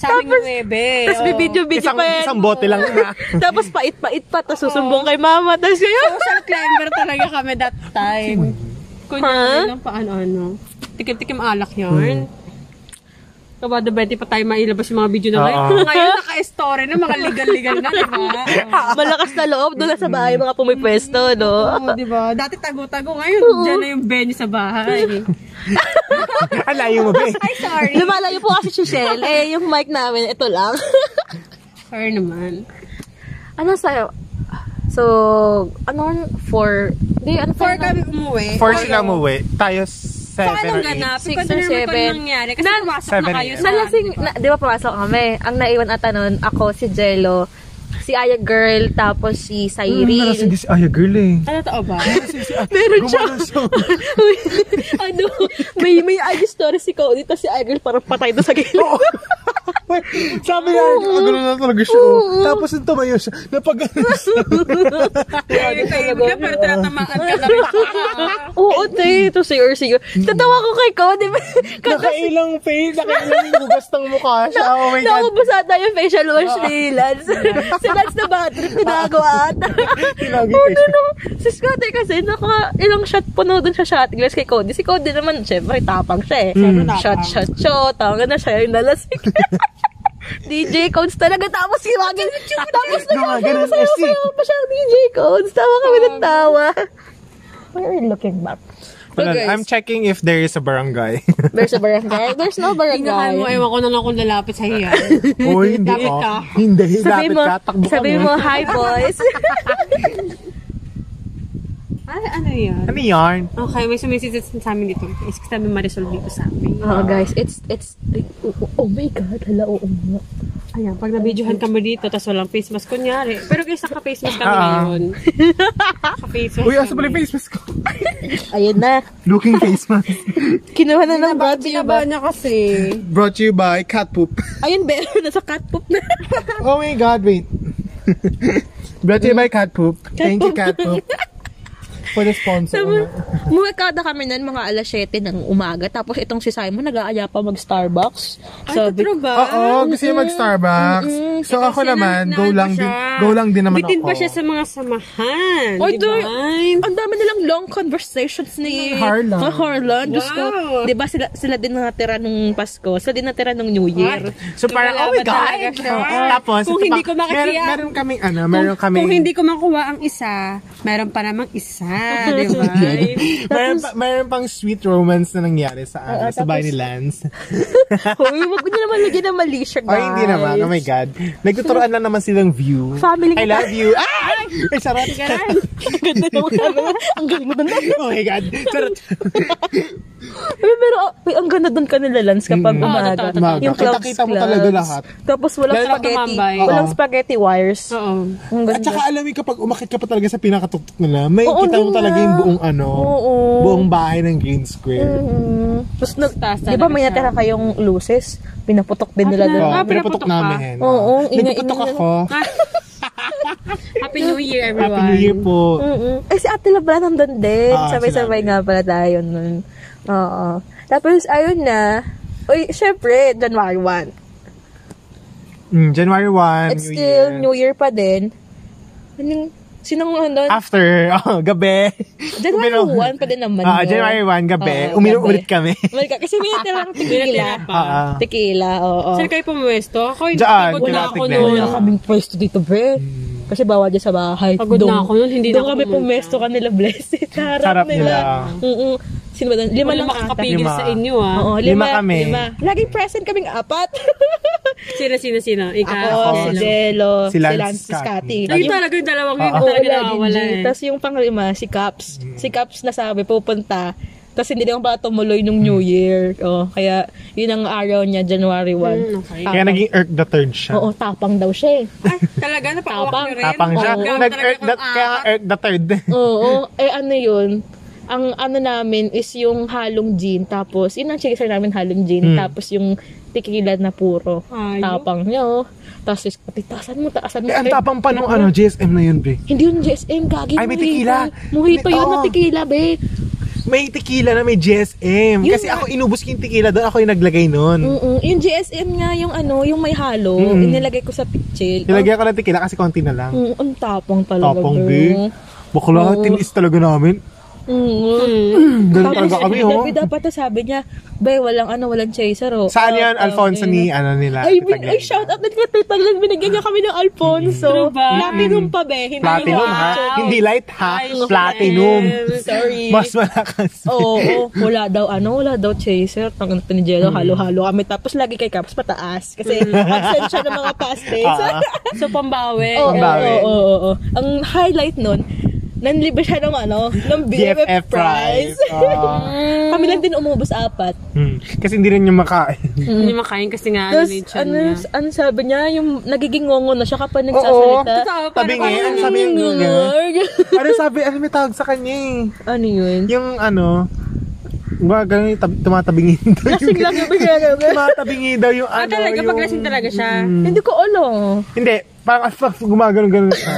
[SPEAKER 3] Sunny ng Nuebe.
[SPEAKER 1] Tapos
[SPEAKER 3] oh.
[SPEAKER 1] bibidyo-bidyo
[SPEAKER 2] Isang,
[SPEAKER 1] pa yan.
[SPEAKER 2] isang bote lang na.
[SPEAKER 1] Tapos pait-pait pa, tapos susumbong kay mama. Tapos yun.
[SPEAKER 3] Social climber talaga kami that time.
[SPEAKER 1] Huh?
[SPEAKER 3] Kunya lang paano-ano. ano, Tikim-tikim alak yarn. Kabado 20 pa tayo mailabas yung mga video na
[SPEAKER 2] Oo.
[SPEAKER 3] ngayon. Ngayon naka-story na mga legal-legal na, di ba?
[SPEAKER 1] Malakas na loob doon sa bahay mga pumipwesto, no?
[SPEAKER 3] Oo, di ba? Dati tago-tago. Ngayon, dyan na yung venue sa bahay.
[SPEAKER 2] Ang layo mo, be.
[SPEAKER 3] Ay, sorry.
[SPEAKER 1] Lumalayo po kasi si Shell. Eh, yung mic namin, ito lang.
[SPEAKER 3] Sorry naman.
[SPEAKER 1] ano sa'yo? So, ano, four, di, ano
[SPEAKER 3] Four
[SPEAKER 1] tayo
[SPEAKER 3] kami umuwi.
[SPEAKER 2] Four sila umuwi. Tayo seven
[SPEAKER 3] So, anong
[SPEAKER 2] or eight.
[SPEAKER 3] ganap?
[SPEAKER 1] Six or
[SPEAKER 3] Ikwento na naman kung
[SPEAKER 1] seven.
[SPEAKER 3] anong nangyari. Kasi pumasok na
[SPEAKER 2] seven
[SPEAKER 3] kayo
[SPEAKER 2] yun.
[SPEAKER 3] sa...
[SPEAKER 1] Sa lasing, na, di ba pumasok kami? Ang naiwan ata nun, ako, si Jello, si Aya Girl, tapos si
[SPEAKER 2] Hmm,
[SPEAKER 1] Cyril.
[SPEAKER 2] si Aya Girl eh.
[SPEAKER 3] Ano tao ba?
[SPEAKER 2] Meron siya.
[SPEAKER 1] ano, may may IG story si Cody, tapos si Aya Girl parang patay doon sa gilid.
[SPEAKER 2] Wait, sabi niya, ang gano'n na talaga siya. oh. Tapos yung tumayo siya, napag-ano siya.
[SPEAKER 3] Kaya tahimik ka, pero tinatamaan ka na rin.
[SPEAKER 1] Oo, te, to sigur, sigur. Tatawa ko kay Cody. Kasi,
[SPEAKER 2] Nakailang face, nakailang yung hugas ng mukha siya. Oh my God.
[SPEAKER 1] Naubos ata yung facial wash ni Lance. si Lance na bad trip, pinagawa ata.
[SPEAKER 2] Tinagi
[SPEAKER 1] Puta
[SPEAKER 2] face.
[SPEAKER 1] na, si Scotty kasi, naka ilang shot puno dun siya shot glass kay Cody. Si Cody naman, syempre, tapang siya eh. Shot, shot, shot. Tawag na siya yung nalasing. DJ Codes talaga. Tapos si Wagin, tapos na
[SPEAKER 2] Gawa,
[SPEAKER 1] siya.
[SPEAKER 2] ganun,
[SPEAKER 1] Sayo,
[SPEAKER 2] kasi.
[SPEAKER 1] sayo pa siya DJ Codes. Tawa kami ng tawa. Why are you looking back?
[SPEAKER 2] Hold on, I'm checking if there is a barangay.
[SPEAKER 1] There's a barangay. There's no
[SPEAKER 3] Inahan mo,
[SPEAKER 1] barangay.
[SPEAKER 3] ewan ko na lang kung lalapit sa hiyan.
[SPEAKER 2] Uy, hindi
[SPEAKER 3] Lapit ka.
[SPEAKER 2] ah. Hindi,
[SPEAKER 1] Sabi
[SPEAKER 2] lapit
[SPEAKER 1] mo,
[SPEAKER 2] ka. Takbo ka
[SPEAKER 1] sabi
[SPEAKER 2] nun.
[SPEAKER 1] mo, hi boys.
[SPEAKER 3] Ay, ano yan?
[SPEAKER 2] Ano yarn?
[SPEAKER 3] Okay, may sumisisit sa amin dito. Is sabi Marisol dito sa amin.
[SPEAKER 1] Oh, guys, it's, it's, oh, oh my God, hala, oo nga.
[SPEAKER 3] Ayan, pag nabidyohan kami dito, tas walang face mask, kunyari. Pero guys, naka-face mask kami
[SPEAKER 2] Ah.
[SPEAKER 3] ngayon. Naka-face mask
[SPEAKER 2] Uy, ah, asa pala
[SPEAKER 3] kami.
[SPEAKER 2] yung face mask ko?
[SPEAKER 1] Ayun na.
[SPEAKER 2] Looking face mask.
[SPEAKER 1] Kinuha na ng diba? brad niya ba?
[SPEAKER 3] niya kasi.
[SPEAKER 2] Brought to you by Cat Poop.
[SPEAKER 1] Ayun, be, nasa cat poop na.
[SPEAKER 2] Oh my God, wait. Brought to you by Cat Poop. Thank you, Cat Poop. For the sponsor. ano?
[SPEAKER 1] Mga kada kami nun, mga alas 7 ng umaga. Tapos itong si Simon, nag-aaya pa mag-Starbucks. Sabi,
[SPEAKER 3] True ba?
[SPEAKER 2] Oo, Oh, gusto niya mag-Starbucks. So ako
[SPEAKER 3] Kasi
[SPEAKER 2] naman,
[SPEAKER 3] na-
[SPEAKER 2] go
[SPEAKER 3] naano
[SPEAKER 2] lang
[SPEAKER 3] siya.
[SPEAKER 2] din. Go lang din naman
[SPEAKER 3] Bitin
[SPEAKER 2] ako.
[SPEAKER 3] pa siya sa mga samahan.
[SPEAKER 1] Oy,
[SPEAKER 3] di ba?
[SPEAKER 1] dude, ang dami nilang long conversations ni
[SPEAKER 2] Harlan.
[SPEAKER 1] Ah, Harlan. Diyos ko.
[SPEAKER 3] Wow.
[SPEAKER 1] Diba sila, sila din natira nung Pasko? Sila din natira nung New Year.
[SPEAKER 2] So parang, oh my God!
[SPEAKER 3] Lumalaban talaga siya.
[SPEAKER 2] Oo. Tapos,
[SPEAKER 3] Kung
[SPEAKER 2] ito
[SPEAKER 3] hindi
[SPEAKER 2] pa,
[SPEAKER 3] ko makakaya-
[SPEAKER 2] Meron, meron kaming, ano, meron kaming...
[SPEAKER 3] Kung hindi ko makuha ang isa, meron pa namang isa, di ba?
[SPEAKER 2] meron, pa, meron pang sweet romance na nangyari sa ano, sa bahay ni Lance.
[SPEAKER 1] Hoy, wag mo na naman lagyan ng mali siya,
[SPEAKER 2] Or
[SPEAKER 1] guys.
[SPEAKER 2] hindi naman, oh my God. Nagtuturoan lang naman silang view.
[SPEAKER 1] Family
[SPEAKER 2] I love you. Ah! Ay, sarap.
[SPEAKER 1] Ganda naman. ang galing mo doon.
[SPEAKER 2] oh my God. Sarap.
[SPEAKER 1] Pero, pero uy, ang ganda doon kanila, Lance, kapag
[SPEAKER 2] Mm.
[SPEAKER 1] umaga.
[SPEAKER 3] Oo, Ah, totoo, totoo.
[SPEAKER 1] Yung clubs,
[SPEAKER 2] Kita-kita mo
[SPEAKER 1] clubs.
[SPEAKER 2] talaga lahat.
[SPEAKER 1] Tapos walang
[SPEAKER 2] Lalo na
[SPEAKER 1] spaghetti.
[SPEAKER 3] tumambay.
[SPEAKER 1] Walang
[SPEAKER 2] Oo.
[SPEAKER 1] spaghetti wires.
[SPEAKER 3] Oo.
[SPEAKER 1] Ang
[SPEAKER 2] At
[SPEAKER 1] ganda.
[SPEAKER 2] saka alam mo, kapag umakit ka pa talaga sa pinakatuktok nila, may
[SPEAKER 1] Oo,
[SPEAKER 2] kita mo
[SPEAKER 1] yun
[SPEAKER 2] talaga
[SPEAKER 1] nga.
[SPEAKER 2] yung buong ano,
[SPEAKER 1] Oo.
[SPEAKER 2] buong bahay ng Green Square.
[SPEAKER 1] Mm. Tapos nag,
[SPEAKER 3] Taas
[SPEAKER 1] di ba
[SPEAKER 3] talaga
[SPEAKER 1] may
[SPEAKER 3] siya.
[SPEAKER 1] natira kayong luces? Pinaputok din nila doon.
[SPEAKER 3] Oo.
[SPEAKER 2] Oh,
[SPEAKER 3] Ah,
[SPEAKER 2] pinaputok
[SPEAKER 3] pinaputok
[SPEAKER 2] namin.
[SPEAKER 3] ka?
[SPEAKER 1] Oo,
[SPEAKER 2] Oh.
[SPEAKER 1] ina-
[SPEAKER 2] Nagpaputok
[SPEAKER 1] ina-
[SPEAKER 2] ako.
[SPEAKER 3] Happy New Year, everyone.
[SPEAKER 2] Happy New Year po.
[SPEAKER 1] Mm-mm. Ay, si Ate Labra nandun din.
[SPEAKER 2] Ah,
[SPEAKER 1] Sabay-sabay
[SPEAKER 2] sinabi.
[SPEAKER 1] nga pala tayo nun. Oo. Tapos, ayun na. Uy, syempre, January 1.
[SPEAKER 2] Mm, January 1,
[SPEAKER 1] It's
[SPEAKER 2] New
[SPEAKER 1] still
[SPEAKER 2] Year.
[SPEAKER 1] New Year pa din. Anong, sinong ano?
[SPEAKER 2] After, oh, gabi.
[SPEAKER 1] January
[SPEAKER 2] Pero-
[SPEAKER 1] 1 pa din naman.
[SPEAKER 2] Ah,
[SPEAKER 1] yun.
[SPEAKER 2] January 1, gabi.
[SPEAKER 1] Oo,
[SPEAKER 2] Uminom
[SPEAKER 1] gabi.
[SPEAKER 2] ulit kami.
[SPEAKER 1] Malika, kasi may natirang tequila.
[SPEAKER 3] pa.
[SPEAKER 2] Ah, ah.
[SPEAKER 1] Tequila, oo.
[SPEAKER 3] Saan kayo pumuesto? Ako, hindi
[SPEAKER 2] Diyan,
[SPEAKER 3] pagod na
[SPEAKER 2] kila
[SPEAKER 3] ako
[SPEAKER 2] Ate Glenn.
[SPEAKER 3] noon.
[SPEAKER 1] Wala kaming pwesto dito, be. Kasi bawal dyan sa bahay.
[SPEAKER 3] Pagod
[SPEAKER 1] Doon-
[SPEAKER 3] na ako noon, hindi
[SPEAKER 1] Doon
[SPEAKER 3] na ako
[SPEAKER 1] kami
[SPEAKER 3] pumunta.
[SPEAKER 1] pumesto kanila, blessed. Harap,
[SPEAKER 2] Sarap
[SPEAKER 1] nila.
[SPEAKER 2] nila.
[SPEAKER 1] Oo. Sino ba doon? Lima
[SPEAKER 3] Wala
[SPEAKER 1] lang ata.
[SPEAKER 3] makakapigil
[SPEAKER 2] Lima.
[SPEAKER 3] sa inyo ah.
[SPEAKER 1] Oo,
[SPEAKER 2] Lima kami.
[SPEAKER 1] Lima. Laging present kaming apat.
[SPEAKER 3] Sino, sino, sino? Ikaw,
[SPEAKER 1] Ako, si
[SPEAKER 3] sino?
[SPEAKER 1] Jello, si
[SPEAKER 2] Si Lance
[SPEAKER 1] Lance Scotty.
[SPEAKER 2] Scotty.
[SPEAKER 3] Ay, talaga yung dalawang yun.
[SPEAKER 1] Oo,
[SPEAKER 3] Talaga
[SPEAKER 1] laging
[SPEAKER 3] nawawala
[SPEAKER 1] G.
[SPEAKER 3] eh. Mm.
[SPEAKER 1] Tapos yung panglima, si Caps. Si Caps nasabi, pupunta. Tapos hindi naman pa tumuloy nung
[SPEAKER 3] Mm.
[SPEAKER 1] New Year. Oh, kaya yun ang araw niya, January 1.
[SPEAKER 3] Hmm, okay.
[SPEAKER 2] Kaya naging irk the third siya.
[SPEAKER 1] Oo, tapang daw siya eh.
[SPEAKER 3] Ay, talaga, napakawak
[SPEAKER 1] Tapang.
[SPEAKER 3] nyo rin.
[SPEAKER 2] Tapang siya.
[SPEAKER 3] Oo.
[SPEAKER 2] Nag-irk the, kaya nga irk the third.
[SPEAKER 1] Oo, eh ano yun? Ang ano namin is yung halong gin, tapos yun ang chikiser namin halong
[SPEAKER 3] Mm.
[SPEAKER 1] gin, tapos yung tequila na puro.
[SPEAKER 3] Ayun.
[SPEAKER 1] Tapang nyo. Tapos is, "Ate, taasan mo, taasan mo.
[SPEAKER 2] Eh,
[SPEAKER 1] Eh,
[SPEAKER 2] ang tapang pa nung ano, GSM na yun, bre.
[SPEAKER 1] Hindi yun GSM, gagi.
[SPEAKER 2] Ay, may
[SPEAKER 1] mojito.
[SPEAKER 2] tequila.
[SPEAKER 1] Mojito
[SPEAKER 2] May-
[SPEAKER 1] yun na
[SPEAKER 2] oo.
[SPEAKER 1] tequila, be.
[SPEAKER 2] May tequila na may GSM. Kasi ako inubos ko yung tequila doon, ako yung naglagay noon.
[SPEAKER 1] Mm-mm. Yung GSM nga, yung ano, yung may halo,
[SPEAKER 2] Mm. Mm-mm.
[SPEAKER 1] inilagay ko sa pitchil.
[SPEAKER 2] Nilagay ko ng tequila kasi konti na lang.
[SPEAKER 1] Ang, mm, ang tapang talaga. Oh.
[SPEAKER 2] Tapang,
[SPEAKER 1] girl.
[SPEAKER 2] be. Bakla, tinis talaga namin.
[SPEAKER 1] Mm-mm.
[SPEAKER 2] Ganun talaga kami, oh.
[SPEAKER 1] Dapat dapat na sabi niya, Bay, walang ano, walang chaser, oh.
[SPEAKER 2] Saan
[SPEAKER 1] Out,
[SPEAKER 2] yan,
[SPEAKER 1] out,
[SPEAKER 2] Alfonso
[SPEAKER 1] ganyan.
[SPEAKER 2] ni, ano nila?
[SPEAKER 1] Ay,
[SPEAKER 2] Tita
[SPEAKER 1] bin, ay,
[SPEAKER 2] Glenn?
[SPEAKER 1] shout out din kay Tita Glenn. Binigyan niya kami ng Alfonso.
[SPEAKER 3] Mm. True ba?
[SPEAKER 1] Platinum pa, be. Hindi
[SPEAKER 2] Mm. Platinum,
[SPEAKER 1] niya-
[SPEAKER 2] ha?
[SPEAKER 3] Wow.
[SPEAKER 2] Hindi light, ha?
[SPEAKER 3] Ay,
[SPEAKER 2] Platinum.
[SPEAKER 3] Glenn.
[SPEAKER 1] Sorry. Oh.
[SPEAKER 2] Mas malakas.
[SPEAKER 1] Oo, oo. wala daw, ano, wala daw chaser. Tangan ito ni Jello,
[SPEAKER 2] Mm.
[SPEAKER 1] halo-halo kami. Tapos lagi kay Caps pataas. Kasi absent siya ng mga past dates.
[SPEAKER 2] Ah.
[SPEAKER 3] So,
[SPEAKER 2] Eh,
[SPEAKER 3] pambawi.
[SPEAKER 1] Oo, oo,
[SPEAKER 2] Pambawi.
[SPEAKER 1] oo, oo, oo. Ang highlight nun, nanlibre siya ng ano, ng BFF,
[SPEAKER 2] BFF
[SPEAKER 1] prize.
[SPEAKER 2] prize. Ah.
[SPEAKER 1] kami lang din umubos apat.
[SPEAKER 2] Hmm. Kasi hindi rin yung makain.
[SPEAKER 3] Hindi makain kasi nga ano
[SPEAKER 1] Tapos,
[SPEAKER 3] yung tiyan
[SPEAKER 1] Mm-hmm. ano,
[SPEAKER 3] niya.
[SPEAKER 1] ano sabi niya, yung nagiging ngongo na siya kapag
[SPEAKER 2] Oo,
[SPEAKER 1] nagsasalita.
[SPEAKER 3] Totoo,
[SPEAKER 2] Tabi
[SPEAKER 3] parang-
[SPEAKER 2] nga, ano sabi yung nga? Ano sabi, ano may tawag sa kanya eh?
[SPEAKER 1] ano yun?
[SPEAKER 2] Yung ano, ba ganun yung tab- tumatabingin daw yung,
[SPEAKER 1] Lasing lang yung ano? bigyan
[SPEAKER 2] tumatabingi daw yung
[SPEAKER 3] Ah,
[SPEAKER 2] ano.
[SPEAKER 3] talaga,
[SPEAKER 2] yung- mm.
[SPEAKER 3] pag lasing talaga siya.
[SPEAKER 1] Hindi ko alam.
[SPEAKER 2] Hindi, parang pag gumagano-gano siya.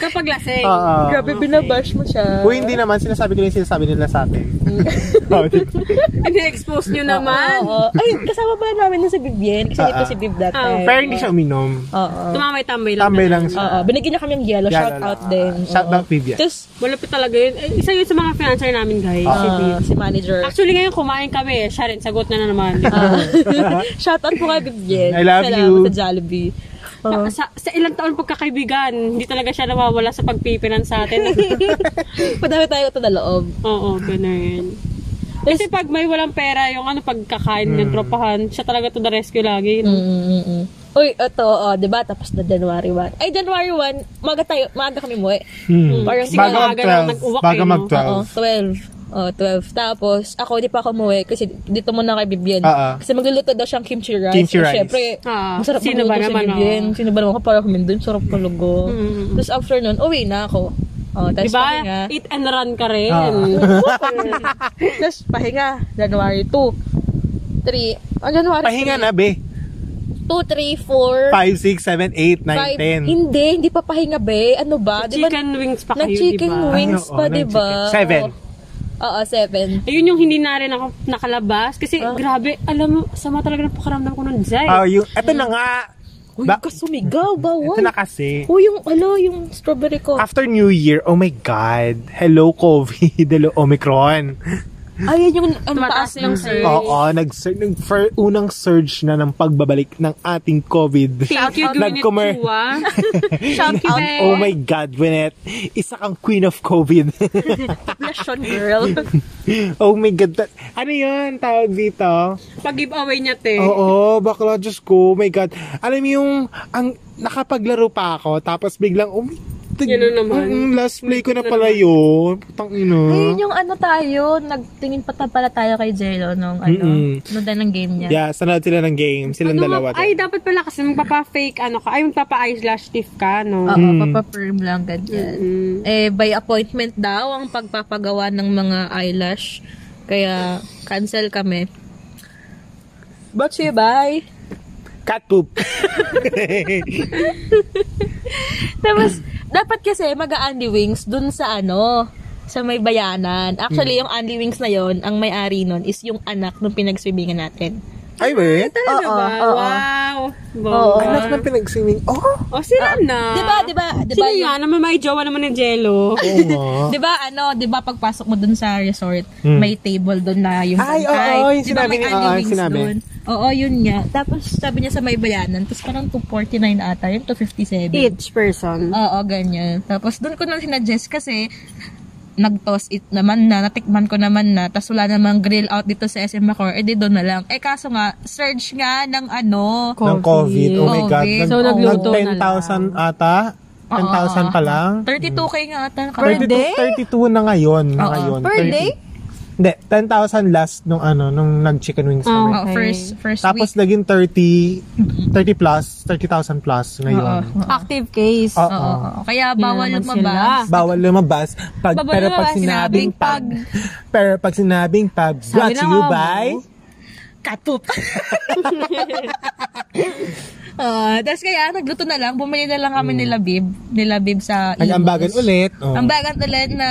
[SPEAKER 3] Kapag lasing.
[SPEAKER 2] Oo.
[SPEAKER 3] Ah,
[SPEAKER 1] Grabe, binabash mo siya.
[SPEAKER 2] Uy, hindi naman, sinasabi ko lang yung sinasabi nila sa atin.
[SPEAKER 3] Mm.
[SPEAKER 2] Oo, di ba?
[SPEAKER 3] Hindi-expose nyo
[SPEAKER 2] Ah,
[SPEAKER 3] naman.
[SPEAKER 1] Oo. Ay, kasama ba namin na si Vivian? Kasi dito si Viv that
[SPEAKER 3] Ah,
[SPEAKER 1] time.
[SPEAKER 2] Pero hindi siya uminom.
[SPEAKER 1] Oo.
[SPEAKER 3] Tumamay-tambay lang.
[SPEAKER 2] Tambay lang siya.
[SPEAKER 1] Oo. Binigyan niya kami ng yellow.
[SPEAKER 2] Yellow
[SPEAKER 1] Shout
[SPEAKER 2] lang.
[SPEAKER 1] out din.
[SPEAKER 2] Shout
[SPEAKER 1] Oo.
[SPEAKER 2] out, Vivian.
[SPEAKER 1] Tapos,
[SPEAKER 3] Malapit talaga yun. Eh, isa yun sa mga financer namin, guys. Si
[SPEAKER 1] ah,
[SPEAKER 3] Viv.
[SPEAKER 1] si manager.
[SPEAKER 3] Actually, ngayon kumain kami. eh. Siya rin, sagot na na naman.
[SPEAKER 1] Shout out Ah. po kay Vivian.
[SPEAKER 2] I love
[SPEAKER 1] Salamat
[SPEAKER 2] you. Oh.
[SPEAKER 1] sa Jollibee.
[SPEAKER 3] Sa- sa, sa ilang taon pagkakaibigan, hindi talaga siya nawawala sa pagpipinan sa atin.
[SPEAKER 1] Padami tayo ito na loob.
[SPEAKER 3] Oo, ganun. Kasi pag may walang pera, yung ano, pagkakain
[SPEAKER 2] Hmm.
[SPEAKER 3] ng tropahan, siya talaga to the rescue lagi.
[SPEAKER 1] Mm, Hmm. Mm-mm-mm. Uy, ito, oh, di ba? Tapos na January 1. Ay, January 1, maga tayo, maga kami mo eh.
[SPEAKER 2] Hmm.
[SPEAKER 1] Parang
[SPEAKER 3] Oh. Kasi nga,
[SPEAKER 2] Bago
[SPEAKER 3] ganun,
[SPEAKER 2] mag-12.
[SPEAKER 3] nag-uwak
[SPEAKER 2] Bago
[SPEAKER 3] eh, no?
[SPEAKER 2] mag-12.
[SPEAKER 1] Oo, 12. Oh, 12. Tapos, ako, di pa ako umuwi kasi dito muna kay Bibian.
[SPEAKER 2] Oo.
[SPEAKER 1] Kasi magluluto daw siyang kimchi rice.
[SPEAKER 2] Ah, Kimchi
[SPEAKER 1] Eh,
[SPEAKER 2] rice.
[SPEAKER 1] Siyempre,
[SPEAKER 3] Ah,
[SPEAKER 1] masarap
[SPEAKER 3] sino ba
[SPEAKER 1] magluto si
[SPEAKER 3] naman,
[SPEAKER 1] Bibian.
[SPEAKER 3] oh?
[SPEAKER 1] Sino ba naman ako para kumin doon? Sarap palugo.
[SPEAKER 3] Mm.
[SPEAKER 1] Tapos after nun, uwi na ako. Oh, tapos
[SPEAKER 3] Diba?
[SPEAKER 1] pahinga.
[SPEAKER 3] Eat and run ka rin.
[SPEAKER 2] Ah.
[SPEAKER 1] tapos pahinga, January 2. 3. Ang January
[SPEAKER 2] Pahinga na, be.
[SPEAKER 1] 2, 3, 4,
[SPEAKER 2] 5, 6, 7, 8, 9, 10.
[SPEAKER 1] Hindi, hindi pa pahinga be. Ano ba? Di ba?
[SPEAKER 3] Chicken wings pa kayo,
[SPEAKER 1] Nag-chicken
[SPEAKER 3] diba?
[SPEAKER 2] wing-
[SPEAKER 1] wings
[SPEAKER 2] Ay, oo,
[SPEAKER 1] pa, di ba?
[SPEAKER 2] nag-chicken.
[SPEAKER 1] Oo. Oo, seven.
[SPEAKER 3] Ayun yung hindi na rin ako nakalabas. Kasi
[SPEAKER 1] Ah.
[SPEAKER 3] grabe, alam mo, sama talaga ng pakaramdam ko nun, Zay.
[SPEAKER 2] Oh, yung, eto na nga.
[SPEAKER 1] Uy,
[SPEAKER 2] Ba-
[SPEAKER 1] ba- kasumigaw, bawal.
[SPEAKER 2] Ito na kasi. Ah.
[SPEAKER 1] Uy, yung, alo, yung strawberry ko.
[SPEAKER 2] After New Year, oh my God. Hello, COVID. Hello, Omicron.
[SPEAKER 1] Ay, Ah, yun yung ang taas
[SPEAKER 3] Tumataas yung
[SPEAKER 1] ng
[SPEAKER 3] surge.
[SPEAKER 2] Oo, nag unang surge na ng pagbabalik ng ating COVID.
[SPEAKER 3] Thank you, Gwyneth
[SPEAKER 2] Nag-commer-
[SPEAKER 3] Chua. Thank you, Zay.
[SPEAKER 2] Oh my God, Gwyneth. Isa kang queen of COVID.
[SPEAKER 1] inflation, girl.
[SPEAKER 2] oh my God. that- Ano yun? Tawag dito?
[SPEAKER 3] Pag-giveaway niya, te.
[SPEAKER 2] Oo, bakla, Diyos ko, oh my God. Alam mo yung, ang, nakapaglaro pa ako, tapos biglang, um, tig-
[SPEAKER 3] Yan na naman.
[SPEAKER 2] Mm, last play ko na pala yun. Putang ina.
[SPEAKER 1] Ay, yun yung ano tayo, nagtingin pa ta- pala tayo kay Jello nung ano,
[SPEAKER 2] Mm-mm.
[SPEAKER 1] nung dahil ng game niya.
[SPEAKER 2] Yeah, sanad sila ng game. Silang
[SPEAKER 3] Ano,
[SPEAKER 2] dalawa.
[SPEAKER 3] Ay, dapat pala kasi magpapa-fake, ano ka. Ay, magpapa-eye slash thief ka,
[SPEAKER 1] Oo,
[SPEAKER 3] no?
[SPEAKER 2] Mm.
[SPEAKER 1] papapirm lang ganyan.
[SPEAKER 3] Mm.
[SPEAKER 1] Eh, by appointment daw ang pagpapagawa ng mga eyelash. Kaya, cancel kami. But you, bye!
[SPEAKER 2] Cat poop.
[SPEAKER 1] Tapos, dapat kasi mag-Andy Wings dun sa ano, sa may bayanan. Actually, yung Andy Wings na yon ang may-ari nun is yung anak ng pinagswimingan natin.
[SPEAKER 2] Ay, we?
[SPEAKER 1] Oo,
[SPEAKER 3] Talaga Ano ba?
[SPEAKER 1] oo.
[SPEAKER 3] Wow.
[SPEAKER 1] Oo.
[SPEAKER 3] Bongga.
[SPEAKER 2] Anak na pinag-swimming. Oh!
[SPEAKER 3] Oh, sila na.
[SPEAKER 1] Diba, diba, diba,
[SPEAKER 3] Sino yan? Naman may jowa naman ng
[SPEAKER 2] Oo
[SPEAKER 3] Jello.
[SPEAKER 2] nga.
[SPEAKER 1] Diba, ano, diba pagpasok mo dun sa resort,
[SPEAKER 2] Ah. Hmm.
[SPEAKER 1] may table dun na yung
[SPEAKER 2] Ay,
[SPEAKER 1] pantay.
[SPEAKER 2] oo, yung
[SPEAKER 1] Diba,
[SPEAKER 2] sinabi
[SPEAKER 1] may
[SPEAKER 2] niya,
[SPEAKER 1] onion
[SPEAKER 2] oo,
[SPEAKER 1] rings
[SPEAKER 2] sinabi.
[SPEAKER 1] dun. Oo, yun nga. Tapos sabi niya sa may bayanan, tapos parang 249 ata, yung 257.
[SPEAKER 3] Each person.
[SPEAKER 1] Oo, ganyan. Tapos doon ko na sinadjust kasi nag-toss it naman na, natikman ko naman na, tapos wala namang grill out dito sa SM Macor, eh di doon na lang. Eh kaso nga, surge nga ng ano,
[SPEAKER 2] Ng COVID. Oh my God.
[SPEAKER 1] COVID.
[SPEAKER 2] Nag-
[SPEAKER 1] So,
[SPEAKER 3] nagluto na
[SPEAKER 2] nag- 10,000 ata. 10,000 pa lang.
[SPEAKER 1] 32k nga ata.
[SPEAKER 2] Per
[SPEAKER 1] nakakalala.
[SPEAKER 2] 32, day? 32 na ngayon. Na
[SPEAKER 1] Oo.
[SPEAKER 2] ngayon.
[SPEAKER 1] Per
[SPEAKER 2] 30.
[SPEAKER 1] day?
[SPEAKER 2] Hindi, 10,000 last nung ano, nung nag-chicken wings kami.
[SPEAKER 1] Oo, first, first
[SPEAKER 2] Tapos
[SPEAKER 1] week.
[SPEAKER 2] naging 30, 30 plus, 30,000 plus ngayon.
[SPEAKER 1] Oo.
[SPEAKER 3] Active case.
[SPEAKER 2] Oo.
[SPEAKER 1] Oo. Kaya bawal
[SPEAKER 3] naman
[SPEAKER 1] lumabas.
[SPEAKER 2] Bawal lumabas. Pag,
[SPEAKER 1] Bawal
[SPEAKER 2] pero pag
[SPEAKER 1] lumabas, sinabing
[SPEAKER 2] sinabing pag, pero pag sinabing pag, brought to
[SPEAKER 3] na
[SPEAKER 2] you
[SPEAKER 3] nga mo.
[SPEAKER 2] by,
[SPEAKER 1] cat poop. Ah, tapos kaya nagluto na lang, bumili na lang
[SPEAKER 2] Hmm.
[SPEAKER 1] kami nila Bib, nila Bib sa
[SPEAKER 2] nag-ambagan
[SPEAKER 1] Imus.
[SPEAKER 2] ulit. Oh.
[SPEAKER 1] Ang bagat ulit na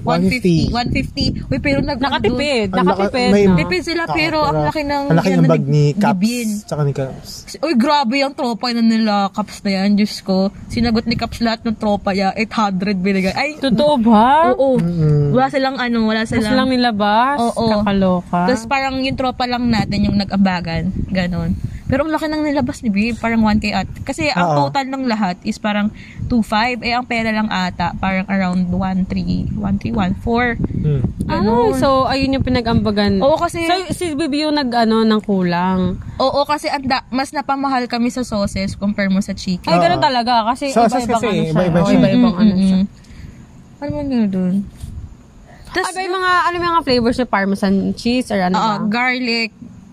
[SPEAKER 2] 150.
[SPEAKER 1] 150. 150. Uy, pero nag
[SPEAKER 3] Nakatipid.
[SPEAKER 2] Ang laka-
[SPEAKER 3] Nakatipid.
[SPEAKER 2] may-
[SPEAKER 3] no?
[SPEAKER 1] Tipid sila,
[SPEAKER 2] Oo,
[SPEAKER 1] pero ang laki ng...
[SPEAKER 2] Ang laki
[SPEAKER 1] ano,
[SPEAKER 2] ng bag ni
[SPEAKER 1] Bibin.
[SPEAKER 2] Caps. Tsaka ni Caps.
[SPEAKER 1] Uy, grabe yung tropa na nila, Caps na yan, Diyos ko. Sinagot ni Caps lahat ng tropa niya, 800 binigay. Ay,
[SPEAKER 3] Totoo ba?
[SPEAKER 1] oo.
[SPEAKER 2] Mm.
[SPEAKER 1] Wala silang ano, wala
[SPEAKER 3] Mas
[SPEAKER 1] silang...
[SPEAKER 3] lang nilabas?
[SPEAKER 1] Oo.
[SPEAKER 3] Kakaloka.
[SPEAKER 1] Tapos parang yung tropa lang natin yung nag-abagan. Ganon. Pero ang laki ng nilabas ni Babe, parang 1K at. Kasi ang
[SPEAKER 2] Oo.
[SPEAKER 1] total ng lahat is parang 2.5. Eh, ang pera lang ata, parang around 1.3, 1.3, 1.4.
[SPEAKER 2] Mm.
[SPEAKER 3] ah, so ayun yung pinag-ambagan.
[SPEAKER 1] Oo, kasi,
[SPEAKER 3] So, si Bibi yung nag-ano ng kulang.
[SPEAKER 1] oo, kasi anda, mas napamahal kami sa sauces compare mo sa chicken.
[SPEAKER 3] Ay, ganun talaga. Kasi
[SPEAKER 2] So,
[SPEAKER 3] iba-ibang
[SPEAKER 2] kasi,
[SPEAKER 3] ano siya.
[SPEAKER 2] iba-iba
[SPEAKER 3] Oo,
[SPEAKER 2] siya.
[SPEAKER 3] iba-ibang ano siya.
[SPEAKER 1] Mm-mm. Ano man yun doon? Tapos,
[SPEAKER 3] Ano ba yung mga, ano yung mga flavors niya? Parmesan cheese or ano ba?
[SPEAKER 1] ah, garlic,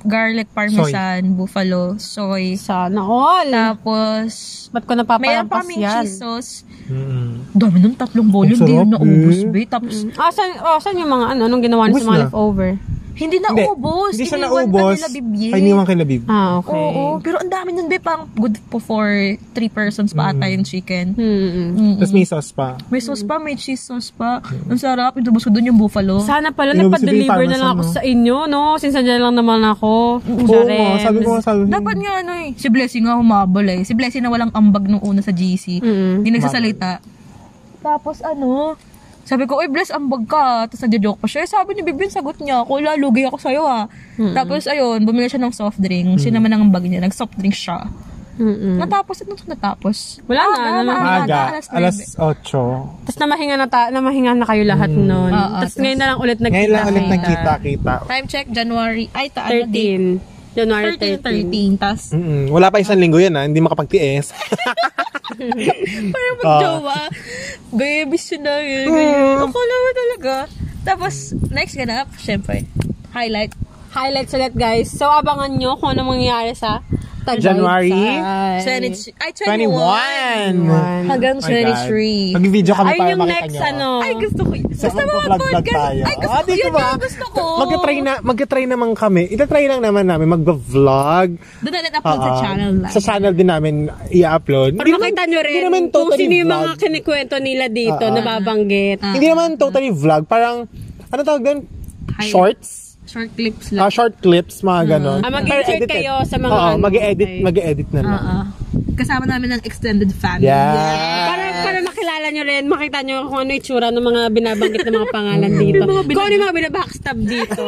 [SPEAKER 1] garlic parmesan, buffalo, soy.
[SPEAKER 3] Sana all.
[SPEAKER 1] Tapos,
[SPEAKER 3] Ba't ko
[SPEAKER 1] Mayroon pa
[SPEAKER 3] napapalampas
[SPEAKER 1] kaming
[SPEAKER 3] yan?
[SPEAKER 1] cheese sauce.
[SPEAKER 2] Mm.
[SPEAKER 1] Dami nung tatlong bowl,
[SPEAKER 2] Ang
[SPEAKER 1] hindi yun
[SPEAKER 2] sarap,
[SPEAKER 1] naubos,
[SPEAKER 2] eh.
[SPEAKER 1] be. Tapos,
[SPEAKER 3] Ah, saan, oh, saan yung mga ano? Anong ginawa niya
[SPEAKER 2] Ubus
[SPEAKER 3] sa mga
[SPEAKER 2] na.
[SPEAKER 3] leftover?
[SPEAKER 1] hindi
[SPEAKER 2] Hindi,
[SPEAKER 1] naubos.
[SPEAKER 2] Hindi siya
[SPEAKER 1] Iniwan
[SPEAKER 2] naubos.
[SPEAKER 1] pa nila bibye.
[SPEAKER 2] Ay, iniwan kay Labib.
[SPEAKER 3] Ah, okay.
[SPEAKER 1] Oo, pero ang dami nun, be. Pang good po for three persons pa
[SPEAKER 2] Mm.
[SPEAKER 1] ata yung chicken.
[SPEAKER 3] Hmm.
[SPEAKER 1] Mm-mm.
[SPEAKER 2] Tapos may sauce pa.
[SPEAKER 1] May sauce pa, may cheese sauce pa.
[SPEAKER 2] Mm.
[SPEAKER 1] Ang sarap, inubos ko dun yung buffalo.
[SPEAKER 3] Sana pala
[SPEAKER 2] Inuubos
[SPEAKER 3] nagpa-deliver
[SPEAKER 2] yung
[SPEAKER 3] na lang ako
[SPEAKER 2] parmesan, no?
[SPEAKER 3] sa inyo, no? Since nandiyan lang naman ako.
[SPEAKER 2] ano? Oo, nga, sabi ko nga sabi ko.
[SPEAKER 1] Dapat nga ano eh, si Blessing nga humabol eh. Si Blessing na walang ambag nung una sa GC.
[SPEAKER 3] Mm-mm.
[SPEAKER 1] Hindi nagsasalita. Tapos ano, sabi ko, uy, Bless, ambag ka. Tapos nadyo-joke pa siya. Eh, sabi ni Bibin, sagot niya ako. Wala, lugi ako sa'yo ha. Tapos ayun, bumili siya ng soft drink. Siya naman ang ambag niya. Nag-soft drink siya.
[SPEAKER 3] Mm-mm.
[SPEAKER 1] Natapos, ano to natapos?
[SPEAKER 3] Mm.
[SPEAKER 1] Ah,
[SPEAKER 3] Wala na, ano lang.
[SPEAKER 2] Maaga, alas 8.
[SPEAKER 3] Tapos namahinga na, ta- namahinga na kayo lahat noon.
[SPEAKER 1] Oo,
[SPEAKER 3] Tapos ngayon na lang ulit
[SPEAKER 2] Hmm.
[SPEAKER 3] nagkita.
[SPEAKER 2] Ngayon lang ulit
[SPEAKER 3] kayo.
[SPEAKER 2] nagkita-kita.
[SPEAKER 1] Time check, January. Ay, ta, ano, date?
[SPEAKER 3] 13. January
[SPEAKER 1] 13.
[SPEAKER 3] 13.
[SPEAKER 1] Tapos,
[SPEAKER 2] Mm-mm. Wala pa isang linggo yan ha, hindi makapagtiis.
[SPEAKER 1] Parang
[SPEAKER 2] Ah.
[SPEAKER 1] mag-jowa. Babe, gusto na yun. Ganyan.
[SPEAKER 2] Mm.
[SPEAKER 1] Akala mo talaga. Tapos, next ganap, syempre, highlight.
[SPEAKER 3] Highlights ulit guys. So abangan nyo kung ano mangyayari sa Tagaytay.
[SPEAKER 2] January?
[SPEAKER 1] 20, ay, 21!
[SPEAKER 2] 21!
[SPEAKER 1] Hanggang 23.
[SPEAKER 2] Oh Mag-video kami
[SPEAKER 3] Ayun
[SPEAKER 2] para
[SPEAKER 3] yung
[SPEAKER 2] makita
[SPEAKER 3] next
[SPEAKER 2] nyo.
[SPEAKER 3] ano.
[SPEAKER 1] Ay, gusto ko yun. Basta mga
[SPEAKER 2] Magpa-vlog-vlog
[SPEAKER 1] podcast.
[SPEAKER 2] tayo.
[SPEAKER 1] Ay, gusto
[SPEAKER 2] Ah,
[SPEAKER 1] ko
[SPEAKER 2] di
[SPEAKER 1] yun.
[SPEAKER 2] ba?
[SPEAKER 1] Yung gusto ko.
[SPEAKER 2] Mag-try na, mag-try naman kami. Itatry lang naman namin, mag-vlog.
[SPEAKER 1] Doon na upload sa
[SPEAKER 2] Ah,
[SPEAKER 1] channel na.
[SPEAKER 2] Sa channel din namin i-upload.
[SPEAKER 3] Para makita nyo rin
[SPEAKER 2] Hindi naman
[SPEAKER 3] kung
[SPEAKER 2] totally
[SPEAKER 3] sino yung Ah, mga
[SPEAKER 2] vlog.
[SPEAKER 3] kinikwento nila dito na babanggit.
[SPEAKER 1] Mm.
[SPEAKER 2] Hindi naman totally vlog. Parang, ano tawag doon?
[SPEAKER 1] Highlight.
[SPEAKER 2] Shorts?
[SPEAKER 1] Short clips
[SPEAKER 2] Ah,
[SPEAKER 1] lang.
[SPEAKER 2] short clips,
[SPEAKER 1] Mm.
[SPEAKER 2] mga ganon.
[SPEAKER 3] Ah, mag-insert
[SPEAKER 2] Pero edited.
[SPEAKER 3] kayo sa mga
[SPEAKER 2] Oo,
[SPEAKER 3] ano.
[SPEAKER 2] mag-edit,
[SPEAKER 3] Okay.
[SPEAKER 2] mag-edit na lang.
[SPEAKER 1] Ah. Kasama namin ng extended family.
[SPEAKER 2] Yeah.
[SPEAKER 3] Para para makilala nyo rin, makita nyo kung ano yung tsura ng mga binabanggit ng mga pangalan dito. kung ano yung mga binabackstab dito.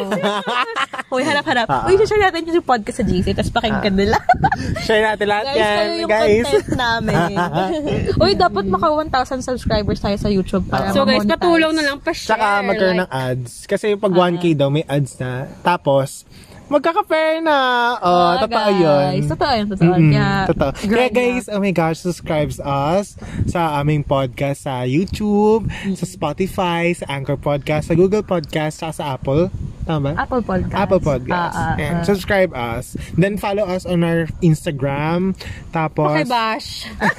[SPEAKER 1] Uy, harap-harap.
[SPEAKER 2] Ah,
[SPEAKER 1] Uy, share natin yung podcast sa GC, tapos pakinggan nila.
[SPEAKER 2] Share natin lahat
[SPEAKER 1] guys,
[SPEAKER 2] yan,
[SPEAKER 1] kayo yung
[SPEAKER 2] guys.
[SPEAKER 1] content namin. Uy, dapat maka 1,000 subscribers tayo sa YouTube para
[SPEAKER 3] so guys,
[SPEAKER 1] ma-monetize.
[SPEAKER 3] patulong na lang pa-share.
[SPEAKER 2] Tsaka magkaroon ng ads. Kasi pag
[SPEAKER 1] Ah.
[SPEAKER 2] 1K daw, may ads na. Tapos, magkaka-fair na. Oh,
[SPEAKER 1] Ah,
[SPEAKER 2] totoo
[SPEAKER 1] guys.
[SPEAKER 2] yun.
[SPEAKER 1] Totoo yun, totoo.
[SPEAKER 2] Mm,
[SPEAKER 1] Kaya,
[SPEAKER 2] totoo. Kaya
[SPEAKER 1] grind
[SPEAKER 2] guys, oh my gosh, subscribe us sa aming podcast sa YouTube, sa Spotify, sa Anchor Podcast, sa Google Podcast, tsaka sa Apple. Tama? ba?
[SPEAKER 1] Apple Podcast.
[SPEAKER 2] Apple Podcast.
[SPEAKER 1] Ah, ah,
[SPEAKER 2] And
[SPEAKER 1] ah.
[SPEAKER 2] subscribe us. Then follow us on our Instagram. Tapos,
[SPEAKER 3] Okay, Ano? Bash.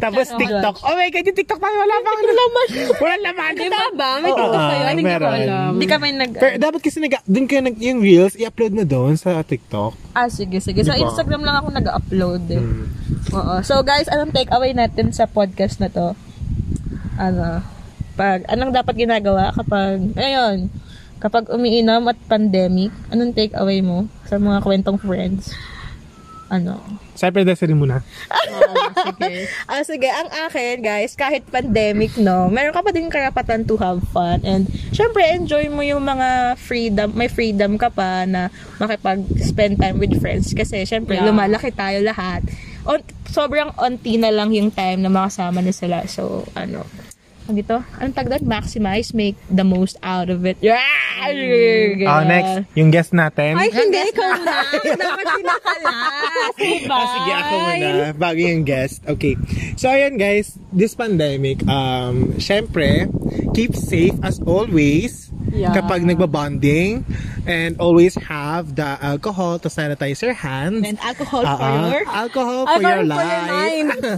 [SPEAKER 2] tapos TikTok. Oh my God, yung TikTok pa wala pang ano laman. Wala laman.
[SPEAKER 3] Diba ba? May totoo
[SPEAKER 2] Oo,
[SPEAKER 3] kayo. Ano hindi ko
[SPEAKER 2] meron.
[SPEAKER 3] alam.
[SPEAKER 1] Hindi kami nag...
[SPEAKER 2] Pero dapat kasi nag dun kayo nag yung reels i-upload mo doon sa TikTok.
[SPEAKER 1] Ah, sige, sige. Sa
[SPEAKER 2] Diba?
[SPEAKER 1] Instagram lang ako nag-upload. Eh.
[SPEAKER 2] Hmm.
[SPEAKER 1] Oo. So guys, anong takeaway natin sa podcast na to? Ano? Pag, anong dapat ginagawa kapag, ayun, Kapag umiinom at pandemic, anong take away mo sa mga kwentong friends? Ano?
[SPEAKER 2] Siyempre, desiree muna.
[SPEAKER 1] Ah, sige. Ang akin, guys, kahit pandemic, no, meron ka pa din karapatan to have fun. And, syempre, enjoy mo yung mga freedom, may freedom ka pa na makipag-spend time with friends. Kasi, syempre, lumalaki tayo lahat. On, sobrang onti na lang yung time na makasama na sila. So, ano, ang dito, anong tag doon? Maximize, make the most out of it. Yeah!
[SPEAKER 2] Oh, next, yung guest natin.
[SPEAKER 3] Ay, hindi, ikaw na. Dapat pinakalas. Diba?
[SPEAKER 2] Ah, sige, ako muna. Bago yung guest. Okay. So, ayan guys, this pandemic, um, syempre, keep safe as always. Kapag nagbabonding. And always have the alcohol to sanitize your hands.
[SPEAKER 1] And alcohol for
[SPEAKER 2] Ah, ah.
[SPEAKER 1] your...
[SPEAKER 2] Alcohol for your life.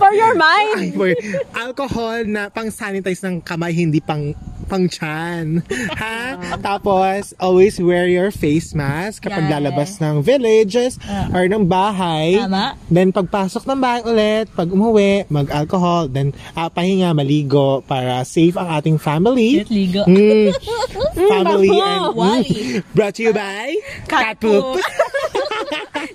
[SPEAKER 3] For your mind.
[SPEAKER 2] Ay, boy. alcohol na pang-sanitize ng kamay, hindi pang pang chan. Ha? Tapos, always wear your face mask kapag
[SPEAKER 1] Yeah.
[SPEAKER 2] lalabas ng villages or ng bahay.
[SPEAKER 1] Tama.
[SPEAKER 2] Then, pagpasok ng bahay ulit, pag umuwi, mag-alcohol, then ah, pahinga, maligo para safe ang ating family.
[SPEAKER 1] Get ligo.
[SPEAKER 2] Mm. family and... Mm. Brought to you by... Cat poop.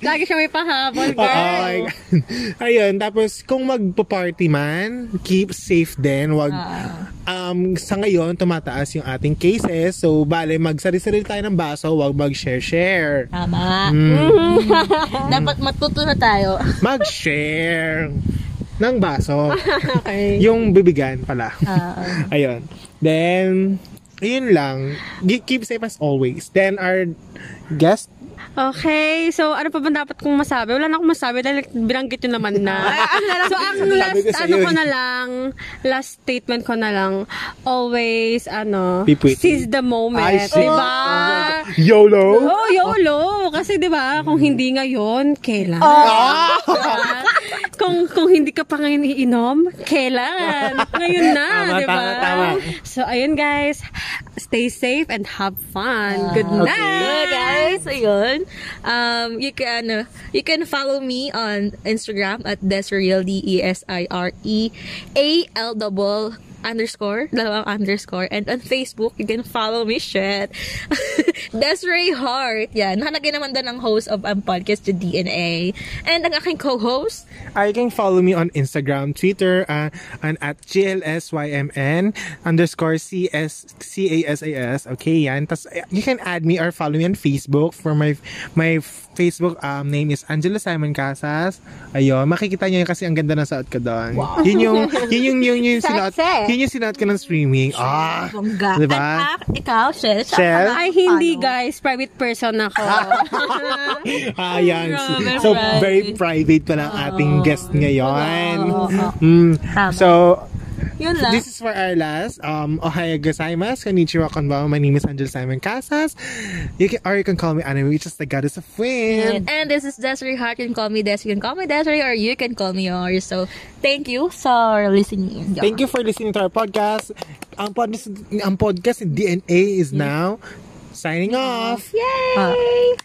[SPEAKER 3] Lagi siya may pahabol,
[SPEAKER 2] Oo,
[SPEAKER 3] girl.
[SPEAKER 2] like, ayun, tapos kung magpa-party man, keep safe din. Wag,
[SPEAKER 1] Ah.
[SPEAKER 2] um, sa ngayon, tumataas yung ating cases. So, bale, magsari-sarili tayo ng baso, wag mag-share-share.
[SPEAKER 1] Tama.
[SPEAKER 2] Mm,
[SPEAKER 1] Dapat matuto na tayo.
[SPEAKER 2] mag-share ng baso.
[SPEAKER 3] Okay.
[SPEAKER 2] yung bibigan pala.
[SPEAKER 1] Ah.
[SPEAKER 2] ayun. Then, yun lang. Gi- Keep safe as always. Then, our guest
[SPEAKER 3] Okay, so ano pa ba dapat kong masabi? Wala na akong masabi dahil binanggit yun naman na. so ang
[SPEAKER 2] ano Sabi
[SPEAKER 3] last,
[SPEAKER 2] ko sa'yo
[SPEAKER 3] ano ko
[SPEAKER 2] eh.
[SPEAKER 3] na lang, last statement ko na lang, always, ano,
[SPEAKER 2] Be pretty.
[SPEAKER 3] seize the moment.
[SPEAKER 2] Ay, seize
[SPEAKER 3] diba?
[SPEAKER 2] YOLO.
[SPEAKER 3] Oh, YOLO! Kasi di ba kung
[SPEAKER 2] Mm.
[SPEAKER 3] hindi ngayon, kailan?
[SPEAKER 2] Oh.
[SPEAKER 3] Ah! Diba? kung kung hindi ka pa ngayon iinom, kailan? Ngayon na,
[SPEAKER 2] Tama,
[SPEAKER 3] di ba?
[SPEAKER 2] tama, tama.
[SPEAKER 3] So, ayun guys, stay safe and have
[SPEAKER 2] Ah.
[SPEAKER 3] fun.
[SPEAKER 2] mm.
[SPEAKER 3] Good night!
[SPEAKER 1] Yeah, guys, ayun. Um, you can uh, you can follow me on Instagram at Desireel D E S I R E A L double underscore dalawang underscore and on Facebook you can follow me shit Desiree Hart yan nakalagay naman doon ang host of ang podcast the DNA and ang aking co-host
[SPEAKER 2] Uh, you can follow me on Instagram, Twitter, uh, and at GLSYMN underscore CS, CASIS. Okay, yan. Tas, uh, you can add me or follow me on Facebook for my my Facebook um, name is Angela Simon Casas. Ayun, makikita niyo yun kasi ang ganda ng suot ko doon. Yun yung, yun yung, yun yung sinuot, yun yung sinuot ko ng streaming. Ah!
[SPEAKER 1] Bongga
[SPEAKER 2] Diba?
[SPEAKER 1] at ak- ikaw Shel siya
[SPEAKER 2] Shel?
[SPEAKER 1] ang-
[SPEAKER 3] Ay, hindi guys. Private person ako.
[SPEAKER 2] Ayan. Ah, So, very private pa ng ating guest ngayon. Mm. So,
[SPEAKER 1] yun lang
[SPEAKER 2] This is for our last. Um, Ohayag gozaimasu. Konnichiwa konbanwa. My name is Angel Simon Casas. You can, or you can call me Anime, which is the goddess of wind.
[SPEAKER 1] And this is Desiree Hart. You can call me Des. You can call me Desiree or you can call me yours. So, thank you for listening.
[SPEAKER 2] Thank you for listening to our podcast. Ang podcast, ang podcast ni DNA is now signing off.
[SPEAKER 1] Yay!